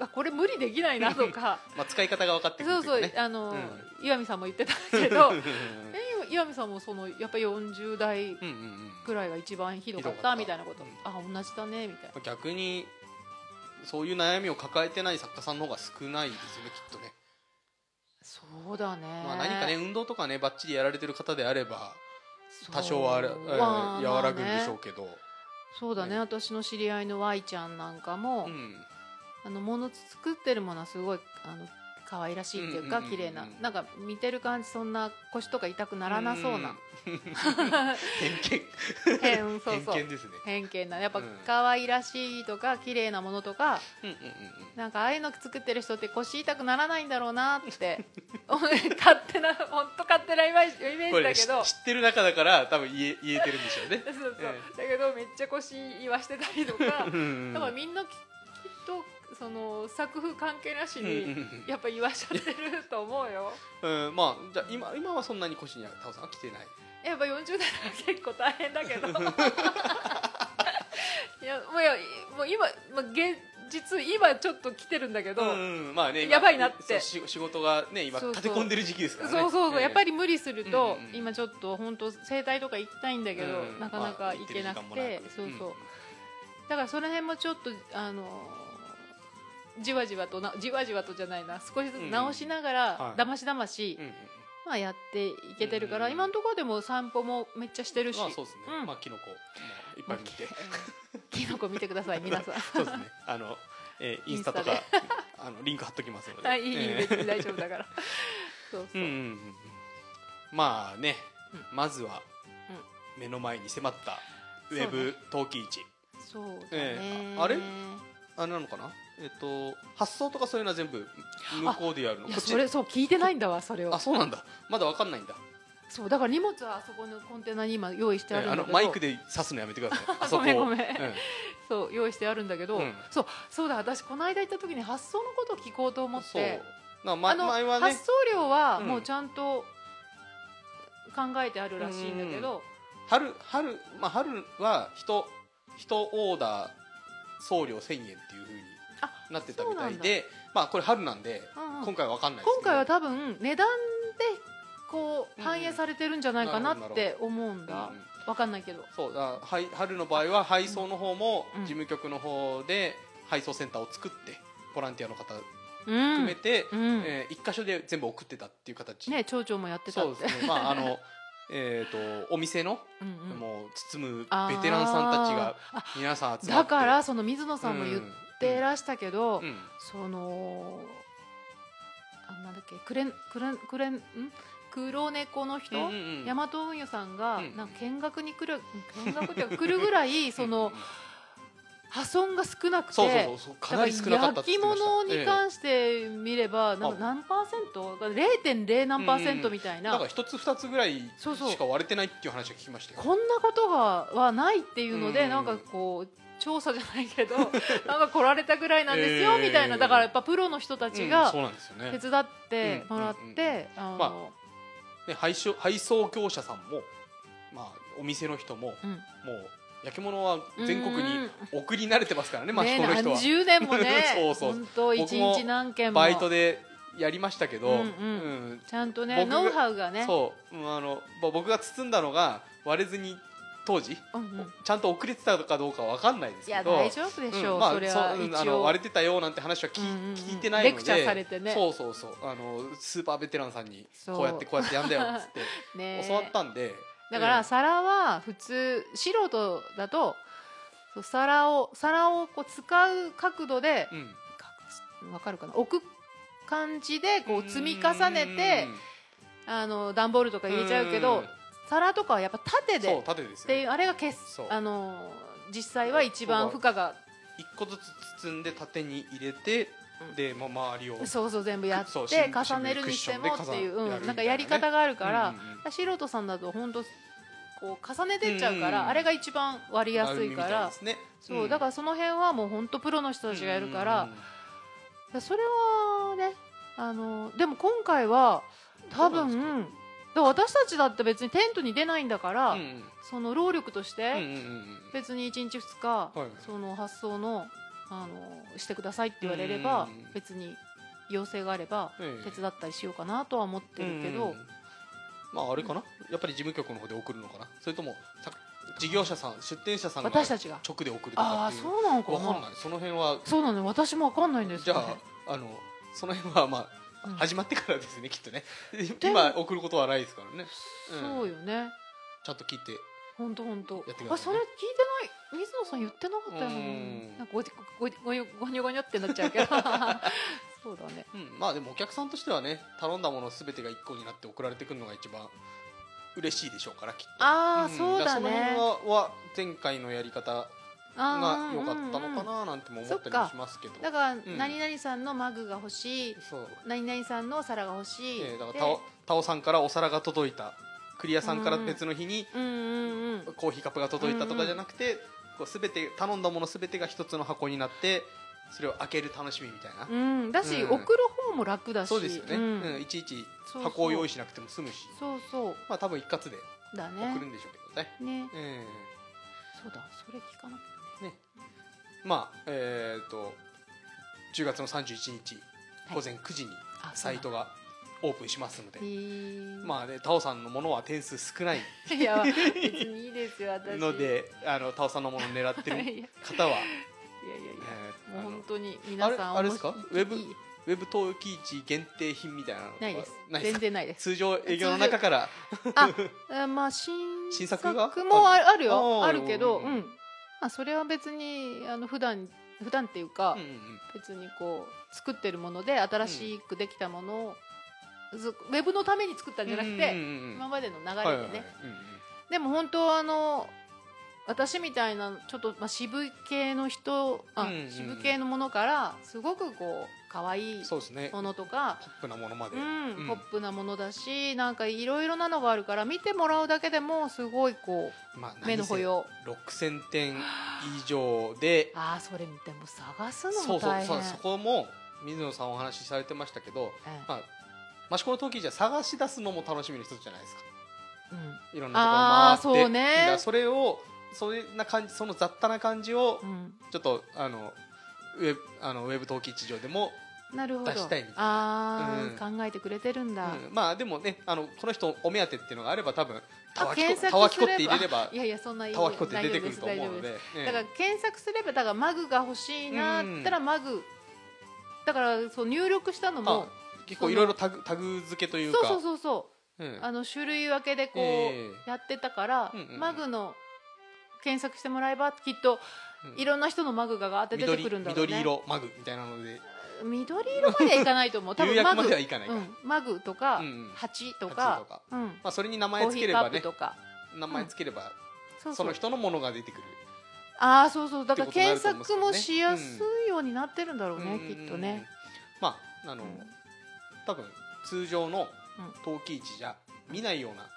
[SPEAKER 2] あこれ無理できないなと か
[SPEAKER 1] まあ使い方が分かってくる
[SPEAKER 2] そ
[SPEAKER 1] とい
[SPEAKER 2] うそうう、
[SPEAKER 1] かね
[SPEAKER 2] あの、
[SPEAKER 1] う
[SPEAKER 2] 岩見さんも言ってたけど
[SPEAKER 1] うん
[SPEAKER 2] え岩見さんもそのやっぱり40代
[SPEAKER 1] うんうんうん
[SPEAKER 2] ぐらいが一番ひどかっ
[SPEAKER 1] ひどかったた
[SPEAKER 2] みたいなこと、
[SPEAKER 1] うん
[SPEAKER 2] あ同じだねみたいな
[SPEAKER 1] 逆にそういう悩みを抱えてない作家さんの方が少ないですよねきっとね、
[SPEAKER 2] そうだね、
[SPEAKER 1] まあ、何かね運動とかねばっちりやられてる方であれば
[SPEAKER 2] そう
[SPEAKER 1] 多少はあれ、
[SPEAKER 2] まあ
[SPEAKER 1] えー和らぐんでしょ
[SPEAKER 2] まあ
[SPEAKER 1] う
[SPEAKER 2] ね
[SPEAKER 1] けど、
[SPEAKER 2] そうだね
[SPEAKER 1] ね
[SPEAKER 2] 私の知り合いの Y ちゃんなんかも、
[SPEAKER 1] うん
[SPEAKER 2] あのもの作ってるものはすごいあの可愛らしいっていう
[SPEAKER 1] う
[SPEAKER 2] か
[SPEAKER 1] んうんうんう
[SPEAKER 2] 綺
[SPEAKER 1] ん
[SPEAKER 2] 麗ななんか見てる感じそんな腰とか痛くならなそうな
[SPEAKER 1] 偏見
[SPEAKER 2] 偏 そうそ
[SPEAKER 1] 偏
[SPEAKER 2] う
[SPEAKER 1] 見ですね
[SPEAKER 2] 偏見なやっぱ
[SPEAKER 1] うん
[SPEAKER 2] 可愛らしいとか綺麗なものとか
[SPEAKER 1] うんうん
[SPEAKER 2] なんかああいうの作ってる人って腰痛くならないんだろうなって勝手な本当勝手なイメージイメ
[SPEAKER 1] うんこれ
[SPEAKER 2] ー
[SPEAKER 1] ね
[SPEAKER 2] ジ
[SPEAKER 1] 知
[SPEAKER 2] だけど。
[SPEAKER 1] 知ってる中だから多分言え言えてるんでしょうね
[SPEAKER 2] そうそう
[SPEAKER 1] え
[SPEAKER 2] だけどめっちゃ腰言わしてたりとか
[SPEAKER 1] うんうん
[SPEAKER 2] 多分みんなききっとその作風関係なし
[SPEAKER 1] うん
[SPEAKER 2] に
[SPEAKER 1] うん
[SPEAKER 2] やっぱ言わしちゃってると思 うよ。
[SPEAKER 1] うん、うんまあじゃあ今今はそんなに腰にはタオさんは来てない
[SPEAKER 2] やっぱ40代は結構大変だけど いやもういやもう今、まあ、現実今ちょっと来てるんだけど、
[SPEAKER 1] んん、まあね今
[SPEAKER 2] やばいなって
[SPEAKER 1] そう仕仕事がね今
[SPEAKER 2] そうそ
[SPEAKER 1] 立
[SPEAKER 2] う
[SPEAKER 1] て込んでる時期ですからね
[SPEAKER 2] そうそうそうやっぱ
[SPEAKER 1] り
[SPEAKER 2] り無理すると、
[SPEAKER 1] うんうん
[SPEAKER 2] 今ちょっと本当整体とか行きたいんだけど、
[SPEAKER 1] うん
[SPEAKER 2] なかなか行けな
[SPEAKER 1] ま
[SPEAKER 2] く
[SPEAKER 1] あ
[SPEAKER 2] て、
[SPEAKER 1] 行って
[SPEAKER 2] そ
[SPEAKER 1] る
[SPEAKER 2] う
[SPEAKER 1] 時間もなく
[SPEAKER 2] そう、
[SPEAKER 1] うん
[SPEAKER 2] だからその辺もちょっとあのーじわじわとなじわじわとじゃないな少しずつ直しながら、
[SPEAKER 1] うんはい
[SPEAKER 2] だましだまし、
[SPEAKER 1] うんうんうん
[SPEAKER 2] まあ、やっていけてるから、
[SPEAKER 1] うんうん
[SPEAKER 2] 今のところでも散歩もめっちゃしてるし、
[SPEAKER 1] まあそうですね、
[SPEAKER 2] うん
[SPEAKER 1] まあキノコもいっぱい見て
[SPEAKER 2] キノコ見てくださ い皆さん。
[SPEAKER 1] そうですねあの、えーインスタと
[SPEAKER 2] イン
[SPEAKER 1] かあのリンク貼っときますので、
[SPEAKER 2] はい、いいいい
[SPEAKER 1] え
[SPEAKER 2] 別に大丈夫 だから。そう
[SPEAKER 1] ー
[SPEAKER 2] そう
[SPEAKER 1] ん
[SPEAKER 2] う。
[SPEAKER 1] うんうんうんまあね、
[SPEAKER 2] う
[SPEAKER 1] まずは目の前に迫ったウェブ陶器市
[SPEAKER 2] そうだね、
[SPEAKER 1] ええああれあれなのかなえっと発送とかそういうのは全部向こうでやるの
[SPEAKER 2] い
[SPEAKER 1] こ
[SPEAKER 2] や
[SPEAKER 1] っち
[SPEAKER 2] それそう聞いてないんだわそれを
[SPEAKER 1] あそうなんだまだわかんないんだ
[SPEAKER 2] そうだから荷物はあそこのコンテナに今用意してあるん
[SPEAKER 1] あ
[SPEAKER 2] だけど、
[SPEAKER 1] のマイクで刺すのやめてください あそこ
[SPEAKER 2] ごめんごめん
[SPEAKER 1] うん
[SPEAKER 2] そう用意してあるんだけど、
[SPEAKER 1] うん
[SPEAKER 2] そうそうだ私この間行った時に発送のことを聞こうと思っ
[SPEAKER 1] そう
[SPEAKER 2] て、
[SPEAKER 1] なま、
[SPEAKER 2] あの、
[SPEAKER 1] 前はね
[SPEAKER 2] 発送料は
[SPEAKER 1] うん
[SPEAKER 2] もうちゃんと考えてあるらしいんだけど、
[SPEAKER 1] 春春まあ春は人人オーダー送料1000円っていう風に
[SPEAKER 2] あ
[SPEAKER 1] なってたみたいでまあこれ春なんで、
[SPEAKER 2] うんうん
[SPEAKER 1] 今回はわかんないです
[SPEAKER 2] 今
[SPEAKER 1] けど
[SPEAKER 2] 回は多分値段でこう
[SPEAKER 1] うん
[SPEAKER 2] 反映されてるんじゃないかなって思うんだ、
[SPEAKER 1] うんうん
[SPEAKER 2] わかんないけど
[SPEAKER 1] そうだからはい春の場合は配送の方も
[SPEAKER 2] うん
[SPEAKER 1] 事務局の方で配送センターを作ってボランティアの方
[SPEAKER 2] うん
[SPEAKER 1] 含めて、
[SPEAKER 2] うん
[SPEAKER 1] えー一箇所で全部送ってたっていう形
[SPEAKER 2] ね町長もやってた
[SPEAKER 1] そ
[SPEAKER 2] っ
[SPEAKER 1] う
[SPEAKER 2] て
[SPEAKER 1] ですねまああのえーとお店の、
[SPEAKER 2] うんうん
[SPEAKER 1] もう包むベ
[SPEAKER 2] あー
[SPEAKER 1] テランさんたちが皆さん集まって
[SPEAKER 2] だからその水野さんも言っ
[SPEAKER 1] うん
[SPEAKER 2] てらしたけど、
[SPEAKER 1] うん
[SPEAKER 2] そのあなんだっけクレンクレンクレンん黒猫の人、
[SPEAKER 1] うんうんうん
[SPEAKER 2] 大和運輸さんが
[SPEAKER 1] うん
[SPEAKER 2] なんか見学に来る見学っていうか来るぐらいそ
[SPEAKER 1] うん
[SPEAKER 2] の
[SPEAKER 1] うん
[SPEAKER 2] 破損が少なくて
[SPEAKER 1] そうそうそうそうかなり少なかったって言って
[SPEAKER 2] だ
[SPEAKER 1] ました
[SPEAKER 2] から焼き物に
[SPEAKER 1] え
[SPEAKER 2] 関して見れば、なんか
[SPEAKER 1] あ
[SPEAKER 2] 何パーセント0.0何パーセントみたい
[SPEAKER 1] え
[SPEAKER 2] な、
[SPEAKER 1] なんか一つ二つぐらい
[SPEAKER 2] そうそう
[SPEAKER 1] しか割れてないっていう話は聞きましたよ
[SPEAKER 2] こんなことがはないっていうので、
[SPEAKER 1] うん
[SPEAKER 2] なんかこう調査じゃないけど なんか来られたぐらいなんですよ
[SPEAKER 1] えー
[SPEAKER 2] みたいなだからやっぱプロの人たち
[SPEAKER 1] うん
[SPEAKER 2] が
[SPEAKER 1] そうなんですよね
[SPEAKER 2] 手伝ってもらっ
[SPEAKER 1] うんうんうん
[SPEAKER 2] てあ
[SPEAKER 1] ま
[SPEAKER 2] の
[SPEAKER 1] で配送配送業者さんも、まあ、お店の人も、
[SPEAKER 2] うん
[SPEAKER 1] もう焼き物は全国に送り慣れてますからね
[SPEAKER 2] ね
[SPEAKER 1] 益子の人
[SPEAKER 2] 何
[SPEAKER 1] は、
[SPEAKER 2] 十年もね
[SPEAKER 1] そうそう
[SPEAKER 2] 本当一
[SPEAKER 1] 僕も
[SPEAKER 2] 日何件も
[SPEAKER 1] バイトでやりましたけど、
[SPEAKER 2] うんう
[SPEAKER 1] う
[SPEAKER 2] ん
[SPEAKER 1] ん
[SPEAKER 2] ちゃんとね
[SPEAKER 1] 僕が
[SPEAKER 2] ノウハウがね
[SPEAKER 1] そううんあのぼ僕が包んだのが割れずに当時、
[SPEAKER 2] うんうん
[SPEAKER 1] ちゃんと遅れてたかどうかわかんないです
[SPEAKER 2] い
[SPEAKER 1] け
[SPEAKER 2] や
[SPEAKER 1] ど
[SPEAKER 2] 大丈夫でしょ
[SPEAKER 1] う
[SPEAKER 2] うん
[SPEAKER 1] まあ
[SPEAKER 2] それは
[SPEAKER 1] そううんあ
[SPEAKER 2] 一
[SPEAKER 1] の
[SPEAKER 2] 応
[SPEAKER 1] 割れてたよなんて話は聞,、
[SPEAKER 2] うんうんうん
[SPEAKER 1] 聞いてないので
[SPEAKER 2] レクチャーされてね
[SPEAKER 1] そうそうそうあのスーパーベテランさんに
[SPEAKER 2] そう
[SPEAKER 1] こうやってこうやってやんだよっつって
[SPEAKER 2] ね
[SPEAKER 1] 教わったんで、
[SPEAKER 2] だから
[SPEAKER 1] うん
[SPEAKER 2] 皿は普通素人だとそう皿を皿をこう使う角度で
[SPEAKER 1] うん
[SPEAKER 2] かわかるかな置く感じでこう積み重ねてあの段ボールとか入れちゃうけ
[SPEAKER 1] う
[SPEAKER 2] ど
[SPEAKER 1] ん
[SPEAKER 2] 皿とかはやっぱ縦
[SPEAKER 1] そう
[SPEAKER 2] で
[SPEAKER 1] 縦です
[SPEAKER 2] っ
[SPEAKER 1] よ
[SPEAKER 2] ていうあれがけ
[SPEAKER 1] そう
[SPEAKER 2] あの実際は一番負荷が
[SPEAKER 1] 一個ずつ包んで縦に入れて、
[SPEAKER 2] うん
[SPEAKER 1] で、ま、周りを
[SPEAKER 2] そうそう全部やっ
[SPEAKER 1] そう
[SPEAKER 2] て
[SPEAKER 1] シン
[SPEAKER 2] 重ねるにしても
[SPEAKER 1] シン
[SPEAKER 2] っていう、
[SPEAKER 1] クッションで重ねやるみたいな
[SPEAKER 2] う、
[SPEAKER 1] んね
[SPEAKER 2] なんかやり方があるから、
[SPEAKER 1] うんうんうん
[SPEAKER 2] 素人さんだと本当こう重ねてっちゃうから、
[SPEAKER 1] うん
[SPEAKER 2] あれが一番割りやすい
[SPEAKER 1] 丸みみ
[SPEAKER 2] か
[SPEAKER 1] た
[SPEAKER 2] ら
[SPEAKER 1] ですね
[SPEAKER 2] そう、だからその辺はもう本当プロの人たちがやるから、それはねあのでも今回は
[SPEAKER 1] そ
[SPEAKER 2] 多
[SPEAKER 1] うな
[SPEAKER 2] 分だから私たちだって別にテントに出ないんだから、
[SPEAKER 1] うんうん
[SPEAKER 2] その労力とし
[SPEAKER 1] うんうんうん
[SPEAKER 2] て
[SPEAKER 1] うん
[SPEAKER 2] 別に1日2日、
[SPEAKER 1] はい
[SPEAKER 2] その発送のあのしてくださいって言われれば、
[SPEAKER 1] うん
[SPEAKER 2] 別に要請があれば
[SPEAKER 1] ええ
[SPEAKER 2] 手伝ったりしようかなとは思ってるけ
[SPEAKER 1] うんう
[SPEAKER 2] ど
[SPEAKER 1] ん、まああれかなやっぱり事務局の方で送るのかなそれともさ事業者さん出店者さんが
[SPEAKER 2] 私たちが
[SPEAKER 1] 直で送ると
[SPEAKER 2] あ
[SPEAKER 1] か
[SPEAKER 2] あ
[SPEAKER 1] っていう
[SPEAKER 2] そうなのか
[SPEAKER 1] わかん
[SPEAKER 2] な
[SPEAKER 1] ないその辺は
[SPEAKER 2] そうなの私もわかんないんです
[SPEAKER 1] じ
[SPEAKER 2] よ
[SPEAKER 1] ゃ
[SPEAKER 2] ね
[SPEAKER 1] ああのその辺はまあ
[SPEAKER 2] うん
[SPEAKER 1] 始まってからですねきっとね
[SPEAKER 2] も
[SPEAKER 1] 今送ることはないですからねうん
[SPEAKER 2] そうよね
[SPEAKER 1] ちゃんと聞いて
[SPEAKER 2] 本当本当
[SPEAKER 1] やってく
[SPEAKER 2] あ
[SPEAKER 1] ださ
[SPEAKER 2] そ
[SPEAKER 1] い
[SPEAKER 2] れ
[SPEAKER 1] ね
[SPEAKER 2] 聞いてない水野さん言ってなかったよ
[SPEAKER 1] う
[SPEAKER 2] ね
[SPEAKER 1] ん
[SPEAKER 2] なんかごじごじごにょごにょごにょってなっちゃう けどそうだね
[SPEAKER 1] うんまあでもお客さんとしてはね頼んだもの全てが一個になって送られてくるのが一番嬉しいでしょうからきっと
[SPEAKER 2] ああ
[SPEAKER 1] ん
[SPEAKER 2] そうだ
[SPEAKER 1] から
[SPEAKER 2] ね
[SPEAKER 1] その辺はは前回のやり方が
[SPEAKER 2] あー
[SPEAKER 1] 良かったのか
[SPEAKER 2] うんうん
[SPEAKER 1] ななんても思ったりもしますけど
[SPEAKER 2] だから
[SPEAKER 1] ん
[SPEAKER 2] 何々さんのマグが欲しい
[SPEAKER 1] そう
[SPEAKER 2] 何々さんの皿が欲しい
[SPEAKER 1] えーだから
[SPEAKER 2] で
[SPEAKER 1] タオタオさんからお皿が届いたクリアさんから別の日に
[SPEAKER 2] うんうんうん
[SPEAKER 1] コーヒーカップが届いたとかじゃなくて、こう全て頼んだもの全てが一つの箱になってそれを開ける楽しみみたいな、
[SPEAKER 2] うん、だし、
[SPEAKER 1] うん
[SPEAKER 2] 送る方も楽だし
[SPEAKER 1] そうですよね、
[SPEAKER 2] う
[SPEAKER 1] うん
[SPEAKER 2] ん
[SPEAKER 1] いちいち
[SPEAKER 2] そうそう
[SPEAKER 1] 箱を用意しなくても済むし
[SPEAKER 2] そうそ
[SPEAKER 1] まあ多分一括で
[SPEAKER 2] うだ
[SPEAKER 1] 送る
[SPEAKER 2] ね
[SPEAKER 1] んでしょうけどね
[SPEAKER 2] ね
[SPEAKER 1] え
[SPEAKER 2] そうだそれ聞かなきゃ
[SPEAKER 1] えねまあえっ、と10月の31日
[SPEAKER 2] はい
[SPEAKER 1] 午前9時に
[SPEAKER 2] あ
[SPEAKER 1] サイトがオープンしますので、
[SPEAKER 2] へー
[SPEAKER 1] まあねタオさんのものは点数少ない
[SPEAKER 2] いや別にいいですよ 私
[SPEAKER 1] のであのタオさんのものを狙って
[SPEAKER 2] いやいや
[SPEAKER 1] る
[SPEAKER 2] いや
[SPEAKER 1] 方は、
[SPEAKER 2] い
[SPEAKER 1] えーあ
[SPEAKER 2] やもう
[SPEAKER 1] の
[SPEAKER 2] 本当に皆さん
[SPEAKER 1] あれあれですかウ
[SPEAKER 2] 面白い
[SPEAKER 1] ェブウェブ陶器市限定品みたいなのとか
[SPEAKER 2] ないです
[SPEAKER 1] ないです
[SPEAKER 2] 全
[SPEAKER 1] か
[SPEAKER 2] 然ないです
[SPEAKER 1] 通常営業の中から
[SPEAKER 2] あえーまあ新
[SPEAKER 1] 新作が
[SPEAKER 2] もあある
[SPEAKER 1] あー
[SPEAKER 2] よあるけど
[SPEAKER 1] う
[SPEAKER 2] うんん
[SPEAKER 1] うんうん
[SPEAKER 2] まあそれは別にあの普段普段っていうか、
[SPEAKER 1] うんうん
[SPEAKER 2] 別にこう作ってるもので新しくできたものを、ずウェブのために作ったんじゃなくて、
[SPEAKER 1] うんうんうん
[SPEAKER 2] 今までの流れでね、
[SPEAKER 1] はいはいはいうんうん
[SPEAKER 2] でも本当あの私みたいなちょっと、まあ、渋系の人あ、
[SPEAKER 1] うんうんうん
[SPEAKER 2] 渋系のものからすごくこう可愛い
[SPEAKER 1] そうですねポ
[SPEAKER 2] ものとか、
[SPEAKER 1] ップなものまで、
[SPEAKER 2] うん
[SPEAKER 1] うん
[SPEAKER 2] ポップなものだしなんかいろいろなのがあるから見てもらうだけでもすごいこ
[SPEAKER 1] まあ
[SPEAKER 2] う目の保養
[SPEAKER 1] 6000点以上で
[SPEAKER 2] ああそれ見ても探すの
[SPEAKER 1] そ
[SPEAKER 2] も
[SPEAKER 1] うそう
[SPEAKER 2] 大変
[SPEAKER 1] そうそこも水野さんお話しされてましたけど、
[SPEAKER 2] ええ
[SPEAKER 1] まあ、益子の陶器市は探し出すのも楽しみの一つじゃないですか
[SPEAKER 2] うん
[SPEAKER 1] いろんなところ
[SPEAKER 2] あ
[SPEAKER 1] 回
[SPEAKER 2] ー
[SPEAKER 1] って
[SPEAKER 2] そうね
[SPEAKER 1] だからそれをそれな感じその雑多な感じを
[SPEAKER 2] うん
[SPEAKER 1] ちょっとあのウェブあのウェブ陶器市場でも、
[SPEAKER 2] なるほど
[SPEAKER 1] 出したいみたい
[SPEAKER 2] ああ、
[SPEAKER 1] う
[SPEAKER 2] 考えてくれてるん
[SPEAKER 1] う
[SPEAKER 2] だ、
[SPEAKER 1] んまあでもねあのこの人お目当てっていうのがあれば多分たわきこ
[SPEAKER 2] 検索
[SPEAKER 1] たわきこっ
[SPEAKER 2] す
[SPEAKER 1] て入
[SPEAKER 2] れば
[SPEAKER 1] れれば
[SPEAKER 2] いやいやそんないい
[SPEAKER 1] たわきこって出てくると思う
[SPEAKER 2] 大丈夫
[SPEAKER 1] の
[SPEAKER 2] です
[SPEAKER 1] でええ
[SPEAKER 2] だから検索すればだからマグが欲しいなって言ったらマグだからそう入力したの
[SPEAKER 1] ま
[SPEAKER 2] も
[SPEAKER 1] あ結構いろいろタグタグ付けというか
[SPEAKER 2] そうそうそうそ
[SPEAKER 1] うん
[SPEAKER 2] うあの種類分けでこ
[SPEAKER 1] え
[SPEAKER 2] うやってたから
[SPEAKER 1] うんうんうん
[SPEAKER 2] マグの検索してもらえばきっと
[SPEAKER 1] うん
[SPEAKER 2] いろんな人のマグがガーって出てくるんだろう
[SPEAKER 1] 緑
[SPEAKER 2] ね
[SPEAKER 1] 色マグみたいなので
[SPEAKER 2] 緑色まではいかないと 思う多
[SPEAKER 1] 釉
[SPEAKER 2] 分
[SPEAKER 1] 薬
[SPEAKER 2] マ
[SPEAKER 1] ま
[SPEAKER 2] グ
[SPEAKER 1] ではいかないか、
[SPEAKER 2] う
[SPEAKER 1] ま
[SPEAKER 2] んマグとか
[SPEAKER 1] うんうん
[SPEAKER 2] 鉢
[SPEAKER 1] 鉢と
[SPEAKER 2] とか
[SPEAKER 1] か
[SPEAKER 2] うん
[SPEAKER 1] あ、それに名
[SPEAKER 2] コ
[SPEAKER 1] 前
[SPEAKER 2] ー
[SPEAKER 1] つ
[SPEAKER 2] ヒ
[SPEAKER 1] け
[SPEAKER 2] ー
[SPEAKER 1] れ
[SPEAKER 2] カ
[SPEAKER 1] ば
[SPEAKER 2] ップ
[SPEAKER 1] ね
[SPEAKER 2] とか
[SPEAKER 1] 名前つければ、
[SPEAKER 2] そう
[SPEAKER 1] そ
[SPEAKER 2] そう
[SPEAKER 1] の人のものが出てくる
[SPEAKER 2] ああそうそうだから
[SPEAKER 1] ってことになる
[SPEAKER 2] 検
[SPEAKER 1] と思うんですけ
[SPEAKER 2] 索
[SPEAKER 1] どね
[SPEAKER 2] もしやすいようになってるんだろうね
[SPEAKER 1] うん
[SPEAKER 2] きっとね
[SPEAKER 1] まああの、
[SPEAKER 2] うん
[SPEAKER 1] 多分通常の
[SPEAKER 2] うん
[SPEAKER 1] 陶器市じゃ見ないような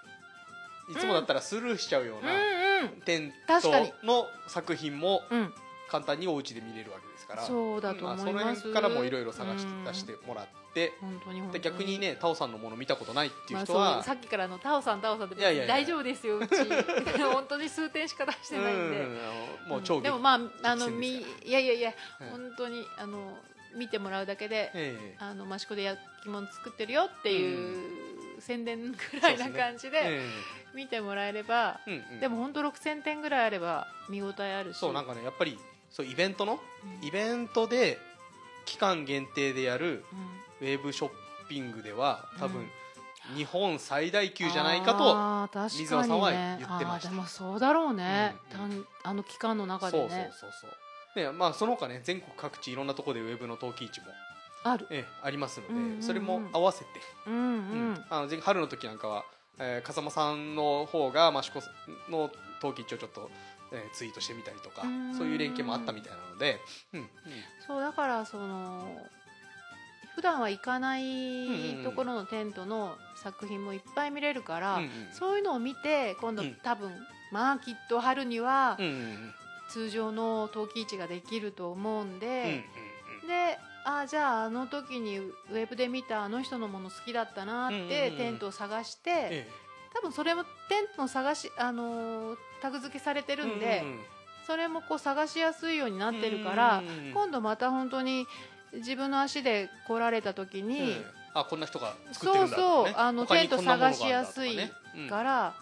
[SPEAKER 1] いつもだったらスルーしちゃうよう
[SPEAKER 2] う
[SPEAKER 1] な、
[SPEAKER 2] んうん
[SPEAKER 1] テン
[SPEAKER 2] 確かに
[SPEAKER 1] トの作品も
[SPEAKER 2] うん
[SPEAKER 1] 簡単にお家で見れるわけですから
[SPEAKER 2] そうだと
[SPEAKER 1] まあ、
[SPEAKER 2] 思
[SPEAKER 1] そ
[SPEAKER 2] い
[SPEAKER 1] の
[SPEAKER 2] ま
[SPEAKER 1] 辺
[SPEAKER 2] す、
[SPEAKER 1] からもいろいろ探して、
[SPEAKER 2] うん
[SPEAKER 1] 出してもらって
[SPEAKER 2] 本当に本当
[SPEAKER 1] で
[SPEAKER 2] に
[SPEAKER 1] 逆にねタオさんのもの見たことないっていう
[SPEAKER 2] まあ
[SPEAKER 1] 人
[SPEAKER 2] そう
[SPEAKER 1] は、
[SPEAKER 2] さっきからあのタオさんタオさんって
[SPEAKER 1] いやいやいや
[SPEAKER 2] 大丈夫ですようち 本当に数点しか出してないんで、
[SPEAKER 1] うんあのもう超
[SPEAKER 2] んで
[SPEAKER 1] 激
[SPEAKER 2] もまああの
[SPEAKER 1] 激戦です
[SPEAKER 2] み
[SPEAKER 1] か
[SPEAKER 2] いやいやいや、
[SPEAKER 1] はい
[SPEAKER 2] 本当にあの見てもらうだけで、
[SPEAKER 1] ええ
[SPEAKER 2] あの益子で焼き物作ってるよっていう、宣伝ぐらいな感じで
[SPEAKER 1] え
[SPEAKER 2] 見てもらえれば、
[SPEAKER 1] えうんうん
[SPEAKER 2] でも本当6000点ぐらいあれば見応えあるし
[SPEAKER 1] そうなんかねやっぱりそうイベントの
[SPEAKER 2] うん
[SPEAKER 1] イベントで期間限定でやる
[SPEAKER 2] うん
[SPEAKER 1] ウェブショッピングでは多
[SPEAKER 2] う
[SPEAKER 1] 分
[SPEAKER 2] ん
[SPEAKER 1] 日本最大級じゃないかと、
[SPEAKER 2] あー確かにね
[SPEAKER 1] 水野さんは言ってました
[SPEAKER 2] あーでもそうだろうね、
[SPEAKER 1] うん
[SPEAKER 2] たんあの期間の中で
[SPEAKER 1] そ
[SPEAKER 2] ね
[SPEAKER 1] うそうそうそうねまあその他ね全国各地いろんなところでウェブの陶器市も、
[SPEAKER 2] ある
[SPEAKER 1] ええありますので、
[SPEAKER 2] うんうんうん
[SPEAKER 1] それも合わせて、
[SPEAKER 2] うんうん、
[SPEAKER 1] うんあのぜひ春の時なんかは、えー、風間さんの方が益子の陶器市をちょっと、えーツイートしてみたりとか
[SPEAKER 2] うん
[SPEAKER 1] そういう連携もあったみたいなので、うん
[SPEAKER 2] そうだからその普段は行かない
[SPEAKER 1] んうん
[SPEAKER 2] ところのテントの作品もいっぱい見れるから、
[SPEAKER 1] うんうん
[SPEAKER 2] そういうのを見て今度、
[SPEAKER 1] うん
[SPEAKER 2] 多分まあきっと春には
[SPEAKER 1] うんうんうん
[SPEAKER 2] 通常の陶器市ができると思うん
[SPEAKER 1] うんうん
[SPEAKER 2] で、であじゃああの時にウェブで見たあの人のもの好きだったなっ
[SPEAKER 1] うんうん
[SPEAKER 2] て
[SPEAKER 1] うん
[SPEAKER 2] テントを探し
[SPEAKER 1] え
[SPEAKER 2] て、
[SPEAKER 1] え
[SPEAKER 2] 多分それもテントの探し、あのータグ付けされてるんで、
[SPEAKER 1] ううん
[SPEAKER 2] それもこう探しやすいようになってるから、
[SPEAKER 1] うんうんうん
[SPEAKER 2] 今度また本当に自分の足で来られた時に、
[SPEAKER 1] うんあこんな人が作ってるんだとか、ね、
[SPEAKER 2] そうそうあの
[SPEAKER 1] 他に
[SPEAKER 2] テント
[SPEAKER 1] こんなものがあるんだ
[SPEAKER 2] 探しやすい
[SPEAKER 1] とねうん
[SPEAKER 2] から、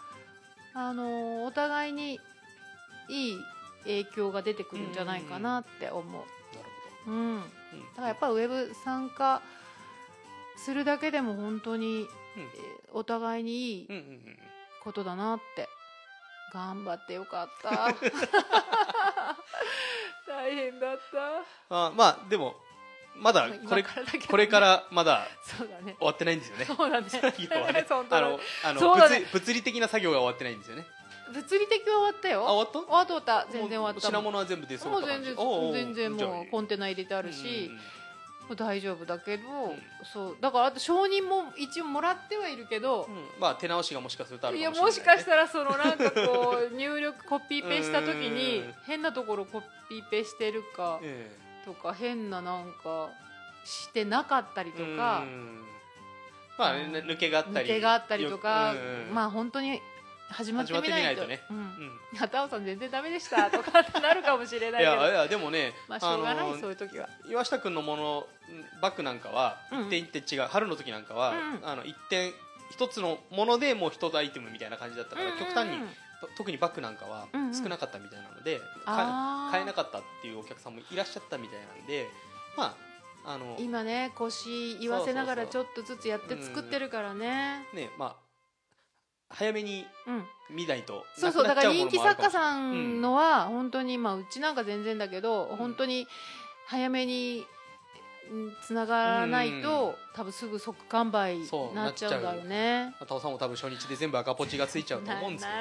[SPEAKER 2] あのお互いにいい影響が出てくるんじゃないかなって思
[SPEAKER 1] なる
[SPEAKER 2] う、うん、だ
[SPEAKER 1] ほど、うん、だ
[SPEAKER 2] からやっぱウェブ参加するだけでも本当に、
[SPEAKER 1] うん
[SPEAKER 2] えーお互いにいい
[SPEAKER 1] うんうんうん
[SPEAKER 2] ことだなって頑張ってよかった 大変だった
[SPEAKER 1] あまあでもまだこれ
[SPEAKER 2] 今からだけどね
[SPEAKER 1] これからまだ
[SPEAKER 2] そうだね
[SPEAKER 1] 終わ ってないんですよ ね
[SPEAKER 2] そうだね
[SPEAKER 1] 作業はね
[SPEAKER 2] 本当
[SPEAKER 1] あ
[SPEAKER 2] だ
[SPEAKER 1] のあの
[SPEAKER 2] そうだね
[SPEAKER 1] 物物理的な作業が終わってないんですよね
[SPEAKER 2] 物理的は終わった
[SPEAKER 1] あ
[SPEAKER 2] よ
[SPEAKER 1] 終わっ
[SPEAKER 2] 終わっとった
[SPEAKER 1] た
[SPEAKER 2] 全然終わった
[SPEAKER 1] もう品
[SPEAKER 2] もん
[SPEAKER 1] 物は全部出そう
[SPEAKER 2] もう全然全然もうコ
[SPEAKER 1] ン
[SPEAKER 2] ンテナ入れてあるし、もう大丈夫だけど、
[SPEAKER 1] ん
[SPEAKER 2] そうだからあと承認も一応もらってはいるけど、
[SPEAKER 1] まあ手直しがもしかするとある
[SPEAKER 2] い
[SPEAKER 1] か
[SPEAKER 2] や
[SPEAKER 1] も
[SPEAKER 2] も
[SPEAKER 1] し
[SPEAKER 2] し
[SPEAKER 1] れない、
[SPEAKER 2] かしたらそのなんかこう入力コピペした時に
[SPEAKER 1] うん
[SPEAKER 2] 変なところコピペしてるか
[SPEAKER 1] え
[SPEAKER 2] とか変ななんかしてなかったり
[SPEAKER 1] え
[SPEAKER 2] とか
[SPEAKER 1] うんまあね
[SPEAKER 2] うん
[SPEAKER 1] 抜けがあった
[SPEAKER 2] 抜
[SPEAKER 1] り
[SPEAKER 2] けがあったりとか
[SPEAKER 1] ようん
[SPEAKER 2] まあ本当に始まってみないと
[SPEAKER 1] 始まってみないとね
[SPEAKER 2] うん
[SPEAKER 1] うん
[SPEAKER 2] いやタオさん全然ダメでしたとかってなるかもしれない
[SPEAKER 1] い
[SPEAKER 2] けど
[SPEAKER 1] やいやでもね、
[SPEAKER 2] まあしょうがない、
[SPEAKER 1] あの
[SPEAKER 2] そういう時は
[SPEAKER 1] 岩下君のものんバッグなんかは
[SPEAKER 2] うん
[SPEAKER 1] 一点一点違う、春の時なんかは、
[SPEAKER 2] うん
[SPEAKER 1] あの一点一つのものでもう一つアイテムみたいな感じだったから、極端
[SPEAKER 2] うんうんう
[SPEAKER 1] に
[SPEAKER 2] ん
[SPEAKER 1] と特にバッグなんかは
[SPEAKER 2] うんうん
[SPEAKER 1] 少なかったみたいなので、
[SPEAKER 2] あ
[SPEAKER 1] か
[SPEAKER 2] ー
[SPEAKER 1] 買えなかったっていうお客さんもいらっしゃったみたいなんでまああの
[SPEAKER 2] 今ね腰言わせながらち
[SPEAKER 1] そ
[SPEAKER 2] ょっとずつやって作ってるからね
[SPEAKER 1] ねまあ早めに
[SPEAKER 2] うん
[SPEAKER 1] 見ないと
[SPEAKER 2] そうそうだから人気作家
[SPEAKER 1] ん
[SPEAKER 2] さんのは本当にまあうちなんか全然だけど本当に早めにつながらないと多分すぐ即完売に
[SPEAKER 1] そう
[SPEAKER 2] なっちゃうんだろうね。
[SPEAKER 1] タオさんも多分初日で全部赤ポチがついちゃうと思うんですけど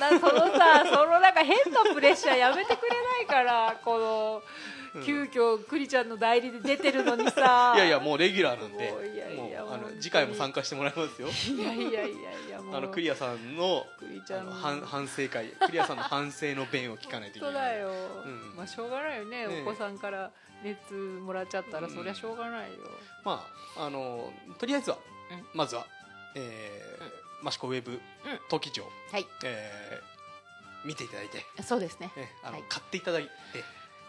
[SPEAKER 2] ななもうなそのさそのなんか変なプレッシャーやめてくれない からこ
[SPEAKER 1] う
[SPEAKER 2] の
[SPEAKER 1] ん
[SPEAKER 2] 急遽クリちゃんの代理で出てるのにさ
[SPEAKER 1] いやいやもうレギュラーなんで
[SPEAKER 2] もういやいや
[SPEAKER 1] もうあ
[SPEAKER 2] 本
[SPEAKER 1] の
[SPEAKER 2] 当に
[SPEAKER 1] 次回も参加してもらいますよ
[SPEAKER 2] いやいやいやいやもう
[SPEAKER 1] あのクリアさんの
[SPEAKER 2] クリち
[SPEAKER 1] あ
[SPEAKER 2] ゃん
[SPEAKER 1] の
[SPEAKER 2] の
[SPEAKER 1] 反反省会クリアさんの反省の弁を聞かないといけない
[SPEAKER 2] 本当だよ、
[SPEAKER 1] うん
[SPEAKER 2] まあしょうがないよね
[SPEAKER 1] ねえ
[SPEAKER 2] お子さんから熱もらっちゃったら、
[SPEAKER 1] うん
[SPEAKER 2] そりゃしょうがないよ
[SPEAKER 1] まああのとりあえずは、
[SPEAKER 2] うん
[SPEAKER 1] まずは、えー、マシコウェブ登記帳、
[SPEAKER 2] はい
[SPEAKER 1] えー見ていただいて、
[SPEAKER 2] そうですね
[SPEAKER 1] ねあの
[SPEAKER 2] はい
[SPEAKER 1] 買っていただいて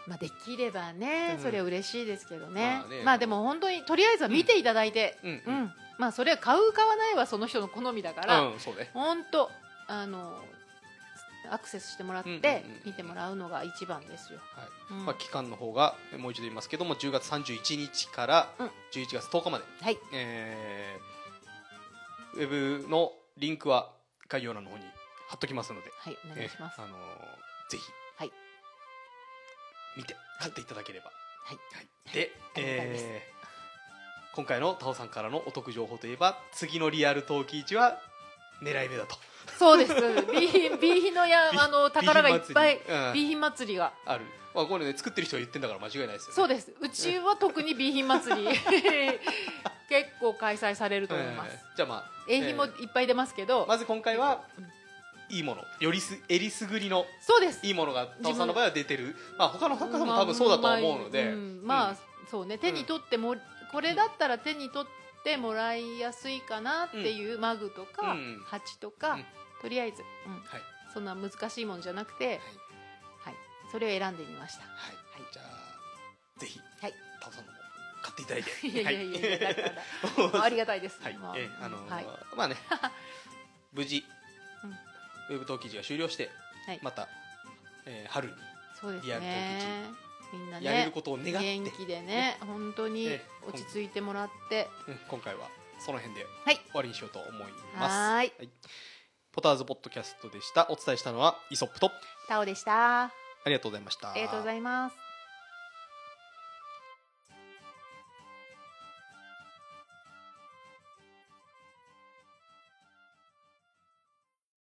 [SPEAKER 2] まあできればね、
[SPEAKER 1] うん
[SPEAKER 2] それは嬉しいですけどね,、
[SPEAKER 1] まあね
[SPEAKER 2] まあでも本当にとりあえずは見ていただいて
[SPEAKER 1] うん
[SPEAKER 2] うん、まあそれは買う買わないはその人の好みだから、
[SPEAKER 1] うんそうね
[SPEAKER 2] 本当あのアクセスしてもらっ
[SPEAKER 1] うんうん
[SPEAKER 2] て
[SPEAKER 1] うん
[SPEAKER 2] 見てもらうのが一番ですよ、
[SPEAKER 1] はい
[SPEAKER 2] うん
[SPEAKER 1] まあ、期間の方がえもう一度言いますけども10月31日から
[SPEAKER 2] うん
[SPEAKER 1] 11月10日まで、
[SPEAKER 2] はい
[SPEAKER 1] えーウェブのリンクは概要欄の方に貼っときますので、
[SPEAKER 2] はいお願いします
[SPEAKER 1] えーあのーぜひ、
[SPEAKER 2] はい
[SPEAKER 1] 見て買っていただければ、
[SPEAKER 2] はい
[SPEAKER 1] はい、で、
[SPEAKER 2] ありがたいです
[SPEAKER 1] えー今回のタオさんからのお得情報といえば次のリアル陶器市は狙い目だと
[SPEAKER 2] そうです B 品 B 品のや
[SPEAKER 1] ビ
[SPEAKER 2] あの宝がいっぱい
[SPEAKER 1] ビーヒン祭りうん
[SPEAKER 2] B 品祭りが
[SPEAKER 1] ある、まあ、これね作ってる人が言ってんだから間違いないですよね
[SPEAKER 2] そうですうちは特に B 品祭り 結構開催されると思います
[SPEAKER 1] えーじゃあまあ
[SPEAKER 2] A 品もいっぱい出ますけど、
[SPEAKER 1] まず今回はいいものよりすえりすぐりの
[SPEAKER 2] そうです
[SPEAKER 1] いいものが田尾さんの場合は出てる、まあ、他の作家さんも多分そうだとは思うので、
[SPEAKER 2] んまあ、そうね手に取っても、これだったら手に取ってもらいやすいかなっていう、マグとか、
[SPEAKER 1] うん
[SPEAKER 2] 鉢とか、
[SPEAKER 1] うん
[SPEAKER 2] とりあえず、うん
[SPEAKER 1] はい
[SPEAKER 2] そんな難しいもんじゃなくて、はいそれを選んでみました
[SPEAKER 1] はい、じゃあぜひ、
[SPEAKER 2] はい
[SPEAKER 1] タオさんのも買っていただいて
[SPEAKER 2] いやいやいや いや、だから
[SPEAKER 1] はい
[SPEAKER 2] ありがたいです、
[SPEAKER 1] はい
[SPEAKER 2] まあ
[SPEAKER 1] えーあのー
[SPEAKER 2] はい
[SPEAKER 1] ま あね無事、
[SPEAKER 2] うん
[SPEAKER 1] ウェブトー記事が終了して、
[SPEAKER 2] はい
[SPEAKER 1] また、えー春に
[SPEAKER 2] そうです
[SPEAKER 1] リアル
[SPEAKER 2] ねみんな
[SPEAKER 1] やれる
[SPEAKER 2] ね
[SPEAKER 1] ことを願って、
[SPEAKER 2] 元気でね本当に
[SPEAKER 1] ええ
[SPEAKER 2] 落ち着いてもらって
[SPEAKER 1] うん今回はその辺で
[SPEAKER 2] はい
[SPEAKER 1] 終わりにしようと思います
[SPEAKER 2] はーい
[SPEAKER 1] ポターズポッドキャストでしたお伝えしたのはイソップと
[SPEAKER 2] タオでしたあ
[SPEAKER 1] ありがとうございました
[SPEAKER 2] りがとうございます